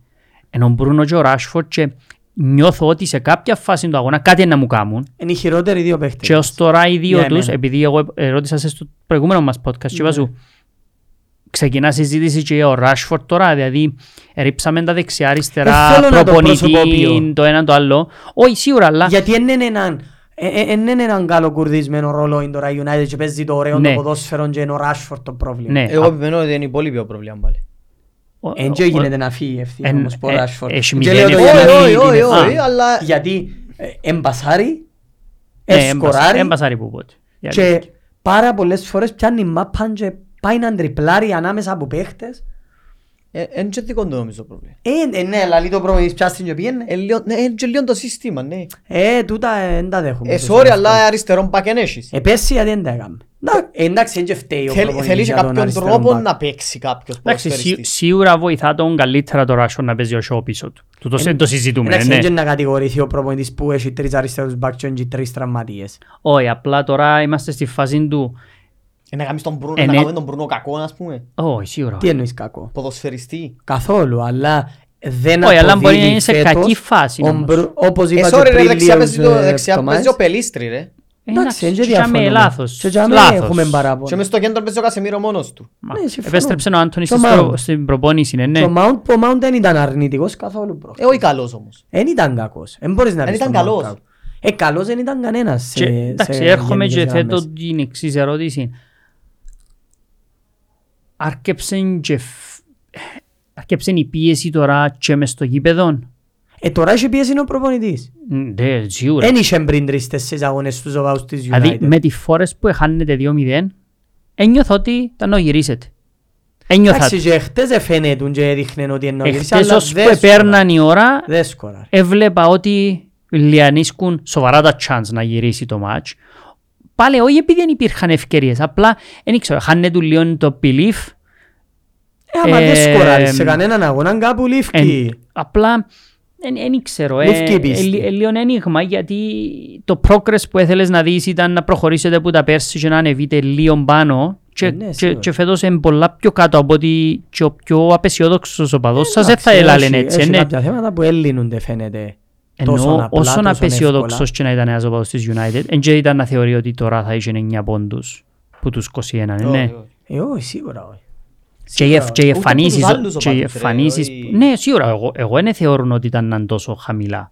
Speaker 1: ενώ ο Μπρούνο και ο Ράσφορτ και νιώθω ότι σε κάποια φάση του αγώνα κάτι να μου κάνουν
Speaker 2: Είναι οι χειρότεροι δύο παίχτες.
Speaker 1: και ως τώρα οι δύο
Speaker 2: Για
Speaker 1: τους,
Speaker 2: εμένα. Ναι.
Speaker 1: επειδή εγώ ε- ερώτησα σε στο προηγούμενο μας podcast και είπα σου ξεκινά συζήτηση και ο Ράσφορτ τώρα, δηλαδή ρίψαμε τα δεξιά
Speaker 2: Ε,
Speaker 1: αριστερά,
Speaker 2: θέλω να το
Speaker 1: προπονητή,
Speaker 2: προσωποποιώ.
Speaker 1: το ένα το άλλο. Όχι σίγουρα, αλλά
Speaker 2: Γιατί δεν είναι έναν ε, ε, εν είναι έναν καλό κουρδισμένο ρόλο είναι τώρα η United και παίζει το ωραίο
Speaker 1: Ναι.
Speaker 2: το ποδόσφαιρο και είναι ο Ράσφορτ το πρόβλημα.
Speaker 1: ναι.
Speaker 3: Εγώ
Speaker 1: α-
Speaker 3: επιμένω ότι είναι πολύ πιο πρόβλημα πάλι.
Speaker 1: ο-
Speaker 2: Ε, Εν και
Speaker 1: ο-
Speaker 2: γίνεται να φύγει ευθύνη
Speaker 1: εν-
Speaker 2: όμως που ο
Speaker 1: ε-
Speaker 2: Ράσφορτ.
Speaker 1: έχει
Speaker 2: Και
Speaker 1: μηδέν
Speaker 2: λέω το
Speaker 1: ευθύνη.
Speaker 2: για να
Speaker 1: Όχι,
Speaker 2: μην
Speaker 1: όχι,
Speaker 2: την
Speaker 1: όχι,
Speaker 2: ευθύνη.
Speaker 3: αλλά-
Speaker 2: Γιατί ε, εμπασάρει,
Speaker 1: ναι,
Speaker 2: εσκοράρει
Speaker 1: Εμπασάρι που πότε.
Speaker 2: Ε, και πάρα πολλές φορές πιάνει μάπαν και πάει να τριπλάρει ανάμεσα από παίχτες.
Speaker 3: Είναι Ε, και δικό του νομίζω πρόβλημα. Ε,
Speaker 2: Ε, ε, ναι, αλλά το πρόβλημα πιάστηκε και πήγαινε.
Speaker 3: Είναι και λίγο το σύστημα, ναι.
Speaker 2: Ε, τούτα ε, δεν τα δέχομαι.
Speaker 3: Ε,
Speaker 2: τους
Speaker 3: sorry,
Speaker 2: άλλους.
Speaker 3: αλλά αριστερόν πακέν έχεις.
Speaker 2: Ε, πέσει γιατί δεν τα έκαμε. Να- Εντάξει, δεν και φταίει ο
Speaker 3: Θέλει-
Speaker 2: προπονητής
Speaker 3: Θέλεις και
Speaker 2: για τον
Speaker 3: κάποιον
Speaker 2: αριστερό
Speaker 3: τρόπο
Speaker 2: μπακ.
Speaker 3: να παίξει κάποιος
Speaker 1: Εντάξει, σί-
Speaker 3: ποδοσφαιριστής.
Speaker 1: σίγουρα βοηθά τον καλύτερα το Ράσο να παίζει ο Σιώ πίσω του. Του το, συ- το συζητούμε,
Speaker 2: Ε, Εντάξει,
Speaker 1: ναι.
Speaker 2: δεν να κατηγορηθεί ο προπονητής που έχει τρεις αριστερούς μπακ και έχει τρεις τραυματίες.
Speaker 1: Όχι, απλά τώρα είμαστε στη φάση του...
Speaker 3: Ε, Να κάνεις τον Μπρούνο-
Speaker 1: Ε,
Speaker 3: να
Speaker 1: ναι.
Speaker 3: κάνουμε τον Μπρούνο κακό, ας πούμε.
Speaker 1: Όχι, σίγουρα.
Speaker 2: Τι εννοείς κακό.
Speaker 3: Ποδοσφαιριστή.
Speaker 2: Καθόλου, αλλά δεν
Speaker 1: Όχι, αλλά μπορεί να
Speaker 2: αποδίδει
Speaker 1: είναι σε
Speaker 2: φέτος
Speaker 1: κακή φάση,
Speaker 2: ο
Speaker 1: όμως.
Speaker 2: Μπρου- Όπως
Speaker 3: Ε,
Speaker 2: είπα και
Speaker 3: sorry ρε,
Speaker 2: πριν ε,
Speaker 3: δεξιά
Speaker 2: λίγο
Speaker 3: παίζει το- δεξιά παίζει ο Πελίστρη ρε.
Speaker 2: Λοιπόν.
Speaker 1: Ε,
Speaker 2: Εντάξει, δεν και
Speaker 1: Είχαμε
Speaker 2: διαφωνούμε.
Speaker 1: λάθος.
Speaker 2: Και τζάμε
Speaker 1: λάθος.
Speaker 2: έχουμε παράπονα.
Speaker 3: Και μες στο κέντρο παίζει ο Κασεμίρο μόνος του.
Speaker 1: Μα,
Speaker 2: Ναι, συμφωνώ.
Speaker 1: Επέστρεψε ο Άντωνης
Speaker 2: Το
Speaker 1: στις
Speaker 2: Mount.
Speaker 1: προ- στην προπόνηση, ναι,
Speaker 2: Και
Speaker 1: ναι.
Speaker 2: Ο Mount, που ο Mount δεν ήταν αρνητικός καθόλου
Speaker 3: Ε,
Speaker 2: πρόχειρα.
Speaker 3: όχι καλός όμως.
Speaker 2: Δεν ήταν κακός. Δεν μπορείς να
Speaker 3: Δεν
Speaker 2: πεις
Speaker 3: ήταν
Speaker 2: τον Mount
Speaker 3: καλός.
Speaker 2: κακό. Ε, καλός δεν ήταν κανένας. σε-
Speaker 1: Και, εντάξει,
Speaker 2: σε
Speaker 1: έρχομαι και
Speaker 2: γενικές γραμμές.
Speaker 1: θέτω την εξής ερώτηση. Άρκεψε και... φ- Άρκεψε η πίεση τώρα και μες στο γήπεδο.
Speaker 2: Ε, τώρα έχει πίεση ο προπονητής.
Speaker 1: Ναι, σίγουρα.
Speaker 2: Δεν είχε πριν τρεις-τέσσερις αγώνες στους ζωβάους της
Speaker 1: Δηλαδή
Speaker 2: United.
Speaker 1: με τις φορές που εχάνετε 2-0 ένιωθα ότι τα νογυρίσετε. Ένιωθα.
Speaker 2: Εντάξει, και χτες εφαίνεται και έδειχνε ότι εννοεί.
Speaker 1: Εχθές ως που επέρναν η ώρα
Speaker 2: Δεν σκοράρει.
Speaker 1: έβλεπα ότι λιανίσκουν σοβαρά τα chance να γυρίσει το match. Πάλι όχι επειδή δεν υπήρχαν ευκαιρίες, απλά δεν ξέρω, χάνε του λίγο το belief.
Speaker 2: Ε, άμα δεν
Speaker 1: Ε,
Speaker 2: σκοράρεις σε κανέναν αγώνα κάπου
Speaker 1: Εν-
Speaker 2: λήφκει.
Speaker 1: απλά Δεν ξέρω.
Speaker 2: Μου
Speaker 1: Ε,
Speaker 2: φκεί η πίστη.
Speaker 1: ε, ε, λίγο ένιγμα γιατί το progress που ήθελες να δεις ήταν να προχωρήσετε από τα πέρσι και να ανεβείτε λίγο πάνω και,
Speaker 2: Ναι,
Speaker 1: και,
Speaker 2: σίγουρα.
Speaker 1: και φέτος είναι πολλά πιο κάτω από ότι και ο πιο απεσιόδοξος οπαδός σας δεν θα
Speaker 2: Ε, Εντάξει,
Speaker 1: έλαλεν
Speaker 2: έχει-
Speaker 1: έτσι.
Speaker 2: Έχει
Speaker 1: ναι.
Speaker 2: κάποια θέματα που έλλεινονται φαίνεται. τόσο
Speaker 1: Ενώ
Speaker 2: απλά,
Speaker 1: όσον
Speaker 2: τόσο
Speaker 1: απεσιόδοξος
Speaker 2: εύκολα.
Speaker 1: και να ήταν ένας οπαδός της United, εν και ήταν να θεωρεί ότι τώρα θα είχε 9 πόντους που τους 21, ναι.
Speaker 3: Όχι, όχι.
Speaker 2: Ε, όχι, σίγουρα όχι.
Speaker 1: Και οι, ευ- και οι
Speaker 3: Ούτε από τους
Speaker 1: εμφανίσεις,
Speaker 3: άλλους
Speaker 1: και οι
Speaker 3: οπαδούς, ρε,
Speaker 1: εμφανίσεις-
Speaker 3: όχι.
Speaker 1: ναι σίγουρα, εγώ, εγώ δεν θεωρώ ότι ήταν τόσο χαμηλά.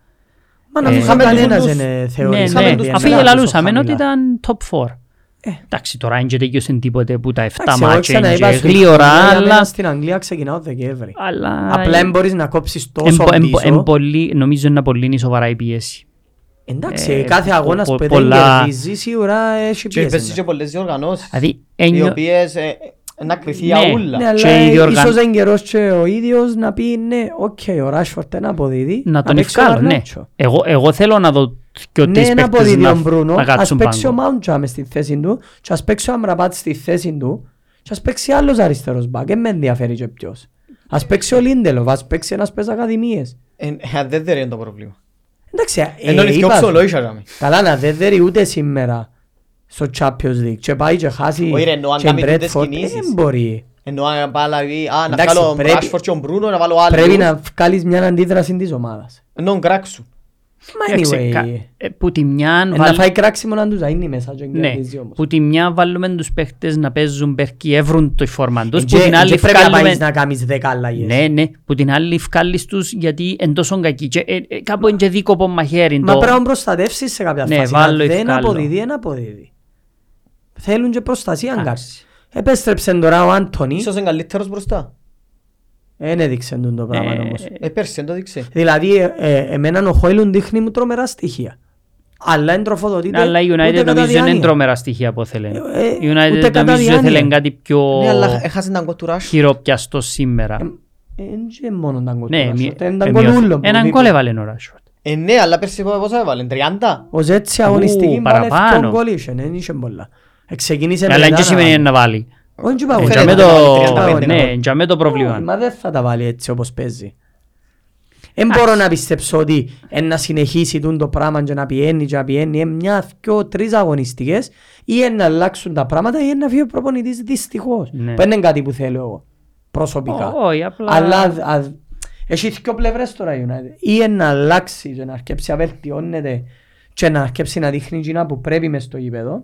Speaker 2: Μα
Speaker 1: Ε,
Speaker 2: να μην
Speaker 1: είχαμε
Speaker 2: κανένας
Speaker 3: τους-
Speaker 2: δεν
Speaker 1: Ναι,
Speaker 2: θεωρεί.
Speaker 1: ναι.
Speaker 3: τους
Speaker 1: Αφού
Speaker 3: χαμηλά,
Speaker 1: γελαλούσαμε ότι ήταν top 4.
Speaker 2: Ε.
Speaker 1: Εντάξει, τώρα είναι και τέτοιος εν τίποτε που τα 7 μάτια είναι και γλύωρα, αλλά...
Speaker 2: Στην Αγγλία ξεκινά ο Δεκέμβρη.
Speaker 1: αλλά
Speaker 2: Απλά δεν μπορείς να κόψεις τόσο
Speaker 1: εμπο- εμπο-
Speaker 2: πίσω.
Speaker 1: εμπολύ- νομίζω είναι πολύ είναι σοβαρά η πίεση. ε,
Speaker 2: Εντάξει, κάθε αγώνας
Speaker 1: πο-
Speaker 2: που δεν
Speaker 1: πολλά-
Speaker 2: κερδίζεις σίγουρα ε, έχει ναι.
Speaker 3: Και πέσει και
Speaker 2: πίεση.
Speaker 3: πολλές διοργανώσεις,
Speaker 1: Δηλαδή,
Speaker 3: οι
Speaker 1: ένιω...
Speaker 3: οποίες ε, ε, να κρυθεί
Speaker 1: Ναι.
Speaker 3: αούλα.
Speaker 2: Ναι,
Speaker 1: και
Speaker 2: αλλά
Speaker 1: η διοργαν-
Speaker 2: ίσως δεν καιρός και ο ίδιος να πει ναι, οκ, ο Ράσφορτ ένα αποδίδει.
Speaker 1: να τον
Speaker 2: παίξει ο
Speaker 1: ευκάλω, ναι.
Speaker 2: Γαρνάτσο.
Speaker 1: Εγώ, εγώ θέλω να δω και ότι
Speaker 2: Ναι,
Speaker 1: οι
Speaker 2: ένα
Speaker 1: παίκτες
Speaker 2: αποδίδει
Speaker 1: να,
Speaker 2: ο Μπρούνο,
Speaker 1: να
Speaker 2: ας
Speaker 1: κάτσουν
Speaker 2: παίξει ο
Speaker 1: πάνω.
Speaker 2: Mount Jam στη θέση του και ας παίξει ο Αμραμπάτ στη θέση του και ας παίξει άλλος αριστερός μπακ, δεν με ενδιαφέρει και ποιος. Ας παίξει ο Λίντελοφ, ας παίξει ένας πες ακαδημίες.
Speaker 3: Ε, ε, Δεν δεν είναι το πρόβλημα.
Speaker 2: Εντάξει, ε,
Speaker 3: Ενώ είναι
Speaker 2: είπα-
Speaker 3: πιο ψωλόισα για μένα.
Speaker 2: Καλά να δεν δέρει ούτε σήμερα στο Champions League και πάει και χάσει
Speaker 3: Όχι, ρε, εννοώ, αν
Speaker 2: και η
Speaker 3: κάνει τούτες
Speaker 2: Bradford,
Speaker 3: κινήσεις.
Speaker 2: δεν μπορεί.
Speaker 3: Ενώ αν πάει να πει, α, να
Speaker 2: Εντάξει,
Speaker 3: βγάλω
Speaker 2: πρέπει-
Speaker 3: Rashford και τον Bruno, να βάλω άλλους.
Speaker 2: Πρέπει να βγάλεις μια αντίδραση της ομάδας.
Speaker 3: Ενώ γκράξου.
Speaker 2: Μα
Speaker 1: Εντάξει, κα-
Speaker 2: anyway,
Speaker 1: ε, Που τη μια
Speaker 2: ε, να
Speaker 1: βάλ-
Speaker 2: φάει κράξιμο να τους είναι μέσα και
Speaker 1: Ναι,
Speaker 2: κερδίζει όμως. Ε,
Speaker 1: που τη μια βάλουμε τους παίχτες να παίζουν περκή, εύρουν το φόρμα τους, που
Speaker 2: Ε, Και-
Speaker 1: την άλλη
Speaker 2: και πρέπει να
Speaker 1: βγάλουμε...
Speaker 2: πάεις να κάνεις δέκα αλλαγές.
Speaker 1: Ναι, ναι, που την άλλη ευκάλεις τους γιατί εν τόσο κακοί και ε, ε, κάπου είναι και δίκοπο μαχαίρι
Speaker 2: Μα
Speaker 1: το...
Speaker 2: πρέπει να προστατεύσεις σε κάποια
Speaker 1: Ναι,
Speaker 2: φάση.
Speaker 1: βάλω
Speaker 2: Αν δεν
Speaker 1: ευκάλλω.
Speaker 2: αποδίδει, δεν αποδίδει. Θέλουν και προστασία αν
Speaker 1: Εντάξει.
Speaker 2: κάνεις. Επέστρεψε τώρα ο Άντωνη.
Speaker 3: Ίσως είναι καλύτερος μπροστά.
Speaker 2: Δεν έδειξε τούτο το πράγμα
Speaker 1: Ε,
Speaker 2: όμως.
Speaker 3: Ε, πέρσι δεν το δείξε.
Speaker 2: Δηλαδή, ε, ε, εμένα ο Χόιλουν δείχνει μου τρομερά στοιχεία. Αλλά δεν τροφοδοτείται
Speaker 1: Αλλά η United
Speaker 2: κατά
Speaker 1: νομίζω είναι
Speaker 2: διάνοια.
Speaker 1: τρομερά στοιχεία που θέλει.
Speaker 2: Ε, ε,
Speaker 1: Η
Speaker 2: ούτε
Speaker 1: United
Speaker 2: κατά
Speaker 1: νομίζω
Speaker 2: διάνοια.
Speaker 1: θέλει κάτι πιο
Speaker 3: Ναι, αλλά έχασε έναν κότ του Rashford.
Speaker 1: χειροπιαστό σήμερα.
Speaker 2: Ε, Είναι μόνο τα γκολ.
Speaker 1: Ναι,
Speaker 2: του
Speaker 1: μη-
Speaker 2: Rashford, είναι τα
Speaker 1: ε,
Speaker 2: γκολ
Speaker 1: μειώθη.
Speaker 2: ούλων που
Speaker 1: Έναν
Speaker 2: δείχνει.
Speaker 1: γκολ έβαλε ο Ράσφορντ.
Speaker 3: Ε, ναι, αλλά πέρσι πόσα έβαλε, 30.
Speaker 2: Ο Ζέτσι
Speaker 1: Ου,
Speaker 2: αγωνιστική μπάλε
Speaker 1: παραπάνω. Ναι,
Speaker 2: ευκόν γκολ είχε, ναι, δεν είχε πολλά. Ε, Εξεκίνησε
Speaker 1: Αλλά δεν
Speaker 2: μετά
Speaker 1: σημαίνει
Speaker 2: βάλει.
Speaker 1: να βάλει.
Speaker 2: Όχι, και
Speaker 1: Ε,
Speaker 2: παγωνιστή.
Speaker 1: τζαμέ
Speaker 3: να βάλει
Speaker 1: το-
Speaker 3: 35
Speaker 1: Ναι,
Speaker 3: γκολ.
Speaker 1: τζαμέ το
Speaker 2: Όχι,
Speaker 1: πρόβλημα.
Speaker 2: Ε, Μα δεν θα τα βάλει έτσι όπως παίζει. Δεν μπορώ να πιστέψω ότι εν να συνεχίσει τούν το πράγμα και να πιένει και να πιένει εν μια, δυο, τρεις αγωνιστικές ή εν να αλλάξουν τα πράγματα ή εν να φύγει ο προπονητής δυστυχώς.
Speaker 1: Ναι.
Speaker 2: Που δεν είναι κάτι που θέλω εγώ προσωπικά.
Speaker 1: Ω, Όχι, απλά...
Speaker 2: Αλλά αδ- αδ- έχει δύο πλευρές τώρα η United. Ή εν να αλλάξει και να αρκέψει να βελτιώνεται και να αρκέψει να δείχνει εκείνα που πρέπει μες στο γήπεδο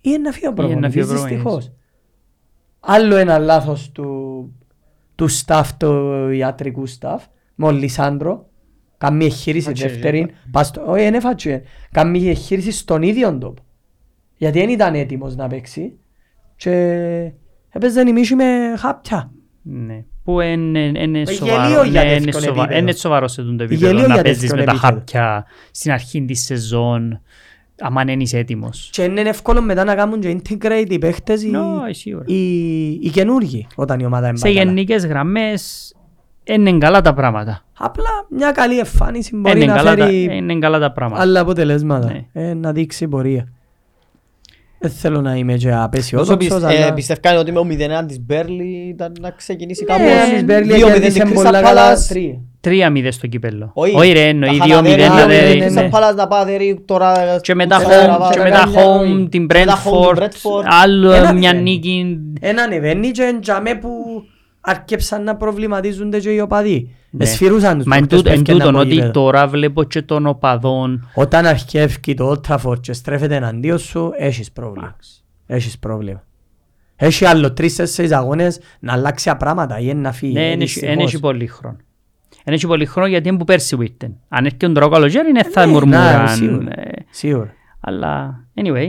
Speaker 2: ή εν να φύγει ο
Speaker 1: Ή εν να φύγει ο
Speaker 2: προπονητής
Speaker 1: προπονητής.
Speaker 2: δυστυχώς. Άλλο ένα λάθος του, του staff, του ιατρικού staff, με τον Λισάνδρο. Καμία εγχείρηση
Speaker 3: Φάτσιε,
Speaker 2: δεύτερη. πας στο- Όχι, δεν έφατσε. Καμία εγχείρηση στον ίδιο τόπο. Γιατί δεν ήταν έτοιμος να παίξει. Και ε, έπαιζε νημίσι με χάπια.
Speaker 1: Ναι. Που είναι
Speaker 2: γελίο
Speaker 1: σοβαρό.
Speaker 2: για
Speaker 1: ναι, εν- εν
Speaker 2: εύκολο
Speaker 1: σοβα-
Speaker 2: επίπεδο.
Speaker 1: εν- εν σοβαρό σε τούτο επίπεδο.
Speaker 2: Γελίο
Speaker 1: Να
Speaker 2: για
Speaker 1: παίζεις
Speaker 2: εύκολο
Speaker 1: με τα
Speaker 2: επίπεδο.
Speaker 1: χάπια στην αρχή της σεζόν. Άμα δεν είσαι έτοιμος.
Speaker 2: Και είναι εύκολο μετά να κάνουν και integrate οι παίχτες οι,
Speaker 1: Ναι, σίγουρα.
Speaker 2: οι, οι καινούργοι όταν η ομάδα είναι
Speaker 1: Σε
Speaker 2: μπακαλά.
Speaker 1: γενικές γραμμές είναι καλά τα πράγματα.
Speaker 2: Απλά μια καλή εμφάνιση μπορεί
Speaker 1: Είναι
Speaker 2: να
Speaker 1: Ε, ναι, καλά, τα,
Speaker 2: φέρει
Speaker 1: είναι καλά τα πράγματα.
Speaker 2: άλλα αποτελέσματα.
Speaker 1: Ναι.
Speaker 2: Ε, να δείξει πορεία. Δεν θέλω να είμαι και
Speaker 3: Όσο
Speaker 2: απεσιόδοξος,
Speaker 3: πι- ε,
Speaker 2: αλλά...
Speaker 3: Πιστεύκαν ότι με ο 0-1 της Μπέρλι ήταν να ξεκινήσει
Speaker 1: Ε,
Speaker 3: κάπως.
Speaker 2: Ναι, η Μπέρλι
Speaker 3: 2-0
Speaker 2: κέρδισε
Speaker 3: της
Speaker 2: πολλά
Speaker 3: Crystal
Speaker 2: καλά
Speaker 3: Palace.
Speaker 2: τρία.
Speaker 1: 3-0 στο κύπελλο.
Speaker 3: Όχι,
Speaker 1: Όχι ρε, εννοεί
Speaker 3: τα
Speaker 1: 2-0
Speaker 3: χαλαδέρια,
Speaker 1: να
Speaker 2: ναι,
Speaker 1: δέρει.
Speaker 2: ναι,
Speaker 3: Crystal
Speaker 2: ναι.
Speaker 3: Palace να πάει δέρει τώρα...
Speaker 1: Και μετά
Speaker 3: ούτε
Speaker 2: Τέσσερα,
Speaker 1: home,
Speaker 3: τραβά-
Speaker 1: και
Speaker 2: τέσσερα,
Speaker 1: μετά
Speaker 2: τέσσερα,
Speaker 1: home
Speaker 2: όχι.
Speaker 1: την
Speaker 3: δηλαδή. Μετά home την
Speaker 1: Brentford,
Speaker 3: Brentford.
Speaker 1: άλλο
Speaker 2: Ένα Ναι.
Speaker 1: μια
Speaker 2: μηδέν.
Speaker 1: νίκη.
Speaker 2: Έναν ανεβαίνει και εν τζαμέ που αρκέψαν να προβληματίζονται και οι οπαδοί.
Speaker 1: Ναι.
Speaker 2: Εσφυρούσαν τους
Speaker 1: Μα εν
Speaker 2: παίκτες
Speaker 1: τούτο-
Speaker 2: που
Speaker 1: εν
Speaker 2: έφτιαναν
Speaker 1: τούτον
Speaker 2: από
Speaker 1: ότι
Speaker 2: γήπεδο.
Speaker 1: τώρα βλέπω και των οπαδών.
Speaker 2: Όταν αρχιεύκει το Old Trafford και στρέφεται εναντίον σου, έχεις πρόβλημα. Έχεις πρόβλημα. Έχει άλλο τρεις-τέσσερις αγώνες να αλλάξει απράματα ή να φύγει.
Speaker 1: Ναι,
Speaker 2: Ε,
Speaker 1: εν έχει- εν
Speaker 2: δυστυχώς.
Speaker 1: έχει πολύ χρόνο. Εν έχει πολύ χρόνο γιατί είναι που πέρσι που ήταν. Αν έρχεται τώρα καλοκαίρι ναι, θα
Speaker 2: Ναι, να,
Speaker 1: μουρμούραν.
Speaker 2: σίγουρα.
Speaker 1: ε,
Speaker 2: Σίγουρα.
Speaker 1: Αλλά, anyway,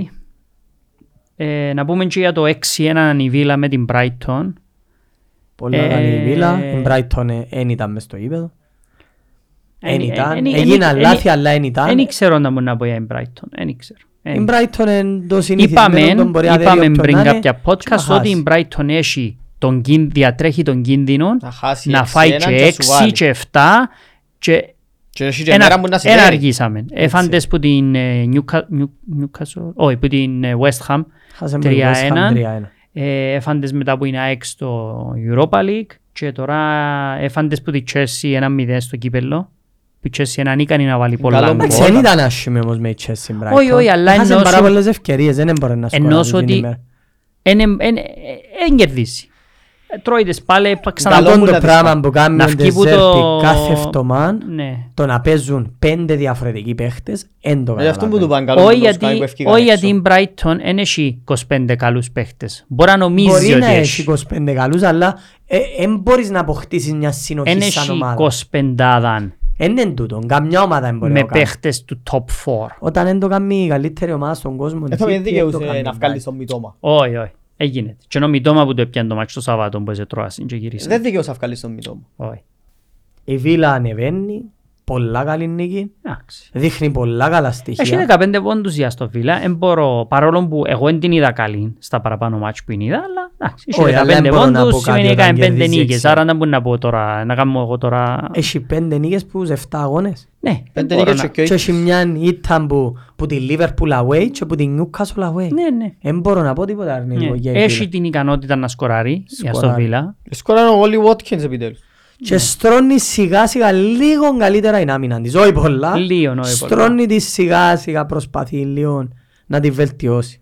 Speaker 1: ε, να πούμε και για το 6-1 η Βίλα με την Brighton.
Speaker 2: Πολλά
Speaker 1: Ε,
Speaker 2: καλή η Βίλα. Η Brighton ε, εν ήταν μες στο γήπεδο. Εν ήταν.
Speaker 1: εν- εν-
Speaker 2: Έγιναν
Speaker 1: εν-
Speaker 2: λάθη
Speaker 1: εν-
Speaker 2: αλλά εν ήταν.
Speaker 1: Εν ξέρω να μου να πω για την Brighton. Εν ξέρω. Εν-
Speaker 2: Η Brighton εν το
Speaker 1: Είπαμε,
Speaker 2: συνηθισμένο τον μπορεί να δέρει
Speaker 1: είπαμε
Speaker 2: όποιον να
Speaker 1: πριν
Speaker 2: είναι
Speaker 1: κάποια
Speaker 2: και να
Speaker 1: podcast ότι η
Speaker 2: χάσει.
Speaker 1: Brighton έχει τον κίν- διατρέχει τον κίνδυνο
Speaker 3: Να χάσει
Speaker 1: να
Speaker 3: 6-1
Speaker 1: φάει
Speaker 3: και
Speaker 1: και
Speaker 3: σου βάλει.
Speaker 1: 6 και 7 και
Speaker 3: Και έχει και μέρα
Speaker 1: ένα,
Speaker 3: που να σε
Speaker 1: ένα
Speaker 3: δέρει.
Speaker 1: αργήσαμε. Έφαντες που την ε, Newca- New- Newcastle, όχι που την ε, West Ham
Speaker 2: Χάσαμε με
Speaker 1: τρία
Speaker 2: West Ham
Speaker 1: ένα.
Speaker 2: 3-1.
Speaker 1: Ε, έφαντες μετά που είναι ΑΕΚ στο Europa League και τώρα έφαντες που τη Chelsea 1-0 στο κύπελλο η Chelsea είναι ανίκανη να βάλει πολλά
Speaker 3: Καλό
Speaker 1: γκολ.
Speaker 2: Εντάξει,
Speaker 3: Όλα.
Speaker 2: δεν ήταν άσχημη όμως με η Chelsea Brighton.
Speaker 1: Όχι, όχι, αλλά
Speaker 2: Έχασε
Speaker 1: εννοώ
Speaker 2: πάρα
Speaker 1: σου-
Speaker 2: πολλές ευκαιρίες, δεν μπορεί να σκοράρει
Speaker 1: Εννοώ
Speaker 2: την
Speaker 1: ότι-
Speaker 2: ημέρα.
Speaker 1: Εν- εν- εν- εν κερδίσει. Ε, Τρώει τις πάλι, πα-
Speaker 2: Καλό
Speaker 1: ξαναλόγουν
Speaker 2: το
Speaker 1: τα
Speaker 2: πράγμα
Speaker 1: δικά.
Speaker 2: που κάνουν
Speaker 1: Να
Speaker 2: οι
Speaker 1: βγει που το-
Speaker 2: Deserti κάθε εβδομάν,
Speaker 1: Ναι.
Speaker 2: το να παίζουν πέντε διαφορετικοί παίχτες, εν το
Speaker 3: Ε, αυτό που
Speaker 2: καταλαβαίνω.
Speaker 3: του πάνε καλό
Speaker 1: Όχι
Speaker 3: με το Sky
Speaker 1: γιατί,
Speaker 3: που έφυγαν
Speaker 1: όχι
Speaker 3: έξω.
Speaker 1: γιατί η Brighton δεν έχει 25 καλούς παίχτες. Μπορεί να νομίζεις
Speaker 2: Μπορεί
Speaker 1: ότι
Speaker 2: να έχει
Speaker 1: έχει.
Speaker 2: 25 καλούς, αλλά δεν μπορείς να αποκτήσεις μια
Speaker 1: Δεν
Speaker 2: συνοχή σαν
Speaker 1: έχει
Speaker 2: ομάδα.
Speaker 1: 25 δαν
Speaker 2: Εν Είναι τούτο, καμιά ομάδα δεν μπορεί να
Speaker 1: με
Speaker 2: το κάνει.
Speaker 1: παίχτες του top 4.
Speaker 2: Όταν δεν το κάνει η καλύτερη ομάδα στον κόσμο,
Speaker 3: Ε, θα μην
Speaker 2: τι- τι το
Speaker 3: δικαιούσε
Speaker 2: κάνει,
Speaker 3: να
Speaker 1: ναι.
Speaker 3: βγάλει τον Μητώμα.
Speaker 1: Όχι, όχι. Έγινε. Και ενώ μητώμα που το έπιανε το μάτσο το Σαββάτο που έζε τρώασαν και
Speaker 3: Δεν
Speaker 1: γύρισαν.
Speaker 3: δικαιούσε να βγάλεις τον Μητώμα.
Speaker 1: Όχι.
Speaker 2: Η Βίλα ανεβαίνει, πολλά καλή νίκη,
Speaker 1: Εντάξει.
Speaker 2: δείχνει πολλά καλά
Speaker 1: Έχει
Speaker 2: στοιχεία.
Speaker 1: 15 πόντους η Αστο Βίλα. Εν μπορώ- Παρόλο που εγώ δεν την είδα καλή στα παραπάνω μάτς που την είδα, αλλά εντάξει.
Speaker 2: Όχι, αλλά
Speaker 1: Έχει 15
Speaker 2: δεν μπορώ να πω
Speaker 1: πόντους,
Speaker 2: κάτι
Speaker 1: σημαίνει
Speaker 2: όταν
Speaker 1: έκανε 5
Speaker 2: κερδίζεις
Speaker 1: νίκες.
Speaker 2: έξι. Ε,
Speaker 1: Άρα δεν μπορεί να πω τώρα, να κάνω εγώ τώρα...
Speaker 2: Έχει πέντε νίκες που 7 αγώνες.
Speaker 1: Ναι, δεν
Speaker 3: Πέντε
Speaker 1: μπορώ
Speaker 3: νίκες
Speaker 1: να...
Speaker 3: και
Speaker 2: Και
Speaker 3: ο
Speaker 2: έχει μια ήττα που, που τη Liverpool away και που τη Newcastle away.
Speaker 1: Ναι, ναι.
Speaker 2: Δεν μπορώ να πω τίποτα αρνητικό
Speaker 1: Ναι.
Speaker 2: για η
Speaker 1: Έχει
Speaker 2: Βίλα.
Speaker 1: την ικανότητα να σκοράρει η
Speaker 2: Σκοράρει.
Speaker 1: Αστοβίλα.
Speaker 3: Σκόραν ο Ε, Όλοι Watkins επιτέλους.
Speaker 2: Και στρώνει σιγά σιγά λίγο καλύτερα η άμυνα της. Όχι πολλά.
Speaker 1: Λίγο, όχι πολλά. ναι.
Speaker 2: Στρώνει τη σιγά σιγά προσπαθεί λίγο να τη βελτιώσει.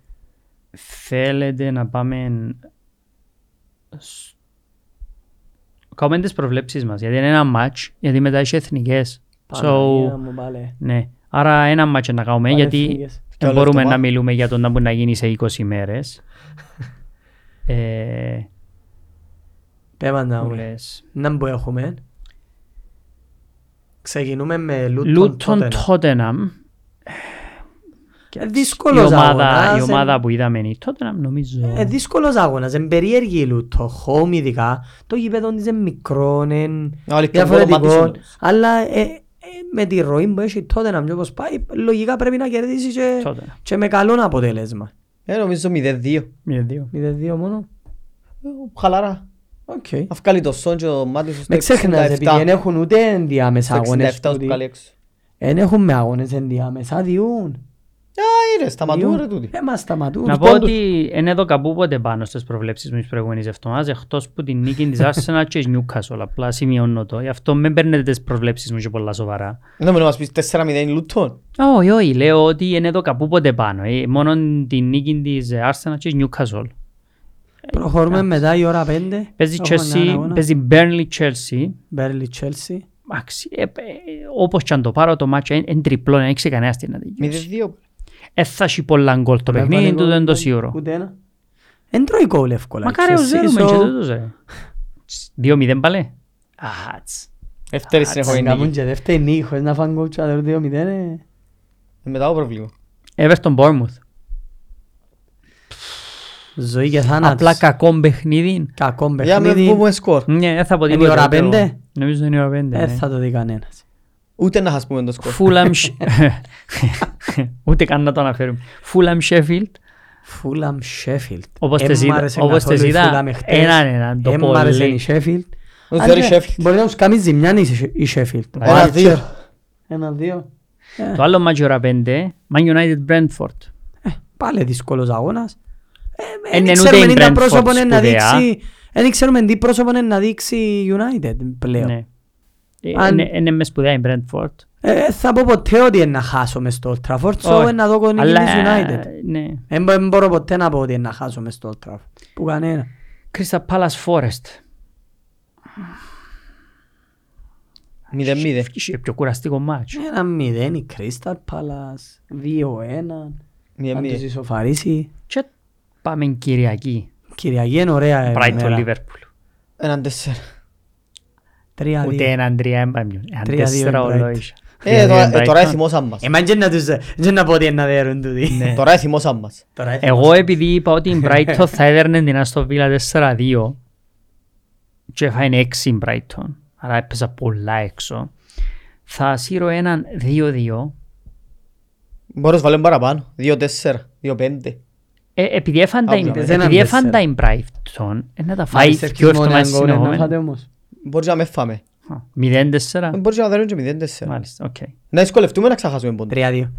Speaker 1: Θέλετε να πάμε... σ- Κάνουμε τις προβλέψεις μας, γιατί είναι ένα μάτς, γιατί μετά έχει εθνικές. So,
Speaker 2: Παναγία μου, πάλε.
Speaker 1: ναι. Άρα ένα μάτς να κάνουμε,
Speaker 2: Πάλι
Speaker 1: γιατί
Speaker 2: εθνικές.
Speaker 1: δεν
Speaker 3: Καλό
Speaker 1: μπορούμε
Speaker 3: εβδομάδα.
Speaker 1: να μιλούμε για το να μπορεί να γίνει σε 20 ημέρες. ε,
Speaker 2: Πέμα να
Speaker 1: που
Speaker 2: μου.
Speaker 1: λες.
Speaker 2: Να που έχουμε. Ξεκινούμε με Λούτον
Speaker 1: Λούτον
Speaker 2: Τότεναμ.
Speaker 1: Τότεναμ.
Speaker 2: Ε,
Speaker 1: Η
Speaker 2: Δύσκολος
Speaker 1: ομάδα,
Speaker 2: αγώνας,
Speaker 1: η
Speaker 2: ε,
Speaker 1: ομάδα που είδαμε είναι η Τότεναμ, νομίζω.
Speaker 2: Ε, δύσκολος αγώνας, εν περίεργη η Λούτο, home ειδικά, το γήπεδο της είναι μικρό, εν
Speaker 3: Άλλη και εγώ
Speaker 2: διαφορετικό,
Speaker 3: δωμάτισε.
Speaker 2: αλλά ε, ε, με τη ροή που έχει τότε να μην όπως πάει, λογικά πρέπει να κερδίσει και,
Speaker 1: Tottenham.
Speaker 2: και με καλό αποτέλεσμα.
Speaker 3: Ε, νομίζω 0-2.
Speaker 1: 0-2.
Speaker 2: 0-2 μόνο,
Speaker 3: Ε, Χαλαρά.
Speaker 2: οκ.
Speaker 3: Να βγάλει το Son και ο Μάτισον στο
Speaker 2: Με ξέχνας,
Speaker 3: 67.
Speaker 2: επειδή δεν έχουν ούτε ενδιάμεσα
Speaker 3: Στο
Speaker 2: αγώνες,
Speaker 3: 67
Speaker 2: τούτοι.
Speaker 3: του καλή έξω.
Speaker 2: δεν έχουμε αγώνες ενδιάμεσα, διούν,
Speaker 3: Ε, Α, ρε, σταματούν ρε τούτοι.
Speaker 2: δεν μας σταματούν.
Speaker 1: Να
Speaker 2: τους
Speaker 1: πω
Speaker 2: πόντους.
Speaker 1: ότι είναι εδώ κάπου ποτέ πάνω στις προβλέψεις μου της προηγούμενης εβδομάδας εκτός που την νίκη της Arsenal και της Newcastle απλά σημειώνω το γι' αυτό μην παίρνετε τις προβλέψεις μου και πολλά σοβαρά
Speaker 3: Να μην μας πεις 4-0 Λούτον.
Speaker 1: Όχι, όχι, λέω ότι είναι εδώ κάπου ποτέ πάνω ε, μόνο την νίκη της Arsenal και της Newcastle
Speaker 2: Προχωρούμε μετά η ώρα 5.
Speaker 1: Παίζει
Speaker 2: Έχουμε έναν
Speaker 1: Chelsea,
Speaker 2: αγώνα.
Speaker 1: παίζει Burnley Chelsea
Speaker 2: Μπέρλι Τσέλσι.
Speaker 1: Εντάξει, ε, ε, όπως και αν το πάρω το μάτσο είναι είναι τριπλό, δεν έχει κανένας τι να δικαιώσει
Speaker 3: 0-2.
Speaker 1: Ε, θα έχει πολλά γκολ το παιχνίδι, τούτο είναι το σίγουρο
Speaker 2: Ούτε ένα. Εν τρώει γκολ εύκολα.
Speaker 1: Μακάρι
Speaker 2: η
Speaker 1: ο
Speaker 2: Chelsea,
Speaker 1: Ζέρου
Speaker 2: so-
Speaker 1: με 2-0 παλέ Αχάτς
Speaker 3: Δεύτερη
Speaker 2: Αν
Speaker 3: συνεχόμενη
Speaker 2: Κάνουν
Speaker 3: νίκη.
Speaker 2: και δεύτερη νίκη χωρίς να φάνε γκολ και να δουν 2-0. ε.
Speaker 3: Ε, Μετά το πρόβλημα.
Speaker 1: Everton Bournemouth.
Speaker 2: Ζωή και θάνατος.
Speaker 1: Απλά κακό παιχνίδι.
Speaker 2: κακό
Speaker 3: Για με
Speaker 2: παιχνίδι.
Speaker 3: βγούμε σκορ.
Speaker 1: Ναι, δεν θα πω
Speaker 2: Είναι
Speaker 1: τίποτα.
Speaker 2: η ώρα
Speaker 1: εγώ.
Speaker 2: πέντε?
Speaker 1: Νομίζω είναι η ώρα πέντε.
Speaker 2: Δεν
Speaker 1: ναι.
Speaker 2: θα το δει κανένας.
Speaker 3: Ούτε να χάσουμε το σκορ.
Speaker 1: Fulham... Ούτε καν να το αναφέρουμε. Fulham Sheffield.
Speaker 2: Φούλαμ Σέφιλτ.
Speaker 1: Όπως τες είδα- όπως τες είδα, έναν έναν, το
Speaker 2: Εν μ' άρεσε
Speaker 1: πολύ.
Speaker 2: η Σέφιλτ.
Speaker 3: Ο Ζέρι Sheffield.
Speaker 2: Μπορεί να τους κάνει ζημιάνη η Σέ- η Σέφιλτ.
Speaker 1: Ένα,
Speaker 2: Άρτσερ.
Speaker 3: δύο.
Speaker 2: Ένα δύο.
Speaker 1: Το άλλο μάτι ώρα πέντε. Man United Brentford.
Speaker 2: Ε, Πάλι δύσκολος αγώνας. Ε,
Speaker 1: Ε, Εν
Speaker 2: Δεν
Speaker 1: εν
Speaker 2: ξέρουμε
Speaker 1: ούτε η
Speaker 2: τι τα
Speaker 1: Brentford
Speaker 2: πρόσωπο είναι να
Speaker 1: σπουδαία.
Speaker 2: δείξει. ε, Δεν ξέρουμε τι πρόσωπο είναι να δείξει η United πλέον.
Speaker 1: Ναι. Ε,
Speaker 2: Αν-
Speaker 1: Είναι είναι μες σπουδαία η Brentford.
Speaker 2: Ε, θα πω ποτέ ότι είναι να χάσω μες στο Old Trafford, so
Speaker 1: Όχι.
Speaker 2: είναι να δω κονίκη της
Speaker 1: Αλλά,
Speaker 2: United.
Speaker 1: Ναι.
Speaker 2: Δεν μπο- δεν μπορώ ποτέ να πω ότι είναι να χάσω μες στο Old Trafford. Που κανένα.
Speaker 1: Crystal Palace Forest.
Speaker 3: 0-0.
Speaker 1: Είχε πιο κουραστικό μάτσο.
Speaker 2: Ένα μηδέν η Crystal Palace, δύο ένα, να τους
Speaker 3: 0-0.
Speaker 2: ισοφαρίσει.
Speaker 1: Και πάμε Κυριακή.
Speaker 2: Κυριακή είναι ωραία η
Speaker 1: Brighton
Speaker 2: μέρα.
Speaker 1: Liverpool.
Speaker 3: Έναν τέσσερα.
Speaker 2: Τρία
Speaker 1: Ούτε
Speaker 2: δύο.
Speaker 1: έναν τρία ε, έμπαμε. Έναν
Speaker 2: Τρία-δύο
Speaker 1: τέσσερα
Speaker 2: Brighton.
Speaker 1: ολόισα.
Speaker 3: Ε, τώρα-
Speaker 1: Brighton.
Speaker 3: ε, τώρα εθιμώσαν μας.
Speaker 2: Εμάς και να τους- και να πω ότι είναι να δέρουν τούτοι.
Speaker 3: Τώρα εθιμώσαν μας.
Speaker 2: Τώρα έθιμος.
Speaker 1: Εγώ επειδή είπα ότι η Brighton θα έδερνε την Aston Villa 4-2 και έφαγε 6 η Brighton, άρα έπαιζα πολλά έξω, θα σύρω έναν 2-2
Speaker 3: Μπορώ να σου βάλω παραπάνω. 2-4, 2-5.
Speaker 1: ε, επειδή έφαντα η-
Speaker 3: Άκουσα,
Speaker 2: πες έναν
Speaker 1: επειδή έφαντα
Speaker 2: 4.
Speaker 1: η Brighton, ε, να τα
Speaker 2: Μα
Speaker 1: φάει
Speaker 2: είσαι
Speaker 1: πιο
Speaker 2: μόνο
Speaker 1: εύκολα
Speaker 2: έναν γκολ να φάτε
Speaker 1: συνεχόμενα.
Speaker 2: όμως.
Speaker 3: Μπορείς να με φάμε.
Speaker 1: 0-4,
Speaker 3: Ε, Μπορείς να δέρουν και 0-4.
Speaker 1: μάλιστα, οκ.
Speaker 3: Να δυσκολευτούμε να ξαχάσουμε πόντο.
Speaker 2: Τρία δύο.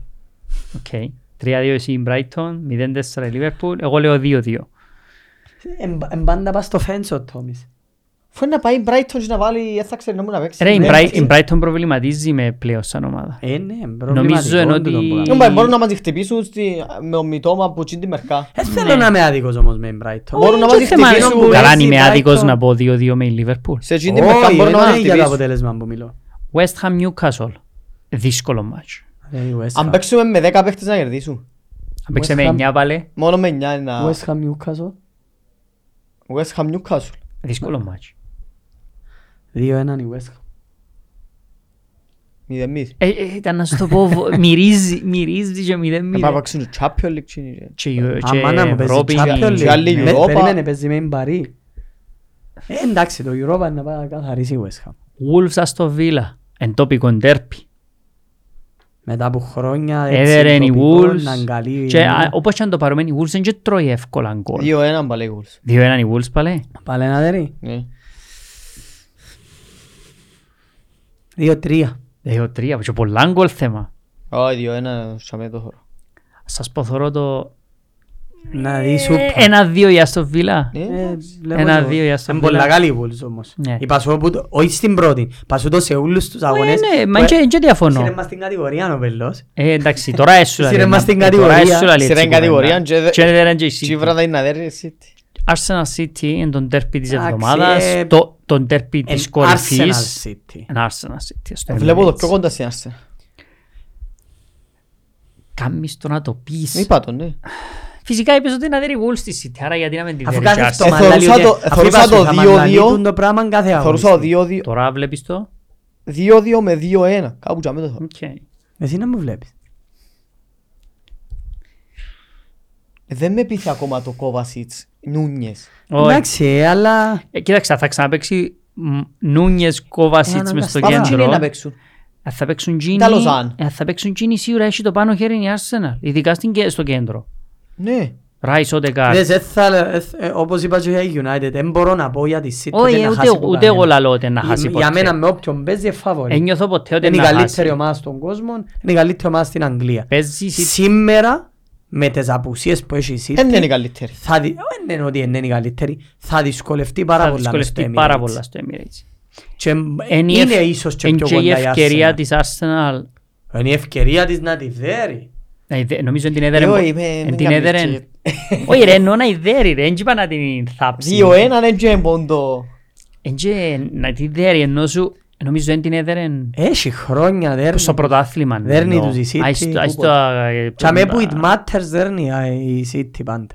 Speaker 1: οκ. 3-2 εσύ η Brighton, 0-4 η Liverpool, εγώ λέω 2-2.
Speaker 2: Εν- εν πάντα πας στο φένσο, Τόμις.
Speaker 3: Φέρει να πάει η Brighton και να βάλει, δεν θα ξέρει νόμου να παίξει.
Speaker 1: Ρε, η
Speaker 3: Ναι,
Speaker 1: Bright-
Speaker 3: ξέρει.
Speaker 1: η Brighton προβληματίζει με πλέον σαν ομάδα.
Speaker 2: Ε, ναι,
Speaker 1: Νομίζω
Speaker 2: προβληματικό
Speaker 1: ενώ
Speaker 2: τούτο
Speaker 1: ότι-
Speaker 2: που κάνω.
Speaker 1: η-
Speaker 3: Ναι, Μπορούν να μας τη χτυπήσουν στη- με ομιτόμα που τσιν τη μερκά.
Speaker 2: Ε, θέλω να είμαι άδικος όμως με την Brighton.
Speaker 3: Μπορούν να
Speaker 1: Και
Speaker 3: μας τη
Speaker 1: θέμα είναι
Speaker 3: χτυπήσουν
Speaker 1: που-
Speaker 3: που
Speaker 1: Καλά, αν
Speaker 3: έτσι η
Speaker 1: είμαι
Speaker 3: Brighton.
Speaker 1: άδικος να πω 2-2 με η Liverpool.
Speaker 3: Σε τσιν τη μερκά
Speaker 2: Όχι,
Speaker 3: μπορούν να μας
Speaker 2: δεν
Speaker 3: τη
Speaker 2: είναι για το
Speaker 3: χτυπήσουν.
Speaker 2: αποτέλεσμα που μιλώ.
Speaker 1: West Ham Newcastle. Δύσκολο μάτς.
Speaker 2: Ε, η West
Speaker 3: Αν
Speaker 2: Ham.
Speaker 3: παίξουμε με 10 παίχτες να κερδίσουν.
Speaker 1: Αν παίξε
Speaker 2: West
Speaker 1: με
Speaker 2: Ham.
Speaker 1: 9 βάλε,
Speaker 3: Μόνο με 9 είναι να...
Speaker 2: West Ham, Newcastle.
Speaker 3: West Ham Newcastle.
Speaker 1: δύσκολο μάτς.
Speaker 2: 2-1 η eh, West Ham.
Speaker 3: 0-0.
Speaker 1: Ε, ε, Ήταν να σου το πω, βο- μυρίζει, μυρίζει και μηδέν
Speaker 3: Να πάει
Speaker 1: μηδέν.
Speaker 3: παίξουν το Champions League τσιν, ρε.
Speaker 1: Και η-
Speaker 2: Α,
Speaker 1: και Ναι.
Speaker 2: μάνα μου, παίζει
Speaker 1: Ευρώπη,
Speaker 2: Champions
Speaker 3: και άλλη
Speaker 2: League.
Speaker 3: Europa.
Speaker 2: Με- Περίμενε, παίζει με την Παρή. Ε, εντάξει, το Europa είναι να πάει να καθαρίσει η West Ham.
Speaker 1: Wolves Aston Villa, εν τοπικό ντέρπι.
Speaker 2: Μετά από χρόνια
Speaker 1: Έδερεν οι
Speaker 2: τοπικό, να
Speaker 1: Wolves.
Speaker 2: αγκαλεί-
Speaker 1: Και α, όπως και αν το πάρουμε, οι Wolves δεν και τρώει εύκολα γκολ.
Speaker 3: 2-1 πάλι οι Wolves.
Speaker 1: 2-1 οι Wolves πάλι.
Speaker 2: Πάλε να δέρει.
Speaker 3: Ναι.
Speaker 2: 2-3.
Speaker 1: 2-3, και πολλά γκολ θέμα.
Speaker 3: Όχι, 2-1 σαμε το χώρο.
Speaker 1: Σας πω θωρώ το
Speaker 2: Να δεις
Speaker 1: ε,
Speaker 2: σούπα.
Speaker 1: ένα-δύο για στο Villa.
Speaker 3: Ναι.
Speaker 2: Ε, λέμε
Speaker 1: ένα,
Speaker 2: το.
Speaker 1: δύο, η Aston
Speaker 2: Είναι
Speaker 1: Villa.
Speaker 2: πολλά καλή η Wolves όμως.
Speaker 1: Ναι.
Speaker 2: Η Πασό που το- όχι στην πρώτη. Πασό το σε όλους τους αγωνές.
Speaker 1: Ναι,
Speaker 2: που-
Speaker 1: μα και και διαφωνώ.
Speaker 2: Σύρε μας την κατηγορία ο Βελός.
Speaker 1: Ε, εντάξει, τώρα έσου
Speaker 2: Σύρε
Speaker 1: λέει,
Speaker 2: μας
Speaker 1: να-
Speaker 2: στην
Speaker 1: τώρα
Speaker 2: κατηγορία.
Speaker 1: έσου λέει,
Speaker 3: Σύρε
Speaker 1: έτσι,
Speaker 3: εν κατηγορία,
Speaker 1: κουβέντα.
Speaker 3: και δε-
Speaker 1: Και δεν είναι και η City.
Speaker 3: Τσίβρα θα είναι να δέρει η City.
Speaker 1: Arsenal City είναι το ντέρπι της
Speaker 2: Εντάξει,
Speaker 1: εβδομάδας,
Speaker 2: ε,
Speaker 1: το- το ντέρπι
Speaker 2: Εν
Speaker 1: της κορυφής.
Speaker 2: Arsenal City.
Speaker 1: Ένα Arsenal City. στο
Speaker 3: Ε, Βλέπω το
Speaker 1: Emirates.
Speaker 3: πιο κοντά στην Arsenal.
Speaker 1: Κάμεις το να το πεις.
Speaker 3: Είπα το, ναι.
Speaker 1: Φυσικά είπες ότι είναι αδερή Wolves στη City, άρα γιατί να μην τη
Speaker 2: Αφού
Speaker 1: δέρεις
Speaker 2: κάθε
Speaker 1: και
Speaker 2: αυτό
Speaker 1: Arsenal.
Speaker 3: Arsenal.
Speaker 2: μαλλάλι
Speaker 3: Θεωρούσα
Speaker 2: ότι-
Speaker 3: το-
Speaker 2: αφού
Speaker 3: θεωρούσα
Speaker 2: είπα σου,
Speaker 3: το
Speaker 2: θα
Speaker 3: 2-2.
Speaker 2: μαλλαλίτουν το πράγμα κάθε
Speaker 3: Θεωρούσα
Speaker 2: αγωνιστική.
Speaker 3: 2-2
Speaker 1: Τώρα βλέπεις το.
Speaker 3: 2-2 με 2-1. Κάπου τζαμί το θεωρώ.
Speaker 1: Οκ.
Speaker 2: Εσύ να μου βλέπεις.
Speaker 3: Ε, Δεν με πείθει ακόμα το Kovacic, Νούνιες.
Speaker 1: Όχι.
Speaker 2: Εντάξει, αλλά...
Speaker 1: Ε, Κοίταξε, θα ξαναπαίξει Νούνιες Κόβασιτς μες στο
Speaker 2: αναγκαστικά.
Speaker 3: Πάμε
Speaker 1: κέντρο.
Speaker 3: τσινή Ε, να παίξουν.
Speaker 1: Ε, Θα παίξουν Gini,
Speaker 3: Τα Λοζάν.
Speaker 1: ε, θα παίξουν Gini σίγουρα έχει το πάνω χέρι η Arsenal, ειδικά στην, κε- στο κέντρο.
Speaker 3: Ναι.
Speaker 1: Ράις Οντεγκάρ.
Speaker 2: Δες, ε, θα- ε, ε, όπως είπα και για η United, δεν μπορώ να πω για τη City ότι
Speaker 1: Όχι,
Speaker 2: να
Speaker 1: ούτε,
Speaker 2: χάσει που
Speaker 1: ούτε
Speaker 2: κανένα.
Speaker 1: εγώ λαλώ ότι να
Speaker 2: Για-
Speaker 1: χάσει
Speaker 2: Για μένα
Speaker 1: ποτέ.
Speaker 2: με όποιον παίζει εφάβολη.
Speaker 1: Ένιωθω ποτέ ότι
Speaker 2: Είναι η
Speaker 1: να
Speaker 2: καλύτερη
Speaker 1: χάσει. Ε,
Speaker 2: ομάδα στον κόσμο, είναι η καλύτερη ομάδα στην Αγγλία. Ε,
Speaker 1: Παίζει City.
Speaker 2: Σήμερα, με τις απουσίες που έχεις η
Speaker 1: Ε,
Speaker 2: City,
Speaker 1: ναι.
Speaker 3: Δεν είναι η καλύτερη.
Speaker 2: θα δι- όχι, δεν είναι ότι είναι η καλύτερη, θα δυσκολευτεί πάρα
Speaker 1: θα
Speaker 2: πολλά μες στο
Speaker 1: δυσκολευτεί
Speaker 2: Emirates.
Speaker 1: πάρα πολλά στο Emirates.
Speaker 2: Και
Speaker 1: Εν η
Speaker 2: Είναι
Speaker 1: ευ-
Speaker 2: ίσως και
Speaker 1: εν
Speaker 2: πιο
Speaker 1: και η
Speaker 2: κοντά η
Speaker 1: ευκαιρία
Speaker 2: Arsenal.
Speaker 1: της Arsenal.
Speaker 2: Είναι η ευκαιρία της να τη δέρει.
Speaker 1: Ε, δε- Νομίζω ότι την έδερε.
Speaker 3: Ε,
Speaker 1: μπο-
Speaker 3: όχι, με-
Speaker 1: εν
Speaker 3: μην
Speaker 1: την
Speaker 3: κάνεις
Speaker 1: έδερε.
Speaker 3: και-
Speaker 1: Όχι ρε, εννοώ να ιδέρει ρε, δεν είπα να την θάψει.
Speaker 3: 2-1 δεν τζέν πόντο.
Speaker 1: Εν και να την ιδέρει, ενώ σου, νομίζω δεν την έδερε
Speaker 2: Έχει χρόνια δέρνει.
Speaker 1: στο πρωτάθλημα.
Speaker 2: Δέρνει
Speaker 1: εννοώ.
Speaker 2: τους η City,
Speaker 1: Α, στο- α, στο- ε,
Speaker 2: Και αμέ
Speaker 1: ε,
Speaker 2: που it matters δέρνει α, η City e πάντα.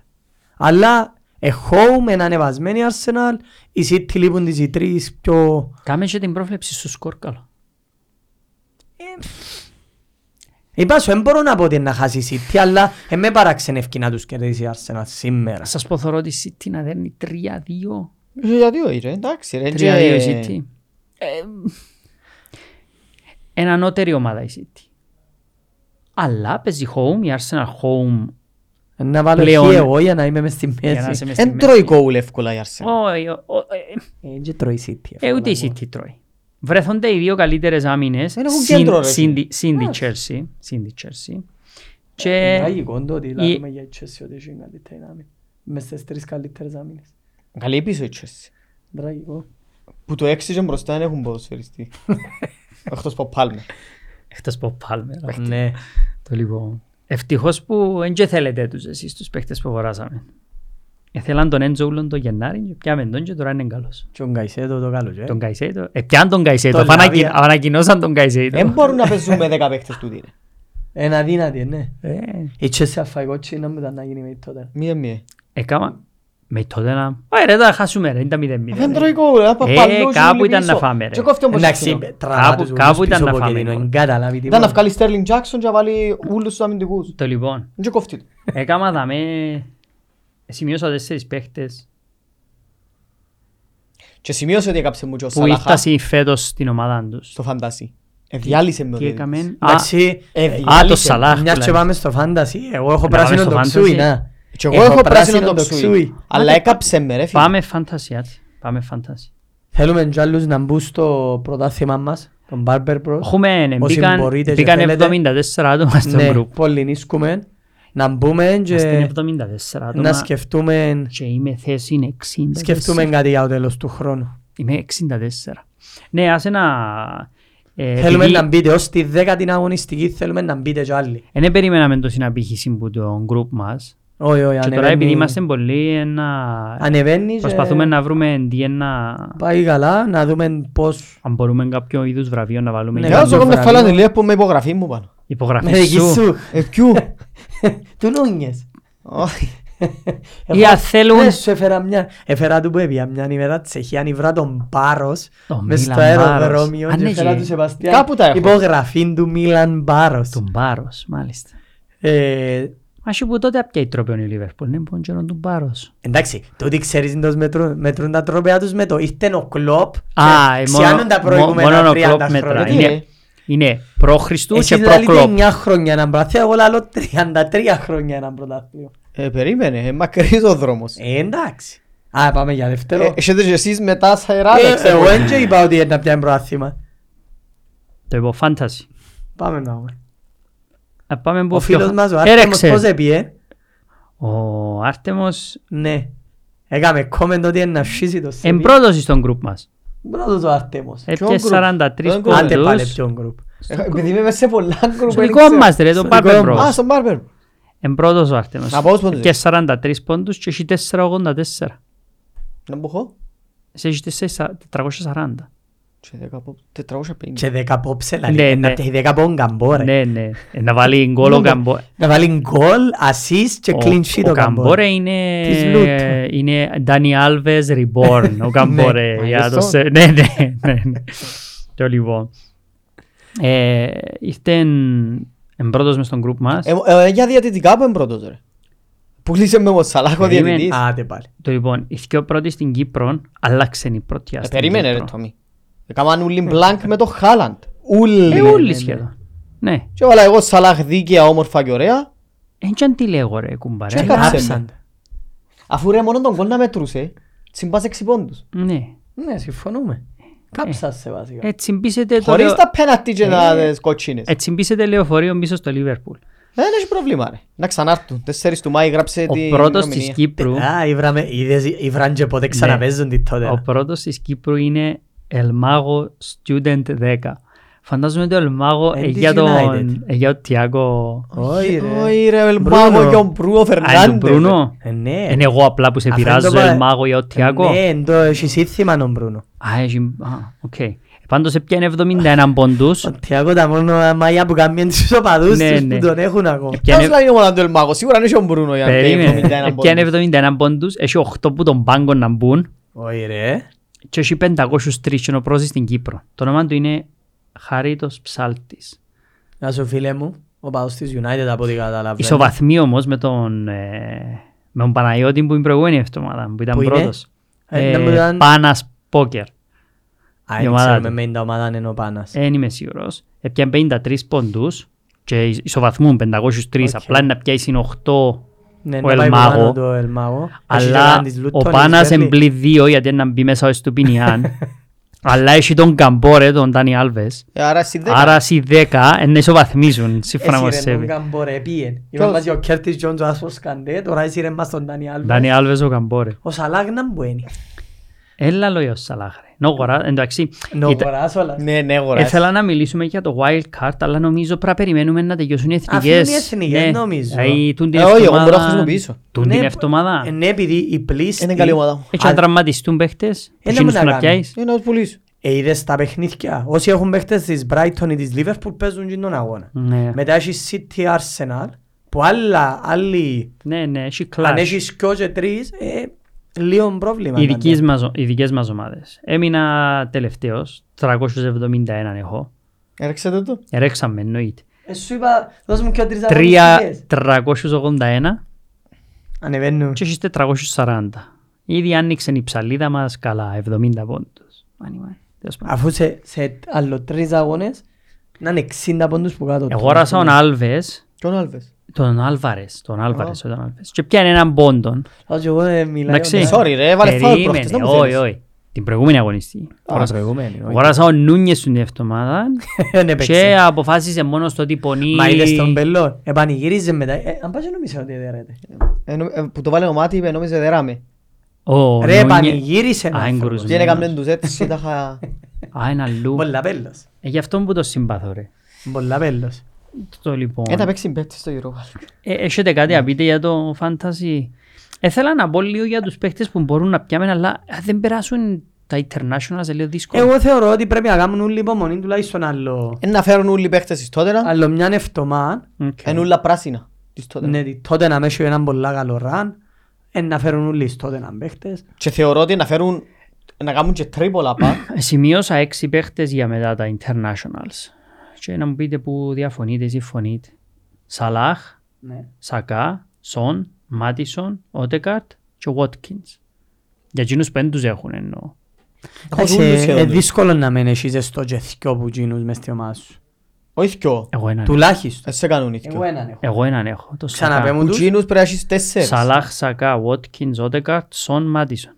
Speaker 2: Αλλά εχόουμε να ανεβασμένη η Arsenal, η City λείπουν τις οι τρεις πιο...
Speaker 1: Κάμε και την πρόβλεψη στο σκορ καλό.
Speaker 2: Είπα σου, δεν μπορώ να πω ότι είναι να χάσει η e City, αλλά ε, με παραξενεύκει να τους κερδίσει η Arsenal σήμερα.
Speaker 1: Σας πω θωρώ τη City να δέρνει 3-2.
Speaker 3: Ε, Για δύο είναι, εντάξει ρε.
Speaker 1: 3-2 η
Speaker 3: τζε-
Speaker 1: City. Ε, Ένα ανώτερη ομάδα η City. Αλλά παίζει home, η Arsenal home.
Speaker 2: Να βάλω
Speaker 1: Πλέον-
Speaker 2: χι εγώ για να είμαι μες στη
Speaker 1: για να
Speaker 2: μέση.
Speaker 1: είσαι μες στη
Speaker 3: Εν
Speaker 1: μέση.
Speaker 3: τρώει goal εύκολα η Arsenal.
Speaker 1: Όχι, ο- ο- ε,
Speaker 2: Ε, και τρώει η City.
Speaker 1: Ε, ούτε η
Speaker 2: εύκολα.
Speaker 1: City τρώει. Βρέθονται οι δύο καλύτερες άμυνες
Speaker 3: Δεν έχουν
Speaker 1: συν-
Speaker 3: κέντρο, ρε,
Speaker 1: συν
Speaker 3: εσύ.
Speaker 1: τη- συν τη Chelsea. συν τη Chelsea.
Speaker 2: E
Speaker 3: Ε,
Speaker 1: Και
Speaker 2: Τραγικό το ότι
Speaker 1: η-
Speaker 2: λάβουμε για η Chelsea ότι έχει καλύτερη άμυνα. Μες στις τρεις καλύτερες άμυνες.
Speaker 3: Καλή πίσω η Chelsea.
Speaker 2: Τραγικό.
Speaker 3: Που το 6 και μπροστά δεν έχουν ποδοσφαιριστή. Εκτός από Palmer.
Speaker 1: εκτός από Palmer.
Speaker 2: Ναι.
Speaker 1: Το λίγο. Ευτυχώς που δεν και θέλετε τους εσείς τους παίχτες που αγοράσαμε. Έθελαν τον Έντζο Ούλον τον Γενάρη και πιάμε τον και τώρα είναι καλός.
Speaker 2: Και ο Γκαϊσέτο το καλός,
Speaker 1: Τον Καϊσέιτο. Ε, πιάν τον Καϊσέιτο.
Speaker 2: Τον
Speaker 1: Αφού ανακοι-
Speaker 2: Λαβία.
Speaker 1: Ανακοινώσαν τον
Speaker 3: Δεν
Speaker 1: Καϊσέιτο.
Speaker 3: μπορούν να παίζουν με 10 παίχτες του δίνε.
Speaker 2: Ένα δύνατη, ναι.
Speaker 1: Ε,
Speaker 2: Η Chelsea αφαγό τσίνα μετά να γίνει με τότε.
Speaker 3: Μηδέν μηδέν.
Speaker 1: Έκαμα. Με τότε να... Ω, ρε, τα χάσουμε ρε, ήταν 0-0.
Speaker 3: Δεν
Speaker 1: ρε.
Speaker 3: τρώει goal. απ'
Speaker 1: Ε,
Speaker 3: παλούς και
Speaker 1: κάπου
Speaker 3: όλοι
Speaker 1: ήταν να
Speaker 3: πίσω.
Speaker 1: φάμε, ρε.
Speaker 3: Και κόφτει όμως
Speaker 2: Εντάξει,
Speaker 3: εκείνο.
Speaker 2: τραβά
Speaker 1: Κάπου-
Speaker 2: τους ούλους
Speaker 1: κάπου ήταν
Speaker 2: πίσω
Speaker 1: να
Speaker 2: από
Speaker 1: φάμε
Speaker 2: κεντρινό,
Speaker 1: γκολ.
Speaker 2: εν καταλάβει
Speaker 3: Ήταν να
Speaker 2: τίποτα.
Speaker 3: βγάλει Sterling Jackson και να βάλει όλους τους αμυντικούς.
Speaker 1: Το λοιπόν.
Speaker 3: Δεν και κόφτει του.
Speaker 1: Έκαμα δαμέ... Σημειώσα τέσσερις παίχτες
Speaker 3: Και σημείωσε ότι έκαψε μου και ο
Speaker 1: που
Speaker 3: Σαλάχα
Speaker 1: ήρθαν φέτος στην ομάδα τους.
Speaker 3: στο φαντάσι. Εδιάλυσε με ο
Speaker 1: Τι
Speaker 3: διαιτητής.
Speaker 1: έκαμε... Α,
Speaker 2: Εντάξει,
Speaker 3: ε,
Speaker 1: Α, το
Speaker 3: Εδιάλυσε.
Speaker 1: Σαλάχ.
Speaker 2: μιας και
Speaker 1: δηλαδή.
Speaker 2: πάμε στο φάντασι, εγώ έχω
Speaker 1: Να
Speaker 2: πράσινο
Speaker 1: πάμε
Speaker 2: το
Speaker 1: στο
Speaker 2: ξούι,
Speaker 1: fantasy.
Speaker 2: να.
Speaker 3: Και εγώ έχω πράσινο το ξούι. Αλλά
Speaker 2: Άντε,
Speaker 3: έκαψε με ρε φίλε.
Speaker 1: Πάμε φαντασία. Πάμε φαντασία.
Speaker 2: Θέλουμε κι άλλους να μπουν στο πρωτάθλημα μας, τον Barber Bros.
Speaker 1: Έχουμε,
Speaker 2: Όσοι
Speaker 1: μπήκαν,
Speaker 2: μπορείτε και
Speaker 1: μπήκαν
Speaker 2: θέλετε.
Speaker 1: 74 άτομα στο
Speaker 2: Ναι,
Speaker 1: group.
Speaker 2: πολυνίσκουμε, να μπούμε
Speaker 1: Είμαστε
Speaker 2: και
Speaker 1: 74
Speaker 2: να
Speaker 1: άτομα
Speaker 2: σκεφτούμε,
Speaker 1: και είμαι θέση είναι 60.
Speaker 2: σκεφτούμε κάτι για το τέλος του χρόνου.
Speaker 1: Είμαι 64. Ναι, άσε να... ε,
Speaker 2: Θέλουμε
Speaker 1: επειδή-
Speaker 2: να μπείτε ως τη δέκατη αγωνιστική, θέλουμε να μπείτε κι άλλοι.
Speaker 1: Ε, Δεν περιμέναμε τόση απήχηση που το group μας.
Speaker 2: Όχι, όχι,
Speaker 1: Και τώρα επειδή
Speaker 2: ανεβαίνει-
Speaker 1: είμαστε πολλοί, ένα...
Speaker 2: ανεβαίνει και
Speaker 1: προσπαθούμε να βρούμε τι ένα...
Speaker 2: πάει καλά, να δούμε πώς...
Speaker 1: Αν μπορούμε κάποιο είδους βραβείο να βάλουμε
Speaker 2: Ναι,
Speaker 1: για
Speaker 3: Ε, Εγώ
Speaker 2: κάποιο
Speaker 3: έχω μια
Speaker 2: βραβείο.
Speaker 3: φαλανιλία που με υπογραφή μου πάνω.
Speaker 1: υπογραφή
Speaker 2: Με δική
Speaker 1: σου.
Speaker 2: σου.
Speaker 3: Ε, ποιου.
Speaker 2: Του Νούνιες.
Speaker 3: Όχι.
Speaker 1: Ή αν θέλουν...
Speaker 2: Ναι, σου έφερα μια... Έφερα του που έπια μια ημέρα Τσεχία, ανήβρα τον Πάρος
Speaker 1: Το
Speaker 2: μες
Speaker 1: Μίλαν
Speaker 2: στο
Speaker 1: Μπάρος.
Speaker 2: αεροδρόμιο
Speaker 1: Αν
Speaker 2: και έφερα
Speaker 1: έχει.
Speaker 2: του Σεβαστιάν
Speaker 3: Κάπου τα έχω.
Speaker 2: υπογραφή του Μίλαν Πάρος.
Speaker 1: Τον Πάρος, μάλιστα.
Speaker 2: Ε,
Speaker 1: Μα σου που τότε απ' τρόπαιον η Λίβερπουλ, ναι, πον καιρόν τον Πάρος.
Speaker 2: Εντάξει, τούτοι ξέρεις εντός μετρούν, μετρούν τα τρόπια τους με το ήρθε ο Κλόπ
Speaker 1: Α, ε,
Speaker 2: και
Speaker 1: μόνο-
Speaker 2: ξιάνουν τα
Speaker 1: μο- μόνον
Speaker 2: προηγούμενα
Speaker 1: ο Ναι,
Speaker 2: 30
Speaker 1: Κλόπ μετρά.
Speaker 2: χρόνια.
Speaker 3: Γιατί,
Speaker 1: Είναι-
Speaker 3: ε?
Speaker 1: Είναι προ Χριστού και
Speaker 2: Εσείς
Speaker 1: προ
Speaker 2: λέτε
Speaker 1: Κλόπ.
Speaker 2: 9 δηλαδή χρόνια έναν πρωτάθλιο, εγώ λαλώ 33 χρόνια έναν πρωτάθλιο.
Speaker 3: Ε, περίμενε, ε, μακρύς ο δρόμος.
Speaker 2: Ε, εντάξει. Α, πάμε για δεύτερο.
Speaker 3: Ε, Έχετε και εσείς μετά στα
Speaker 2: Ε,
Speaker 3: Ιράδεξ.
Speaker 2: Εγώ δεν και είπα ότι είναι να πιάνει πρωτάθλημα.
Speaker 1: Το είπα φάνταση.
Speaker 2: Πάμε να δούμε.
Speaker 1: Α, Πάμε που
Speaker 2: Ο φίλος
Speaker 1: πιο-
Speaker 2: μας ο Άρτεμος
Speaker 1: Έρεξε.
Speaker 2: πώς έπιε.
Speaker 1: Ο Άρτεμος
Speaker 2: Ναι. Έκαμε comment ότι είναι να αρχίσει το
Speaker 1: εν
Speaker 2: σύνδυο.
Speaker 1: πρώτος στον group μας.
Speaker 2: Πρώτος ο Άρτεμος.
Speaker 1: Έπιε
Speaker 3: group?
Speaker 1: 43
Speaker 3: Ποιον group?
Speaker 2: Άντε πάλι
Speaker 1: πόντους.
Speaker 2: ποιον γκρουπ.
Speaker 3: Επειδή είμαι μέσα σε πολλά γκρουπ.
Speaker 1: Στο
Speaker 3: δεν
Speaker 1: δικό
Speaker 3: ξέρω.
Speaker 1: μας ρε, το
Speaker 2: Στο δικό
Speaker 1: Barber
Speaker 2: μας.
Speaker 3: Α,
Speaker 1: Bros.
Speaker 3: στον Barber.
Speaker 1: Εν πρώτος ο Άρτεμος.
Speaker 3: Να πάω στους πόντους.
Speaker 1: Και 43 πόντους και έχει 4,84.
Speaker 3: Να μπω εγώ.
Speaker 1: Σε έχει 400 440.
Speaker 3: Και δέκα πο- 450.
Speaker 2: Και δέκα πόψε
Speaker 1: Ναι,
Speaker 2: λαλί.
Speaker 1: ναι.
Speaker 2: Να πιέχει δέκα πόν καμπό ρε.
Speaker 1: Ναι, ναι. Ε, Να βάλει γκολ ο
Speaker 2: Ναι,
Speaker 1: Καμπόρε.
Speaker 2: Να βάλει γκολ, assist και clean sheet ο καμπό.
Speaker 1: Καμπόρε είναι...
Speaker 2: Της Λούτ.
Speaker 1: Είναι Ντάνι Άλβες Reborn ο Καμπόρε.
Speaker 3: Ναι,
Speaker 1: για το
Speaker 3: μάλιστα.
Speaker 1: σε- Ναι, ναι, ναι, ναι. Το λοιπόν. Ε, Ήρθε εν- εν πρώτος μες στον group μας.
Speaker 3: Ε, ε, Για διατητικά που είναι πρώτος ρε. Πουλήσε με Ε, ο Σαλάχ ο
Speaker 1: Περίμενε.
Speaker 3: διατητής.
Speaker 2: Άντε πάλι.
Speaker 1: Το λοιπόν, η πιο πρώτη στην Κύπρο, αλλάξαν η πρώτη
Speaker 3: Ε,
Speaker 1: στην
Speaker 3: Περίμενε ρε
Speaker 1: Κύπρο.
Speaker 3: Τόμι. Έκαναν ούλοι μπλάνκ με το Χάλαντ. Ούλοι.
Speaker 1: Ε, όλοι σχεδόν. Ναι. Ε,
Speaker 3: Και έβαλα εγώ Σαλάχ δίκαια, όμορφα και ωραία.
Speaker 1: Εν και αν τι λέγω ρε κουμπάρε.
Speaker 3: Και
Speaker 1: Ε,
Speaker 3: κάψε
Speaker 2: Άψαν.
Speaker 3: με. Αφού ρε μόνο τον κόλ να μετρούσε, τσιμπάς έξι πόντους.
Speaker 1: Ναι.
Speaker 2: Ναι, συμφωνούμε. Κάψας σε βασικά.
Speaker 1: Έτσι μπήσετε το...
Speaker 3: Χωρίς
Speaker 1: λεω-
Speaker 3: τα πέναλτι
Speaker 1: Ε.
Speaker 3: και τα τις κότσινες.
Speaker 1: Έτσι μπήσετε λεωφορείο πίσω στο Λίβερπουλ.
Speaker 3: Δεν έχει πρόβλημα ρε. Να ξανάρθουν. 4 του Μάη γράψε
Speaker 1: Ο
Speaker 3: την
Speaker 1: πρώτος
Speaker 3: Ε, ημερομηνία.
Speaker 1: της Κύπρου...
Speaker 2: Α, οι βραμε- είδες, οι βράντζε ποτέ ξαναπέζουν τη τότε.
Speaker 1: Ο πρώτος της Κύπρου είναι Ελμάγο Student 10. Φαντάζομαι ότι ο Ελμάγο
Speaker 2: Ε,
Speaker 1: ε,
Speaker 2: της
Speaker 1: για τον
Speaker 2: United.
Speaker 1: ε, για τον Τιάγκο
Speaker 2: Όχι ρε.
Speaker 3: Όχι ρε, ο Ελμάγο
Speaker 2: Μπρούνο.
Speaker 3: και ο Μπρούο
Speaker 1: Α, τον
Speaker 3: Φερνάντες.
Speaker 1: Μπρούνο.
Speaker 2: Ε, Ναι.
Speaker 1: Είναι εγώ απλά που σε
Speaker 2: Αφού
Speaker 1: πειράζω
Speaker 2: το πα-
Speaker 1: Ελμάγο ή ο Τιάγκο.
Speaker 2: Ναι, εν το έχει σύνθημα τον Μπρούνο.
Speaker 1: Α, έχει... α, οκ. Ε, Πάντως έπιανε 71 πόντους.
Speaker 2: Ο Τιάγκο τα μόνο μαγιά που κάνει είναι τους οπαδούς
Speaker 1: Ναι,
Speaker 2: τους
Speaker 1: ναι.
Speaker 2: που τον έχουν ακόμα.
Speaker 3: Ποιος
Speaker 1: Έπιανε-
Speaker 3: λέει είναι μόνο του Ελμάγο, σίγουρα είναι και ο Μπρούνο για να πει 71
Speaker 1: Περίμενε. Ε, Έπιανε
Speaker 3: πόντους.
Speaker 1: 71 πόντους. Έχει 8 που τον πάγκο να μπουν.
Speaker 2: Όχι ρε.
Speaker 1: Και έχει 503 και είναι ο πρώτος στην Κύπρο. Το όνομα του είναι Χαρίτος Ψάλτης.
Speaker 2: Να σου φίλε μου, ο παδός της United από ό,τι καταλαβαίνω.
Speaker 1: Ισοβαθμεί όμως με τον, ε, με τον Παναγιώτη που είναι προηγούμενη εβδομάδα που ήταν
Speaker 2: Που είναι?
Speaker 1: πρώτος.
Speaker 2: Ε, να μου
Speaker 1: Ε,
Speaker 2: ήταν-
Speaker 1: Πάνας Πόκερ.
Speaker 2: Α,
Speaker 1: η
Speaker 2: δεν
Speaker 1: ομάδα
Speaker 2: ξέρουμε
Speaker 1: του.
Speaker 2: με τα ομάδα είναι ο Πάνας.
Speaker 1: Δεν είμαι σίγουρος. Ε, Έπιαν 53 πόντους και ισοβαθμούν 503.
Speaker 2: Οκ.
Speaker 1: Απλά είναι να πιάσει 8
Speaker 2: Ναι,
Speaker 1: ο
Speaker 2: να πάει
Speaker 1: Ελμάγο.
Speaker 2: που πάνω το Ελμάγο. Έχει και
Speaker 1: αλλά
Speaker 2: έναν της
Speaker 1: ο
Speaker 2: Λούτων, της
Speaker 1: Πάνας
Speaker 2: Βέρλι.
Speaker 1: εμπλή 2 γιατί είναι να μπει μέσα ο Εστουπινιάν. αλλά έχει τον Καμπόρε, τον Ντάνι Άλβες.
Speaker 3: Ε, Άρα εσύ δεν
Speaker 1: Άρα οι 10 είναι να ισοβαθμίζουν σύμφωνα με ο
Speaker 2: Εσύ ρε
Speaker 1: Σέβη.
Speaker 2: τον Καμπορέ πήγε.
Speaker 3: Ποιος?
Speaker 2: Είπαν μαζί ο Κέρτις Τζόντς ο Άσπος Σκαντέ, τώρα εσύ ρε μας τον Ντάνι Άλβες.
Speaker 1: Ντάνι Άλβες ο Καμπόρε.
Speaker 2: Ο Σαλάκ να μπαίνει.
Speaker 1: Έλα λόγια ο Σαλάχρε. Νόγορα, εντάξει.
Speaker 2: Νο
Speaker 1: ήταν-
Speaker 2: χωράς όλα.
Speaker 3: Ναι, ναι, αγοράζει.
Speaker 1: Ήθελα να μιλήσουμε για το wild card, αλλά νομίζω πρέπει να περιμένουμε να τελειώσουν οι
Speaker 2: Αφού είναι
Speaker 1: εθνικές.
Speaker 2: οι εθνικές, νομίζω.
Speaker 1: Δηλαδή, τούν την
Speaker 3: Ε, όχι, εγώ
Speaker 1: εβδομάδα-
Speaker 3: μπορώ να χρησιμοποιήσω.
Speaker 1: Τούν την
Speaker 2: Ναι,
Speaker 1: εβδομάδα.
Speaker 2: ε, Ναι, επειδή η πλήστη...
Speaker 3: Είναι καλή ομάδα.
Speaker 1: Έτσι να τραυματιστούν παίχτες,
Speaker 2: Ε,
Speaker 1: εκείνους
Speaker 2: να
Speaker 1: που να
Speaker 2: κάνω.
Speaker 1: πιάσεις.
Speaker 3: Είναι να τους πουλήσω.
Speaker 2: Ε, είδες τα παιχνίδια. Όσοι έχουν παίχτες της Brighton ή της Liverpool παίζουν και τον αγώνα.
Speaker 1: Ναι.
Speaker 2: Μετά έχει City Arsenal που άλλα, άλλοι...
Speaker 1: Ναι, ναι, έχει
Speaker 2: Αν
Speaker 1: κλάσ.
Speaker 2: έχεις δυο και τρεις, ε, λίγο πρόβλημα.
Speaker 1: Οι
Speaker 2: να
Speaker 1: δικές μας- οι δικές μας ομάδες. Έμεινα τελευταίος, 371 έχω.
Speaker 3: Έρεξετε το.
Speaker 1: Ρέξαμε εννοείται.
Speaker 2: Ε, σου είπα, δώσ' μου και τρεις
Speaker 1: Τρία-
Speaker 2: αγωνιστικές.
Speaker 1: 381
Speaker 2: Ανεβαίνουν.
Speaker 1: και έχεις 440. Ήδη άνοιξε η ψαλίδα μας καλά, 70 πόντους. Anyway, τέλος πάντων.
Speaker 2: Αφού σε, σε άλλο τρεις αγώνες, να είναι 60 πόντους που κάτω.
Speaker 1: Εγόρασα τον Άλβες
Speaker 3: Και ο Άλβες.
Speaker 1: Τον Άλβαρες, τον Άλβαρες, τον Άλβαρες. Και πιάνε έναν πόντον.
Speaker 2: Όσο εγώ ε, μιλάω.
Speaker 1: Εντάξει.
Speaker 2: εντάξει.
Speaker 3: Sorry ρε, έβαλε φάουλ προχτές. Δεν
Speaker 1: Περίμενε,
Speaker 3: μου
Speaker 1: όχι,
Speaker 3: θέλεις.
Speaker 1: όχι. Την προηγούμενη αγωνιστή.
Speaker 2: Α, προηγούμενη. όχι.
Speaker 1: Αγοράσα ο Νούνιες την εβδομάδα
Speaker 2: Δεν έπαιξε.
Speaker 1: και αποφάσισε μόνος το ότι πονεί.
Speaker 2: Ε, ναι, Μα είδες τον πελό. Ε, Επανηγύριζε μετά. Ε, Αν πας νομίζω ότι δεν
Speaker 3: Ε, νο- ε, Που το βάλε ο Μάτι είπε νόμιζε δεράμε.
Speaker 1: Ο
Speaker 2: Ρε,
Speaker 1: Νούνιε-
Speaker 2: πανηγύρισε
Speaker 1: Α,
Speaker 2: ένα
Speaker 1: είναι
Speaker 2: άνθρωπος.
Speaker 1: κουρουσμένος.
Speaker 3: Δεν έκαμε τους έτσι, τα Ε, είχα...
Speaker 1: Α, είναι αλλού.
Speaker 2: Πολλά πέλος.
Speaker 1: Ε, Γι' αυτό που το συμπαθώ ρε.
Speaker 2: Πολλά πέλος.
Speaker 1: Το λοιπόν.
Speaker 2: Ε,
Speaker 3: Ένα παίξει μπέτσι στο Europa.
Speaker 1: Ε, έχετε κάτι να πείτε για το fantasy. Έθελα να πω λίγο για τους παίχτες που μπορούν να πιάμε, αλλά α, δεν περάσουν τα international σε λίγο δύσκολο.
Speaker 2: Εγώ θεωρώ ότι πρέπει να κάνουν όλοι υπομονή τουλάχιστον άλλο.
Speaker 3: Ένα Ε, φέρουν όλοι οι παίχτες της Tottenham,
Speaker 2: Άλλο μια εφτωμά.
Speaker 1: Οκ.
Speaker 3: εν όλα πράσινα της Tottenham.
Speaker 2: Ναι, τη- τότε να μέσω έναν πολλά καλό ραν. ε, Να φέρουν όλοι στο τότε να παίχτες.
Speaker 3: Και θεωρώ ότι να φέρουν, να κάνουν και τρίπολα πά.
Speaker 1: Σημείωσα έξι παίχτες για μετά τα internationals. Και να μου πείτε που διαφωνείτε ή συμφωνείτε. Σαλάχ,
Speaker 2: Ναι.
Speaker 1: Σακά, Σον, Μάτισον, Ότεκαρτ και Βότκινς. Για εκείνους πέντε τους έχουν εννοώ.
Speaker 2: Εντάξει, Είναι Ε, δύσκολο να μην έχεις ζεστό και θκυο που γίνουν μες στη ομάδα σου.
Speaker 3: Όχι δυο.
Speaker 1: Εγώ έναν,
Speaker 2: Τουλάχιστον.
Speaker 3: Δεν σε κάνουν οι
Speaker 2: Ναι. Ε, Εγώ
Speaker 3: δυο.
Speaker 2: έναν έχω.
Speaker 1: εγώ έναν έχω. Το Σακά.
Speaker 2: Ξαναπέμουν
Speaker 3: Που
Speaker 2: τους.
Speaker 3: γίνους πρέπει να έχεις τέσσερις.
Speaker 1: Σαλάχ, Σακά, Βότκινς, Ότεκαρτ, Σον, Μάτισον.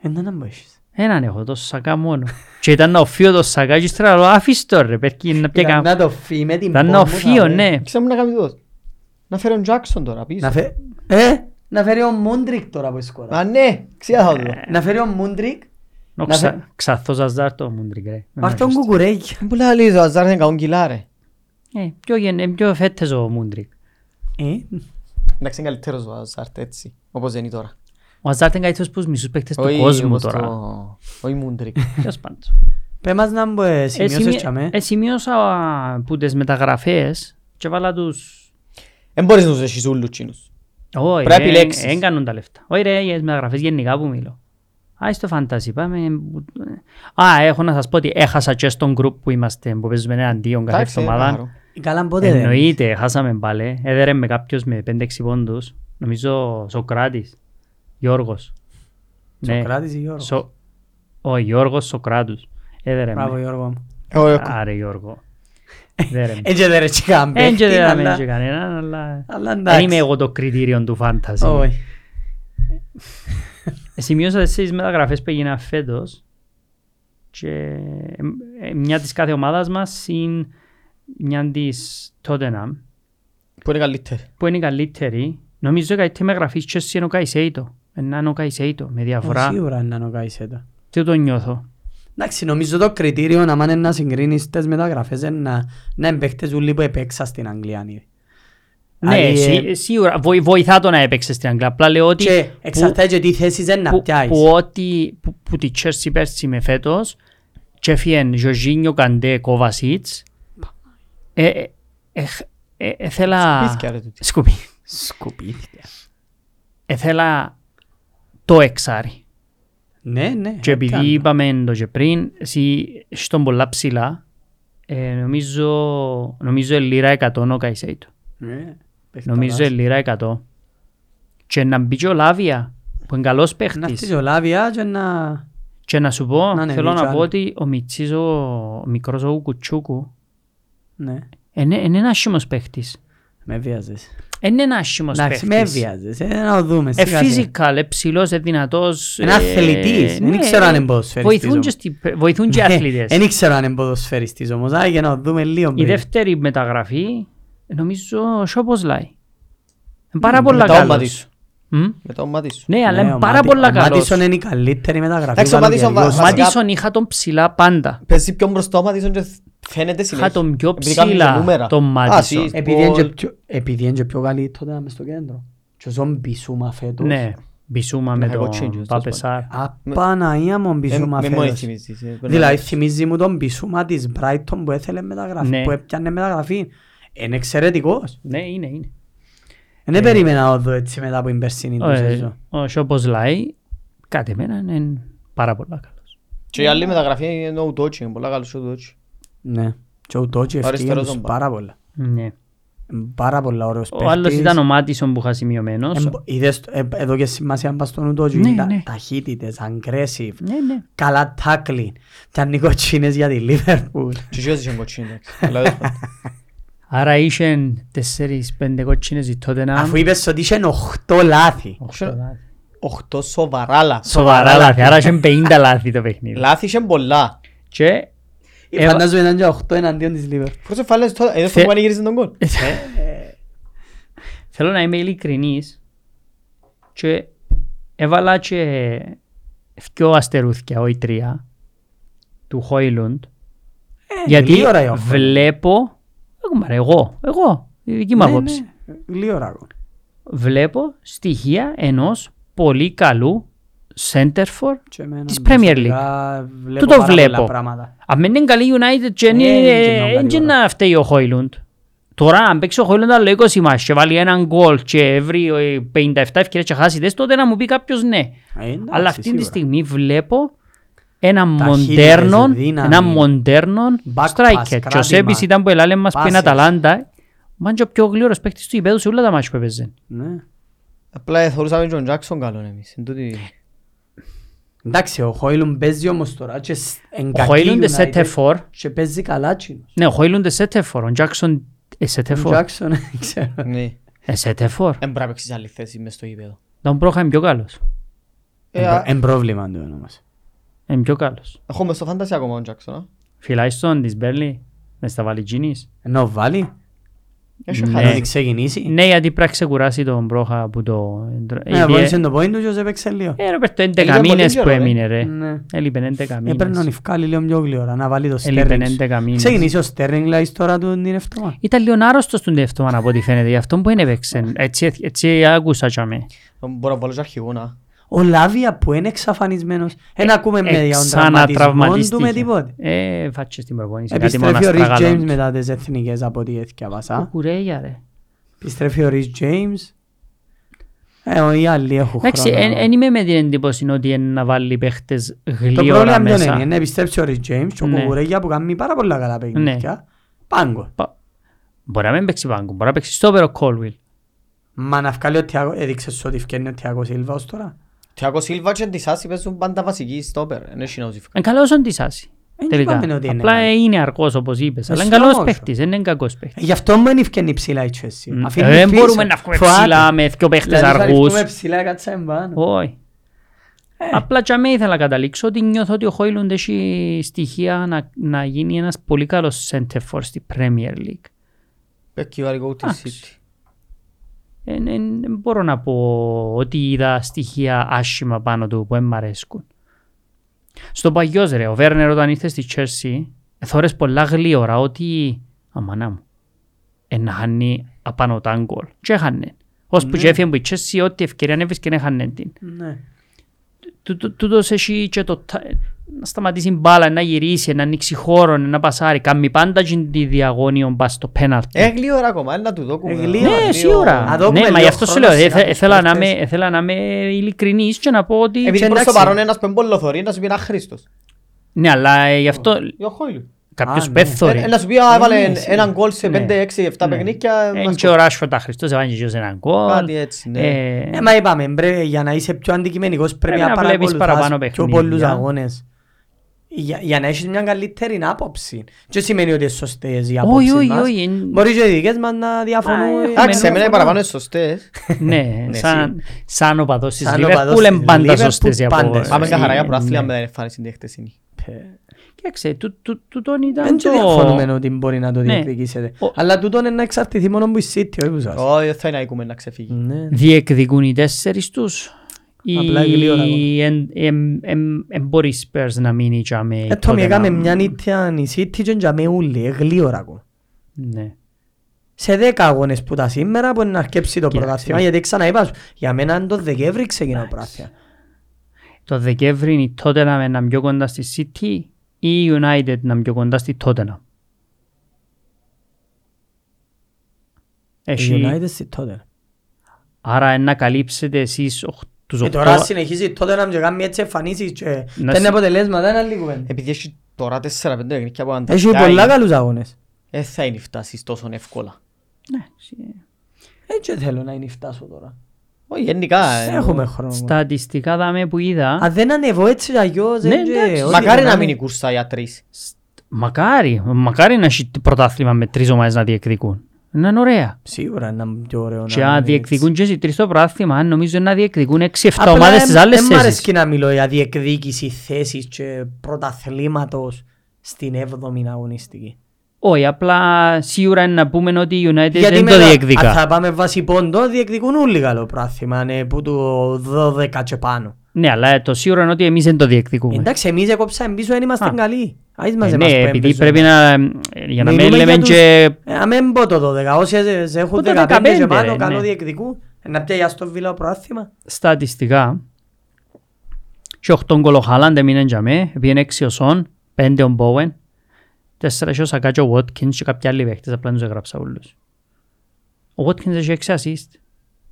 Speaker 2: Έναν να μπορείς.
Speaker 1: Έναν έχω, το Σακά μόνος. και ήταν να οφείω το Σακά και ύστερα λέω αφήσ' το ρε, πέρκει να πιέκα.
Speaker 2: Να το φύγει με την
Speaker 1: Ήταν να
Speaker 2: πόρτα,
Speaker 1: οφείω,
Speaker 2: ρε.
Speaker 1: ναι.
Speaker 3: Ξέρω μου να κάνει δώσεις. Να φέρουν Jackson τώρα πίσω.
Speaker 2: Να φε- Ε, να φέρει ο Μούντρικ τώρα που σκορά.
Speaker 3: Α ναι,
Speaker 1: Ε.
Speaker 3: ξέρω θα το δω.
Speaker 2: Να φέρει ο Μούντρικ,
Speaker 1: Ο
Speaker 2: Να
Speaker 1: ξα-
Speaker 2: φε-
Speaker 1: Ξαθός Αζάρ το Μούντρικ ρε. Με
Speaker 2: πάρ' τον
Speaker 1: μάχεστε.
Speaker 2: κουκουρέκι.
Speaker 3: Που λέει ο Αζάρ είναι καόν κιλά ρε.
Speaker 1: Ε, πιο γενε- πιο φέτες ο Μούντρικ.
Speaker 2: Ε,
Speaker 3: Εντάξει είναι καλύτερος ο Αζάρ έτσι, όπως είναι τώρα.
Speaker 1: Ο Αζάρ ήταν καλύτερος που τους μισούς παίκτες του
Speaker 3: Όχι
Speaker 1: κόσμου
Speaker 3: όπως
Speaker 1: τώρα.
Speaker 3: το- Όχι Μούντρικ.
Speaker 1: Τέλος πάντων.
Speaker 2: Πες μας να μου ε, σημειώσεις και αμέ.
Speaker 1: Ε, σημείωσα α, που τις μεταγραφές και βάλα τους...
Speaker 3: Δεν μπορείς να τους έχεις όλους τσίνους.
Speaker 1: Όχι,
Speaker 3: Πρέπει
Speaker 1: ρε,
Speaker 3: λέξεις.
Speaker 1: εν κάνουν τα λεφτά. Όχι ρε, για τις μεταγραφές γενικά που μιλώ. Α, στο φαντάζι, πάμε... ε, Α, έχω να σας πω ότι έχασα και στον group που είμαστε, που παίζουμε εναντίον κάθε
Speaker 3: Εντάξει, ε,
Speaker 1: εβδομάδα.
Speaker 3: καθαρό.
Speaker 2: Καλά πότε
Speaker 1: ε,
Speaker 2: δεν.
Speaker 1: Εννοείται, χάσαμε πάλι. Έδερε με κάποιος με 5-6 πόντους. Νομίζω Σοκράτης, Γιώργος. Ναι.
Speaker 2: Σοκράτης ή Γιώργος.
Speaker 1: Σο... Ο Γιώργος Σοκράτους. Έδερε
Speaker 2: Μπράβο
Speaker 1: με.
Speaker 2: Γιώργο Ε, μου.
Speaker 3: Ε,
Speaker 1: Άρε Γιώργο. Έδερε με.
Speaker 2: Έτσι δεν ρε τσικάμε.
Speaker 1: Δεν ξέρω Ναι. και κανέναν, αλλά
Speaker 2: Αλλά
Speaker 1: δεν
Speaker 2: ε, εντάξει.
Speaker 1: είμαι εγώ το κριτήριο του φάνταση.
Speaker 2: Όχι.
Speaker 1: Σημειώσα εσείς μεταγραφές που έγιναν φέτος και ε, ε, μια της κάθε ομάδας μας είναι μια της Tottenham
Speaker 3: Που είναι καλύτερη.
Speaker 1: που είναι η καλύτερη. Νομίζω η καλύτερη μεταγραφή της Chelsea είναι ο Καϊσέιτο. Ένα είναι ο Καϊσέιτο με
Speaker 2: Ε,
Speaker 1: διαφορά.
Speaker 2: Σίγουρα είναι να κάνεις εδώ.
Speaker 1: Τι το νιώθω.
Speaker 2: Εντάξει, νομίζω το κριτήριο να μάνε να συγκρίνεις τις μεταγραφές είναι να, να εμπαίχτες ούλοι που επέξα στην Αγγλία. ναι.
Speaker 1: Ναι,
Speaker 2: Δηλαδή, ε,
Speaker 1: σί- σίγουρα. βοη- Βοηθά το να έπαιξες στην Αγγλία. Απλά λέω ότι...
Speaker 2: Και
Speaker 1: που-
Speaker 2: εξαρτάται και τι θέσεις είναι να
Speaker 1: που,
Speaker 2: πιάσεις.
Speaker 1: που ό,τι που, που τη Chelsea πέρσι με φέτος και έφυγαν Ζωζίνιο, Καντέ, Κόβασιτς ε, ε, ε, ε, έθελα
Speaker 3: Σπίθκια, ρε, τούτη.
Speaker 1: σκουπί
Speaker 2: Σκουπίδια.
Speaker 1: έθελα το εξάρι
Speaker 2: Ναι, ναι.
Speaker 1: και
Speaker 2: έπιανα.
Speaker 1: επειδή είπαμε το και πριν εσύ είσαι τον πολλά ψηλά ε, νομίζω νομίζω η λίρα 100 ο Καϊσέιτο
Speaker 2: Ναι, παίχτα
Speaker 1: νομίζω η
Speaker 2: βάση.
Speaker 1: λίρα 100 και να μπει και ο Λάβια που είναι καλός
Speaker 2: Να έρθει
Speaker 1: παίχτης
Speaker 2: και ο Λάβια και να...
Speaker 1: Και να σου πω,
Speaker 2: Να ναι, ανεβεί
Speaker 1: θέλω
Speaker 2: κι
Speaker 1: να
Speaker 2: άλλο.
Speaker 1: πω ότι ο Μιτσής ο, ο μικρός ο Κουτσούκου
Speaker 2: Ναι.
Speaker 1: είναι, είναι ένας άσχημος παίχτης.
Speaker 2: Με βιάζεις.
Speaker 1: Είναι ένα άσχημος
Speaker 2: Εντάξει, με
Speaker 1: παίχτης.
Speaker 2: βιάζεις. Ε, Να το δούμε.
Speaker 1: Ε,
Speaker 2: σιγά σιγά.
Speaker 1: φυσικά, ε, ψηλός, ε, δυνατός.
Speaker 2: Είναι αθλητής. Δεν ξέρω αν είναι ποδοσφαιριστής
Speaker 1: Βοηθούν και,
Speaker 2: όμως.
Speaker 1: στη, βοηθούν και
Speaker 2: Ναι,
Speaker 1: αθλητές.
Speaker 2: Δεν ξέρω αν είναι ποδοσφαιριστής όμως. Άρα για να το δούμε λίγο
Speaker 1: Η
Speaker 2: πριν.
Speaker 1: δεύτερη μεταγραφή, νομίζω, Σόπος Λάι. Είναι πάρα πολλά
Speaker 3: Με τα όμπα
Speaker 1: καλός.
Speaker 3: της.
Speaker 1: Μμ.
Speaker 3: Με το μάτι σου.
Speaker 1: Ναι, αλλά
Speaker 2: Ναι,
Speaker 1: είναι
Speaker 2: ο
Speaker 1: πάρα
Speaker 2: Μάτι-
Speaker 1: πολλά
Speaker 2: ο
Speaker 1: καλός.
Speaker 2: Μάτισον είναι η καλύτερη μεταγραφή.
Speaker 3: Εντάξει, ο Μάτισον
Speaker 2: καλοκαιριός.
Speaker 1: Ο
Speaker 3: βασικά-
Speaker 1: Μάτισον είχα τον ψηλά πάντα.
Speaker 3: Παίζει πιο μπροστά ο Μάτισον και φαίνεται συνέχεια.
Speaker 1: Είχα τον πιο
Speaker 3: Επειδή κάνει
Speaker 1: ψηλά,
Speaker 3: και νούμερα.
Speaker 1: τον
Speaker 3: Α,
Speaker 1: Μάτισον.
Speaker 3: εσύ,
Speaker 2: Επειδή είναι και
Speaker 3: Πολ.
Speaker 2: πιο- Επειδή είναι και πιο καλή τότε να είμαι στο κέντρο. Και ο Ζομπισούμα φέτος.
Speaker 1: Ναι, μπισούμα με
Speaker 3: Ναι, εγώ
Speaker 1: τον
Speaker 3: changes,
Speaker 1: Παπεσάρ.
Speaker 2: Απαναία μου ο
Speaker 3: Ε,
Speaker 2: Μπισούμα
Speaker 3: με μόνοι
Speaker 2: φέτος.
Speaker 3: θυμίζεις, ε, πρέπει να-
Speaker 2: Δηλαδή θυμίζει μου τον Μπισούμα της Brighton που έθελε μεταγραφή,
Speaker 1: Ναι.
Speaker 2: που έπιανε μεταγραφή. Είναι εξαιρετικός.
Speaker 1: Ναι, είναι, είναι.
Speaker 2: Δεν
Speaker 1: Ναι.
Speaker 2: περίμενα να το δω έτσι μετά από την περσίνη του
Speaker 1: Ο-
Speaker 2: σεζόν.
Speaker 1: Ε, Ο Σόπος Λάι, κάτι εμένα ναι, είναι πάρα πολλά καλός.
Speaker 3: Και η άλλη μεταγραφή είναι ο Ουτότσι, είναι πολλά καλός ο Ουτότσι.
Speaker 2: Ναι. Και ο Τότσι ευκήγε
Speaker 3: αριστερός
Speaker 2: τους
Speaker 3: ζομπά.
Speaker 2: πάρα πολλά.
Speaker 1: Ναι.
Speaker 2: Πάρα πολλά ωραίος
Speaker 1: Ο άλλος
Speaker 2: παίχτης.
Speaker 1: ήταν ο Μάτισον που είχα σημειωμένος.
Speaker 2: Εμ- είδες το- ε, Εδώ και σημασία αν πας στον Ουτότσι.
Speaker 1: Ναι,
Speaker 2: τα-
Speaker 1: ναι.
Speaker 2: Ταχύτητες, aggressive,
Speaker 1: Ναι, ναι.
Speaker 2: καλά tackling. Ήταν οι κοτσίνες για τη Λίβερπουλ.
Speaker 3: Και ο Γιώργος είχε κοτσίνη, εντάξει. Αλλά δεν-
Speaker 1: Άρα είχε τέσσερις πέντε κότσινες η τότε να...
Speaker 2: Αφού είπες ότι είχε 8 λάθη.
Speaker 3: Οχτώ σοβαρά λάθη.
Speaker 1: Σοβαρά λάθη, άρα είχε 50 λάθη το παιχνίδι.
Speaker 3: Λάθη είχε πολλά.
Speaker 1: Και Ε,
Speaker 2: Φαντάζομαι ήταν και 8 εναντίον της Λίβερπουλ.
Speaker 3: Πώς σε φάλες τώρα, εδώ
Speaker 1: Θε-
Speaker 3: στο πανηγύρισε τον κόλ.
Speaker 1: θέλω να είμαι ειλικρινής και Έβαλα και δυο αστερούθια, όχι τρία, του Χόιλουντ. γιατί
Speaker 2: Ε, λίγη ώρα η αγώνα.
Speaker 1: βλέπω, ακόμα ρε, εγώ, εγώ, η δική μου
Speaker 2: Ναι,
Speaker 1: άποψη.
Speaker 2: ναι. Λίγο ράγο.
Speaker 1: Βλέπω στοιχεία ενός πολύ καλού center for
Speaker 2: Και εμένα
Speaker 1: Της Premier
Speaker 2: προσωπικά Βλέπω
Speaker 1: Τούτο
Speaker 2: πάρα πολλά
Speaker 1: βλέπω.
Speaker 2: πράγματα.
Speaker 1: Αν δεν είναι καλή United και
Speaker 2: Ναι, είναι
Speaker 1: είναι-
Speaker 2: καλή
Speaker 1: δεν και
Speaker 2: ώρα.
Speaker 1: να φταίει ο Χόιλουντ. Τώρα αν παίξει ο Χόιλουντ άλλο 20 μάτς και βάλει έναν γκολ και βρει ε, 57 ευκαιρίες και χάσει τες, τότε να μου πει κάποιος ναι.
Speaker 2: Ε, εντάξει,
Speaker 1: Αλλά αυτή τη
Speaker 2: σίγουρα.
Speaker 1: στιγμή βλέπω ένα
Speaker 2: Ταχύτητες,
Speaker 1: μοντέρνο,
Speaker 2: δύναμη.
Speaker 1: ένα μοντέρνο
Speaker 2: Back
Speaker 1: striker.
Speaker 2: pass,
Speaker 1: Και ο Σέπης
Speaker 2: κράτημα.
Speaker 1: ήταν που ελάλε μας
Speaker 2: Passes.
Speaker 1: πριν Αταλάντα. Μα και ο πιο γλύωρος παίκτης του υπέδου σε όλα τα μάτια που έπαιζε.
Speaker 2: Ναι.
Speaker 3: Απλά ε, θεωρούσαμε τον Τζάκσον καλό εμείς. Εν τούτη-
Speaker 2: Εντάξει, ο Χόιλουν παίζει όμως τώρα και σ- εν
Speaker 1: Ο
Speaker 2: κακή
Speaker 1: Χόιλουντ
Speaker 2: United
Speaker 1: εσέτε φορ.
Speaker 2: Και παίζει καλά τσινος.
Speaker 1: Ναι, ο Χόιλουντ εσέτε φορ. Ο Τζάκσον εσέτε
Speaker 2: Ο
Speaker 1: φορ.
Speaker 2: Τζάκσον, δεν ξέρω.
Speaker 3: Ναι.
Speaker 1: Εσέτε φορ.
Speaker 3: Εν πρέπει να παίξεις άλλη θέση μες στο γήπεδο.
Speaker 1: Τον Μπρόχα είναι πιο καλός.
Speaker 3: Ε, α-
Speaker 2: Εν πρόβλημα του είναι όμως.
Speaker 1: Ε, Είναι πιο καλός.
Speaker 3: Έχω μες στο φαντασία ακόμα τον Τζάκσον. α.
Speaker 1: Φυλάει στον της Μπέρλι. Να στα βάλει τζίνης.
Speaker 2: Ενώ βάλει,
Speaker 3: Έχει
Speaker 1: Ναι.
Speaker 2: να
Speaker 3: χάσει.
Speaker 2: την ξεκινήσει.
Speaker 1: Ναι, γιατί πρέπει να ξεκουράσει τον Μπρόχα από το...
Speaker 2: Ναι,
Speaker 1: Ήδη-
Speaker 2: βοήθησε το point του και ως έπαιξε λίγο.
Speaker 1: Ε, ρε, πες το 11
Speaker 3: Έλειπε πολύ
Speaker 1: μήνες που
Speaker 3: καιρό, ε.
Speaker 1: έμεινε, ρε.
Speaker 2: Ναι.
Speaker 1: Έλειπε 11
Speaker 2: Έπαιρνε ο
Speaker 1: μήνες.
Speaker 2: Νιφκάλη λίγο πιο γλυόρα να βάλει το
Speaker 1: Έλειπε
Speaker 2: Στέρλινγκ.
Speaker 1: 11 μήνες.
Speaker 2: Ξεκινήσει ο Στέρλινγκ λάζεις τώρα του την εύτομα.
Speaker 1: Ήταν λίγο άρρωστος στον δεύτερο, από ό,τι φαίνεται. Γι' αυτό που δεν έπαιξε. Έτσι, έτσι άκουσα και με.
Speaker 3: Ε, Μπορώ να βάλω και αρχηγό να.
Speaker 2: Ο Λάβια που είναι
Speaker 1: Ε,
Speaker 2: εξαφανισμένος. Δεν Ε, ακούμε με για τον τραυματισμό του με
Speaker 1: Ξανατραυματίστηκε.
Speaker 2: τίποτε.
Speaker 1: Ε, φάτσε στην προπόνηση. Κάτι
Speaker 2: Επιστρέφει
Speaker 1: μόνος
Speaker 2: ο Ρις Τζέιμς
Speaker 1: αστραγάλα.
Speaker 2: μετά τις εθνικές από ό,τι έθιαβασα.
Speaker 1: Κουρέγια ρε.
Speaker 2: Επιστρέφει ο Ρις Τζέιμς. Ε, ο- οι άλλοι έχουν
Speaker 1: Εντάξει,
Speaker 2: χρόνο.
Speaker 1: εν- εν είμαι με την εντύπωση ότι είναι να βάλει παίχτες
Speaker 2: Το
Speaker 1: γλύωρα
Speaker 2: πρόβλημα ποιον
Speaker 1: μέσα.
Speaker 2: είναι, είναι επιστρέψει ο Ρις Τζέιμς και ο
Speaker 1: Ναι.
Speaker 2: Κουκουρέγια που κάνει πάρα πολλά καλά παιχνίδια. Πάγκο.
Speaker 1: Πα- Μπορεί να μην παίξει πάγκο, μπορεί να παίξει στο πέρο Κόλουιλ.
Speaker 2: Μα να βγάλει ο Τιάκο, έδειξες σου ότι ευκαιρνεί ο Τιάκο Σίλβα ως τώρα.
Speaker 3: Τιάκο Σίλβα και Ντισάση παίζουν πάντα βασικοί στόπερ. Εν έχει να τους
Speaker 1: Είναι καλός ο Ντισάση.
Speaker 2: Εν
Speaker 1: Τελικά.
Speaker 2: Ε, είπαμε ότι είναι
Speaker 1: Απλά
Speaker 2: καλός.
Speaker 1: είναι αργός όπως είπες. Αλλά είναι
Speaker 2: slow
Speaker 1: καλός
Speaker 2: motion.
Speaker 1: παίχτης, δεν είναι κακός
Speaker 2: Ε,
Speaker 1: παίχτης.
Speaker 2: Γι' αυτό μην ευκαιρνεί ψηλά η Chelsea.
Speaker 1: Μ,
Speaker 2: Ε, Αφήνει
Speaker 1: Δεν
Speaker 2: πίσω.
Speaker 1: Ε, μπορούμε να βγούμε
Speaker 2: Φοάται.
Speaker 1: ψηλά με δυο παίχτες
Speaker 2: Δηλαδή, θα
Speaker 1: αργούς.
Speaker 2: βγούμε ψηλά, Ε. κάτσε ναι. εμπάνω.
Speaker 1: Όχι. Απλά και αμέ ήθελα να καταλήξω ότι νιώθω ότι ο Χόιλουντ έχει στοιχεία να, να γίνει ένας πολύ καλός center for στη Premier League.
Speaker 3: Παίκει ο Αργό της City.
Speaker 1: Ε, ναι, Δεν μπορώ να πω ότι είδα στοιχεία άσχημα πάνω του που δεν μ' αρέσκουν. Στον παγιός ρε, ο Βέρνερ όταν ήρθε στη Τσέρσι, θόρες πολλά γλύωρα ότι αμανά μου, εν να χάνει απάνω τα γκολ. Και έχανε. Ως που και έφυγε που η Τσέρσι ό,τι ευκαιρία έβρισκε να έχανε την.
Speaker 2: Ναι.
Speaker 1: Του- του- τούτος έχει και το τα- να σταματήσει μπάλα, να γυρίσει, να ανοίξει χώρο, να πασάρει. Κάνει πάντα τζιν τη διαγώνιο μπας στο πέναλτι.
Speaker 3: Ε, γλύωρα ακόμα, είναι να του δώκουμε.
Speaker 2: Ε,
Speaker 3: να-
Speaker 2: γλύωρα.
Speaker 1: ναι,
Speaker 3: γλύωρα.
Speaker 2: Να
Speaker 1: σίγουρα.
Speaker 2: δούμε
Speaker 1: Ναι,
Speaker 2: λίγο
Speaker 1: μα γι' αυτό σου
Speaker 2: χρόνος
Speaker 1: λέω.
Speaker 2: σε
Speaker 1: έθε-
Speaker 2: κάποιους
Speaker 1: Ήθελα να είμαι-
Speaker 2: παίκτες.
Speaker 1: ήθελα να είμαι ειλικρινής και να πω ότι...
Speaker 3: Ε, Επειδή προς το
Speaker 2: εντάξει.
Speaker 3: παρόν ένας που είναι πολλοθωρή, να σου πει ένα Χρήστος.
Speaker 1: Ναι, αλλά ε, γι' αυτό
Speaker 3: Ή ο Χόιλου.
Speaker 1: κάποιος
Speaker 2: ναι.
Speaker 3: Ε,
Speaker 1: πέθωρε.
Speaker 3: ε, Να σου πει, α, έβαλε
Speaker 2: Ναι, σίγουρα.
Speaker 3: έναν γκολ σε
Speaker 1: Ναι.
Speaker 3: 5, 6, 7
Speaker 1: Ναι.
Speaker 3: παιχνίκια.
Speaker 1: Ε,
Speaker 3: μας
Speaker 1: Και ο Ράσφορτα Χριστός έβαλε και έναν γκολ.
Speaker 3: Κάτι έτσι, ναι.
Speaker 1: Ε,
Speaker 2: Ε, μα είπαμε, μπρε, για να είσαι πιο αντικειμενικός πρέπει,
Speaker 1: Πρέπει
Speaker 2: να,
Speaker 1: να βλέπεις παραπάνω
Speaker 2: παρακολουθάς πιο
Speaker 1: παιχνίδια.
Speaker 2: πολλούς αγώνες. Για, για να έχεις μια καλύτερη άποψη. Και σημαίνει ότι είναι σωστές οι
Speaker 1: Όχι,
Speaker 2: απόψεις
Speaker 1: όχι,
Speaker 2: μας.
Speaker 1: όχι. εν-
Speaker 2: Μπορείς και οι δικές μας να διαφωνούν.
Speaker 1: Α,
Speaker 3: Εντάξει,
Speaker 1: Εμένα
Speaker 3: εμένα οι
Speaker 2: διαφωνούν.
Speaker 3: παραπάνω είναι σωστές.
Speaker 1: Ναι,
Speaker 3: Ναι,
Speaker 1: σαν, σαν οπαδός της
Speaker 2: Σαν οπαδός
Speaker 1: Λίβερπουλ
Speaker 2: της
Speaker 1: είναι πάντα
Speaker 2: Liverpool,
Speaker 1: σωστές οι
Speaker 2: πάντα.
Speaker 1: απόψεις.
Speaker 3: Πάμε καθαρά για
Speaker 1: Ε,
Speaker 3: προάθλια
Speaker 1: ναι.
Speaker 3: με την εμφάνιση την χτεσινή.
Speaker 2: Πε.
Speaker 1: Κοίταξε, τού- τού- τούτον ήταν
Speaker 2: Δεν και
Speaker 1: Ε, το...
Speaker 2: διαφωνούμε ότι μπορεί να το
Speaker 1: Ναι.
Speaker 2: διεκδικήσετε.
Speaker 1: Ο-
Speaker 2: Αλλά τούτο είναι να εξαρτηθεί μόνο από η City, όχι που σας.
Speaker 3: Όχι, θα είναι αίκουμε να ξεφύγει.
Speaker 2: Ναι.
Speaker 1: διεκδικούν οι τέσσερις τους ή
Speaker 2: Απλά γλύωρα ακόμα.
Speaker 1: δεν μπορεί οι Spurs να μείνει για με
Speaker 2: Ε,
Speaker 1: η
Speaker 2: Τόμι,
Speaker 1: Tottenham.
Speaker 2: έκαμε μια νύχτα η City και για με ούλη, ε, γλύωρα ακόμα.
Speaker 1: Ναι.
Speaker 2: σε 10 αγώνες που τα σήμερα μπορεί να αρκέψει το
Speaker 1: Κοίταξε.
Speaker 2: πρωτάθλημα γιατί ξαναείπας σου, για μένα είναι το Δεκέμβρη ξεκινά το πρωτάθλημα.
Speaker 1: Το Δεκέμβρη η Tottenham να πιο κοντά στη City ή η United να πιο κοντά στη Tottenham.
Speaker 2: Η
Speaker 1: Έχει,
Speaker 2: United στη τότε.
Speaker 1: άρα να καλύψετε εσείς οχ- τους
Speaker 2: Και
Speaker 1: οχτώ.
Speaker 2: Ε, τώρα συνεχίζει τότε να μου κάνει έτσι εμφανίσεις και
Speaker 1: Να
Speaker 2: δεν
Speaker 1: συ-
Speaker 2: αποτελέσματα, είναι άλλη κουβέντα.
Speaker 3: Επειδή έχει τώρα 4-5 παιχνίκια που αν τα
Speaker 2: Έχει
Speaker 3: πιάει,
Speaker 2: πολλά καλούς αγώνες.
Speaker 3: Δεν θα είναι φτάσεις τόσο εύκολα.
Speaker 1: Ναι, συ-
Speaker 2: Έτσι Ε, θέλω να είναι φτάσω τώρα.
Speaker 3: Όχι, γενικά. ε,
Speaker 2: Έχουμε χρόνο.
Speaker 1: Στατιστικά δάμε που είδα,
Speaker 2: Αν δεν ανεβώ έτσι αλλιώς...
Speaker 1: Ναι,
Speaker 2: δεν και-
Speaker 1: εντάξει.
Speaker 2: ό,τι
Speaker 3: ε, Μακάρι
Speaker 2: και
Speaker 3: να
Speaker 2: είναι.
Speaker 3: μείνει η κουρσά για τρεις.
Speaker 1: μακάρι, μακάρι να έχει πρωτάθλημα με τρεις ομάδες να διεκδικούν. Να είναι ωραία.
Speaker 2: Σίγουρα είναι πιο ωραίο να
Speaker 1: Και
Speaker 2: είναι
Speaker 1: αν
Speaker 2: έτσι.
Speaker 1: διεκδικούν και οι τρεις το πράθυμα, αν νομίζω να διεκδικούν 6-7
Speaker 2: Απλά
Speaker 1: ομάδες στις
Speaker 2: εμ-
Speaker 1: άλλες
Speaker 2: εμ' αρέσκει
Speaker 1: θέσεις.
Speaker 2: να μιλώ για διεκδίκηση θέσης και πρωταθλήματος στην 7η αγωνιστική.
Speaker 1: Όχι, απλά σίγουρα είναι να πούμε ότι η United
Speaker 2: Γιατί
Speaker 1: δεν το
Speaker 2: μετά,
Speaker 1: διεκδικά.
Speaker 2: αν θα πάμε βάση πόντο, διεκδικούν όλοι καλό πράθυμα, ναι, που του 12 και πάνω.
Speaker 1: Ναι, αλλά το σίγουρο είναι ότι εμείς δεν το διεκδικούμε.
Speaker 2: Εντάξει, εμείς έκοψαμε πίσω, δεν ήμασταν
Speaker 1: Α.
Speaker 2: καλοί. Άις μας
Speaker 1: Ε,
Speaker 2: εμάς
Speaker 1: ναι,
Speaker 2: που
Speaker 1: επειδή
Speaker 2: έμπαιζουν.
Speaker 1: πρέπει να. ε, για να μην
Speaker 2: Μιλούμε
Speaker 1: λέμε
Speaker 2: για τους-
Speaker 1: και.
Speaker 2: Ε, Αν μην πω το 12, όσοι ες, έχουν
Speaker 1: Ούτε
Speaker 2: 15
Speaker 1: 15
Speaker 2: και πάνω,
Speaker 1: ρε,
Speaker 2: καλό
Speaker 1: ναι.
Speaker 2: διεκδικούν. Ε, Να πιάει Αστον Βίλα προάθυμα.
Speaker 1: στατιστικά και 8 γκολ ο Χάλαντ έμεινε για με, έπιεν 6 ο Σον, 5 ο Μπόεν, 4 και ο Σακά και ο Βότκινς και κάποιοι άλλοι παίχτες, απλά τους έγραψα όλους. Ο Βότκινς έχει 6 assist.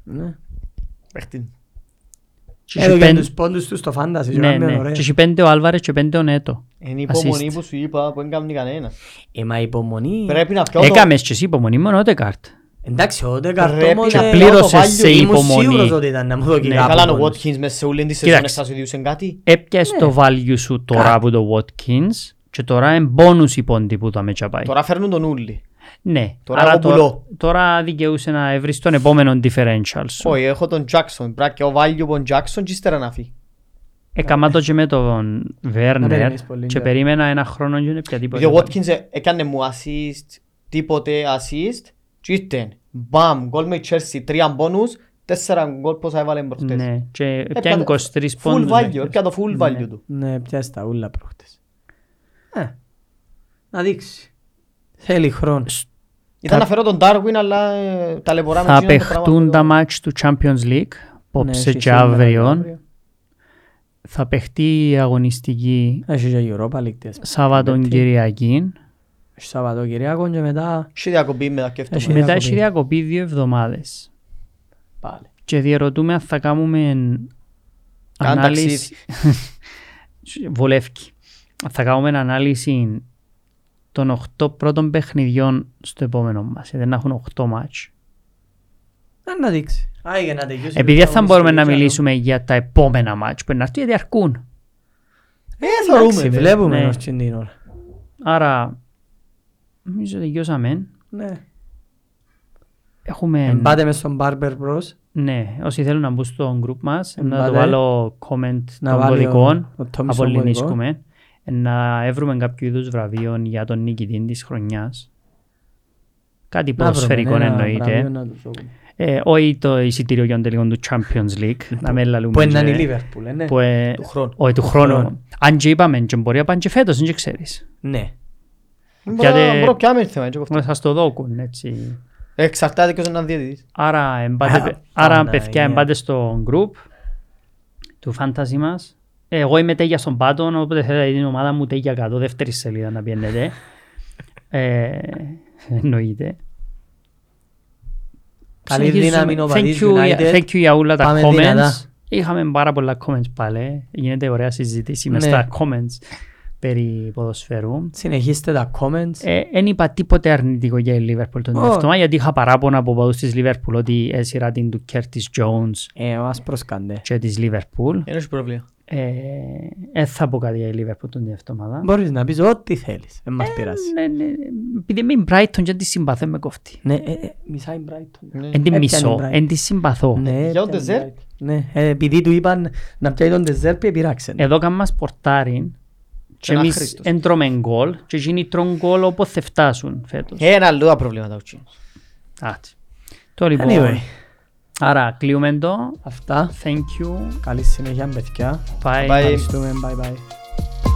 Speaker 2: Ναι.
Speaker 3: Παίχτη.
Speaker 1: Και έχει
Speaker 2: Έδωκε
Speaker 1: πεν-
Speaker 2: Ε, τους πόντους τους στο φάνταση,
Speaker 1: Ναι,
Speaker 2: ήταν
Speaker 1: ναι.
Speaker 2: ωραίο.
Speaker 1: Και έχει 5 ο Άλβαρες και 5 ο Νέτο.
Speaker 3: Είναι η
Speaker 1: Assist.
Speaker 3: υπομονή που σου είπα που δεν κάνει κανένας.
Speaker 2: Ε, μα υπομονή.
Speaker 3: Πρέπει να φτιάχνω.
Speaker 1: Έκαμες και εσύ υπομονή μόνο ούτε κάρτ.
Speaker 2: Εντάξει, ο
Speaker 3: Πρέπει
Speaker 2: Ντεκαρτ όμως...
Speaker 3: να
Speaker 2: ε,
Speaker 3: πλήρω-
Speaker 1: Απλήρωσες
Speaker 3: βάλει,
Speaker 1: σε
Speaker 2: ήμουν
Speaker 1: υπομονή.
Speaker 2: σίγουρος ότι ήταν να μου δω
Speaker 1: Ναι,
Speaker 2: κιλά
Speaker 3: Ε, Καλά
Speaker 2: από
Speaker 3: ο
Speaker 2: πόντους.
Speaker 3: Watkins μέσα σε όλη τη σεζόν
Speaker 1: Κοίταξε.
Speaker 3: εσάς οδηγούσε κάτι.
Speaker 1: Έπιασε το value σου τώρα
Speaker 2: Κάτι.
Speaker 1: από το Watkins και τώρα είναι bonus οι πόντοι που τα μέτσα πάει.
Speaker 3: Τώρα φέρνουν τον Ούλη.
Speaker 1: Ναι,
Speaker 3: Τώρα
Speaker 1: αλλά
Speaker 3: εγώ
Speaker 1: τώρα,
Speaker 3: πουλώ.
Speaker 1: τώρα δικαιούσε να βρεις τον επόμενο differential σου.
Speaker 3: Όχι, ε, έχω τον Jackson. Πρέπει και ο Βάλιο τον Jackson και ύστερα να φύγει.
Speaker 1: Έκαμα το και με τον
Speaker 2: Να
Speaker 1: Βέρνερ
Speaker 2: περιμένεις πολύ,
Speaker 1: και
Speaker 2: ναι.
Speaker 1: περίμενα ένα χρόνο και είναι πια
Speaker 3: Επειδή
Speaker 1: τίποτα.
Speaker 3: ο Watkins ε- έκανε μου assist, τίποτε assist, και ήρθε. Μπαμ, γκολ με η Chelsea, τρία bonus, τέσσερα γκολ πόσα έβαλε προχτές.
Speaker 1: Ναι, και
Speaker 3: Έπιανε-
Speaker 1: πιάνει 23
Speaker 3: Full
Speaker 1: πόντους. ναι.
Speaker 3: value,
Speaker 1: μέχρι.
Speaker 3: έπια το full value του.
Speaker 2: Ναι, πιάσει τα ούλα προχτές. Ε, να δείξει. Θέλει χρόνο.
Speaker 3: Ήταν να φέρω τον Darwin, αλλά ε, ταλαιπωράμε
Speaker 1: Θα
Speaker 3: εκείνο το πράγμα
Speaker 1: παιχτούν
Speaker 3: που-
Speaker 1: τα μάτς του Champions League,
Speaker 2: Ναι,
Speaker 1: πόψε
Speaker 2: έχει
Speaker 1: και
Speaker 2: σήμερα,
Speaker 1: αύριο.
Speaker 2: αύριο.
Speaker 1: Θα παιχτεί η αγωνιστική
Speaker 2: Έχει και Europa League τες.
Speaker 1: Σάββατον Κυριακή.
Speaker 2: Έχει Σαββατοκυριακό και μετά
Speaker 3: Έχει διακοπή μετά και
Speaker 2: Έχει
Speaker 3: αυτό.
Speaker 1: Μετά
Speaker 2: διακοπή.
Speaker 1: έχει διακοπή δύο εβδομάδες.
Speaker 2: πάλι.
Speaker 1: Και διαρωτούμε αν θα κάνουμε
Speaker 3: Κάνε
Speaker 1: ανάλυση. Βολεύκει. Αν Θα κάνουμε ανάλυση των 8 πρώτων παιχνιδιών στο επόμενο μα. Δεν να έχουν 8 μάτς.
Speaker 2: Να, Ε, να δείξει. Άι, για να τελειώσει.
Speaker 1: Επειδή δεν θα
Speaker 2: Αγωνιστική
Speaker 1: μπορούμε να
Speaker 2: και άλλο.
Speaker 1: μιλήσουμε για τα επόμενα μάτς που είναι να έρθουν, γιατί αρκούν.
Speaker 2: Ε,
Speaker 3: θεωρούμε,
Speaker 2: εντάξει,
Speaker 3: ναι.
Speaker 2: βλέπουμε
Speaker 1: Ναι.
Speaker 2: ως την την ώρα.
Speaker 1: Άρα, νομίζω ότι τελειώσαμε.
Speaker 2: Ναι.
Speaker 1: Έχουμε.
Speaker 2: Εμπάτε μες Ε, ναι. στον Barber Bros.
Speaker 1: Ναι, όσοι θέλουν να μπουν στο group μας, να
Speaker 2: Εμπάτε.
Speaker 1: το βάλω comment
Speaker 2: Να
Speaker 1: των
Speaker 2: βάλει ο-
Speaker 1: κωδικών.
Speaker 2: ο Τόμις τον
Speaker 1: Από
Speaker 2: κωδικό.
Speaker 1: Ελληνίσκουμε. Να έβρουμε κάποιο είδους βραβείων για τον νικητή της χρονιάς. Κάτι
Speaker 2: Να βρούμε
Speaker 1: ποδοσφαιρικό
Speaker 2: ένα βραβείο
Speaker 1: εννοείται.
Speaker 2: να τους δώσουμε.
Speaker 1: Ε, όχι το εισιτήριο για τον τελικό του Champions League. να με λαλούμε.
Speaker 2: Που είναι
Speaker 1: και-
Speaker 2: η Liverpool, ε, ναι.
Speaker 1: που, ε,
Speaker 3: Του χρόνου.
Speaker 1: Όχι, του
Speaker 2: χρόνου.
Speaker 1: χρόνου. Αν και είπαμε, και μπορεί να πάνε και φέτος, δεν και ξέρεις.
Speaker 2: Ναι.
Speaker 3: Μπορώ
Speaker 1: Γιατί-
Speaker 3: μπορώ πια με θέμα. έτσι, εγώ αυτό.
Speaker 1: Μπορεί να σας το δώκουν, έτσι.
Speaker 3: Εξαρτάται ποιος είναι ο διαιτητής.
Speaker 1: Άρα, εμπάτε,
Speaker 2: Α,
Speaker 1: άρα
Speaker 2: Παναγία.
Speaker 1: παιδιά, εμπάτε στο group του fantasy μας. Ε, Εγώ είμαι τέγια στον πάτον, οπότε θέλετε την ομάδα μου τέγια κάτω, δεύτερη σελίδα να πιένετε. ε, εννοείται.
Speaker 2: Καλή
Speaker 1: Συνεχίζουμε.
Speaker 2: δύναμη, ο
Speaker 1: thank,
Speaker 2: Βαδίς
Speaker 1: you, για-
Speaker 2: United.
Speaker 1: thank you για όλα τα
Speaker 2: Πάμε
Speaker 1: comments.
Speaker 2: δυνατά.
Speaker 1: Είχαμε πάρα πολλά comments πάλι. Γίνεται ωραία συζήτηση μες
Speaker 2: Ναι.
Speaker 1: στα comments περί ποδοσφαίρου.
Speaker 2: Συνεχίστε τα comments.
Speaker 1: Ε, Εν είπα τίποτε αρνητικό για η Λίβερπουλ τον
Speaker 2: Όχι.
Speaker 1: τελευταίο, γιατί είχα παράπονα από παδούς της Λίβερπουλ ότι έσυρα την του Κέρτις Jones
Speaker 2: Ε, ο άσπρος κανδέ.
Speaker 1: και της Λίβερπουλ.
Speaker 3: Δεν έχει πρόβλημα.
Speaker 1: Ε, ε, θα πω κάτι για η Λίβερπουλ τον τελευταίο εβδομάδα.
Speaker 2: Μπορείς να πεις ό,τι θέλεις. Δεν μας πειράζει.
Speaker 1: Ναι, ναι, Επειδή είμαι η Brighton και τη συμπαθώ με κοφτή.
Speaker 2: Ναι, ε, ε, μισά η Brighton.
Speaker 1: Εν τη
Speaker 2: Έπιανε η
Speaker 1: μισώ,
Speaker 2: Brighton.
Speaker 1: εν τη συμπαθώ.
Speaker 2: Ναι,
Speaker 3: Για τον
Speaker 2: έπιανε η
Speaker 3: dessert.
Speaker 2: Brighton. Ναι, ε, επειδή του είπαν να πιάει τον dessert,
Speaker 3: Ε.
Speaker 2: επειράξανε.
Speaker 1: Εδώ κάνουμε σπορτάρι και
Speaker 3: Ένα
Speaker 1: εμείς
Speaker 3: Χρήστος.
Speaker 1: εν τρώμε γκολ και εκείνοι τρών γκολ όποτε θα φτάσουν φέτος.
Speaker 3: Ε, Ένα άλλο τα προβλήματα. ο Τσίνος.
Speaker 1: Άτσι. Το λοιπόν,
Speaker 2: Anyway,
Speaker 1: άρα κλείουμε το.
Speaker 2: αυτά.
Speaker 1: Thank you.
Speaker 2: Καλή συνέχεια, παιδιά.
Speaker 1: Bye.
Speaker 3: Bye.
Speaker 2: Ευχαριστούμε. Bye bye.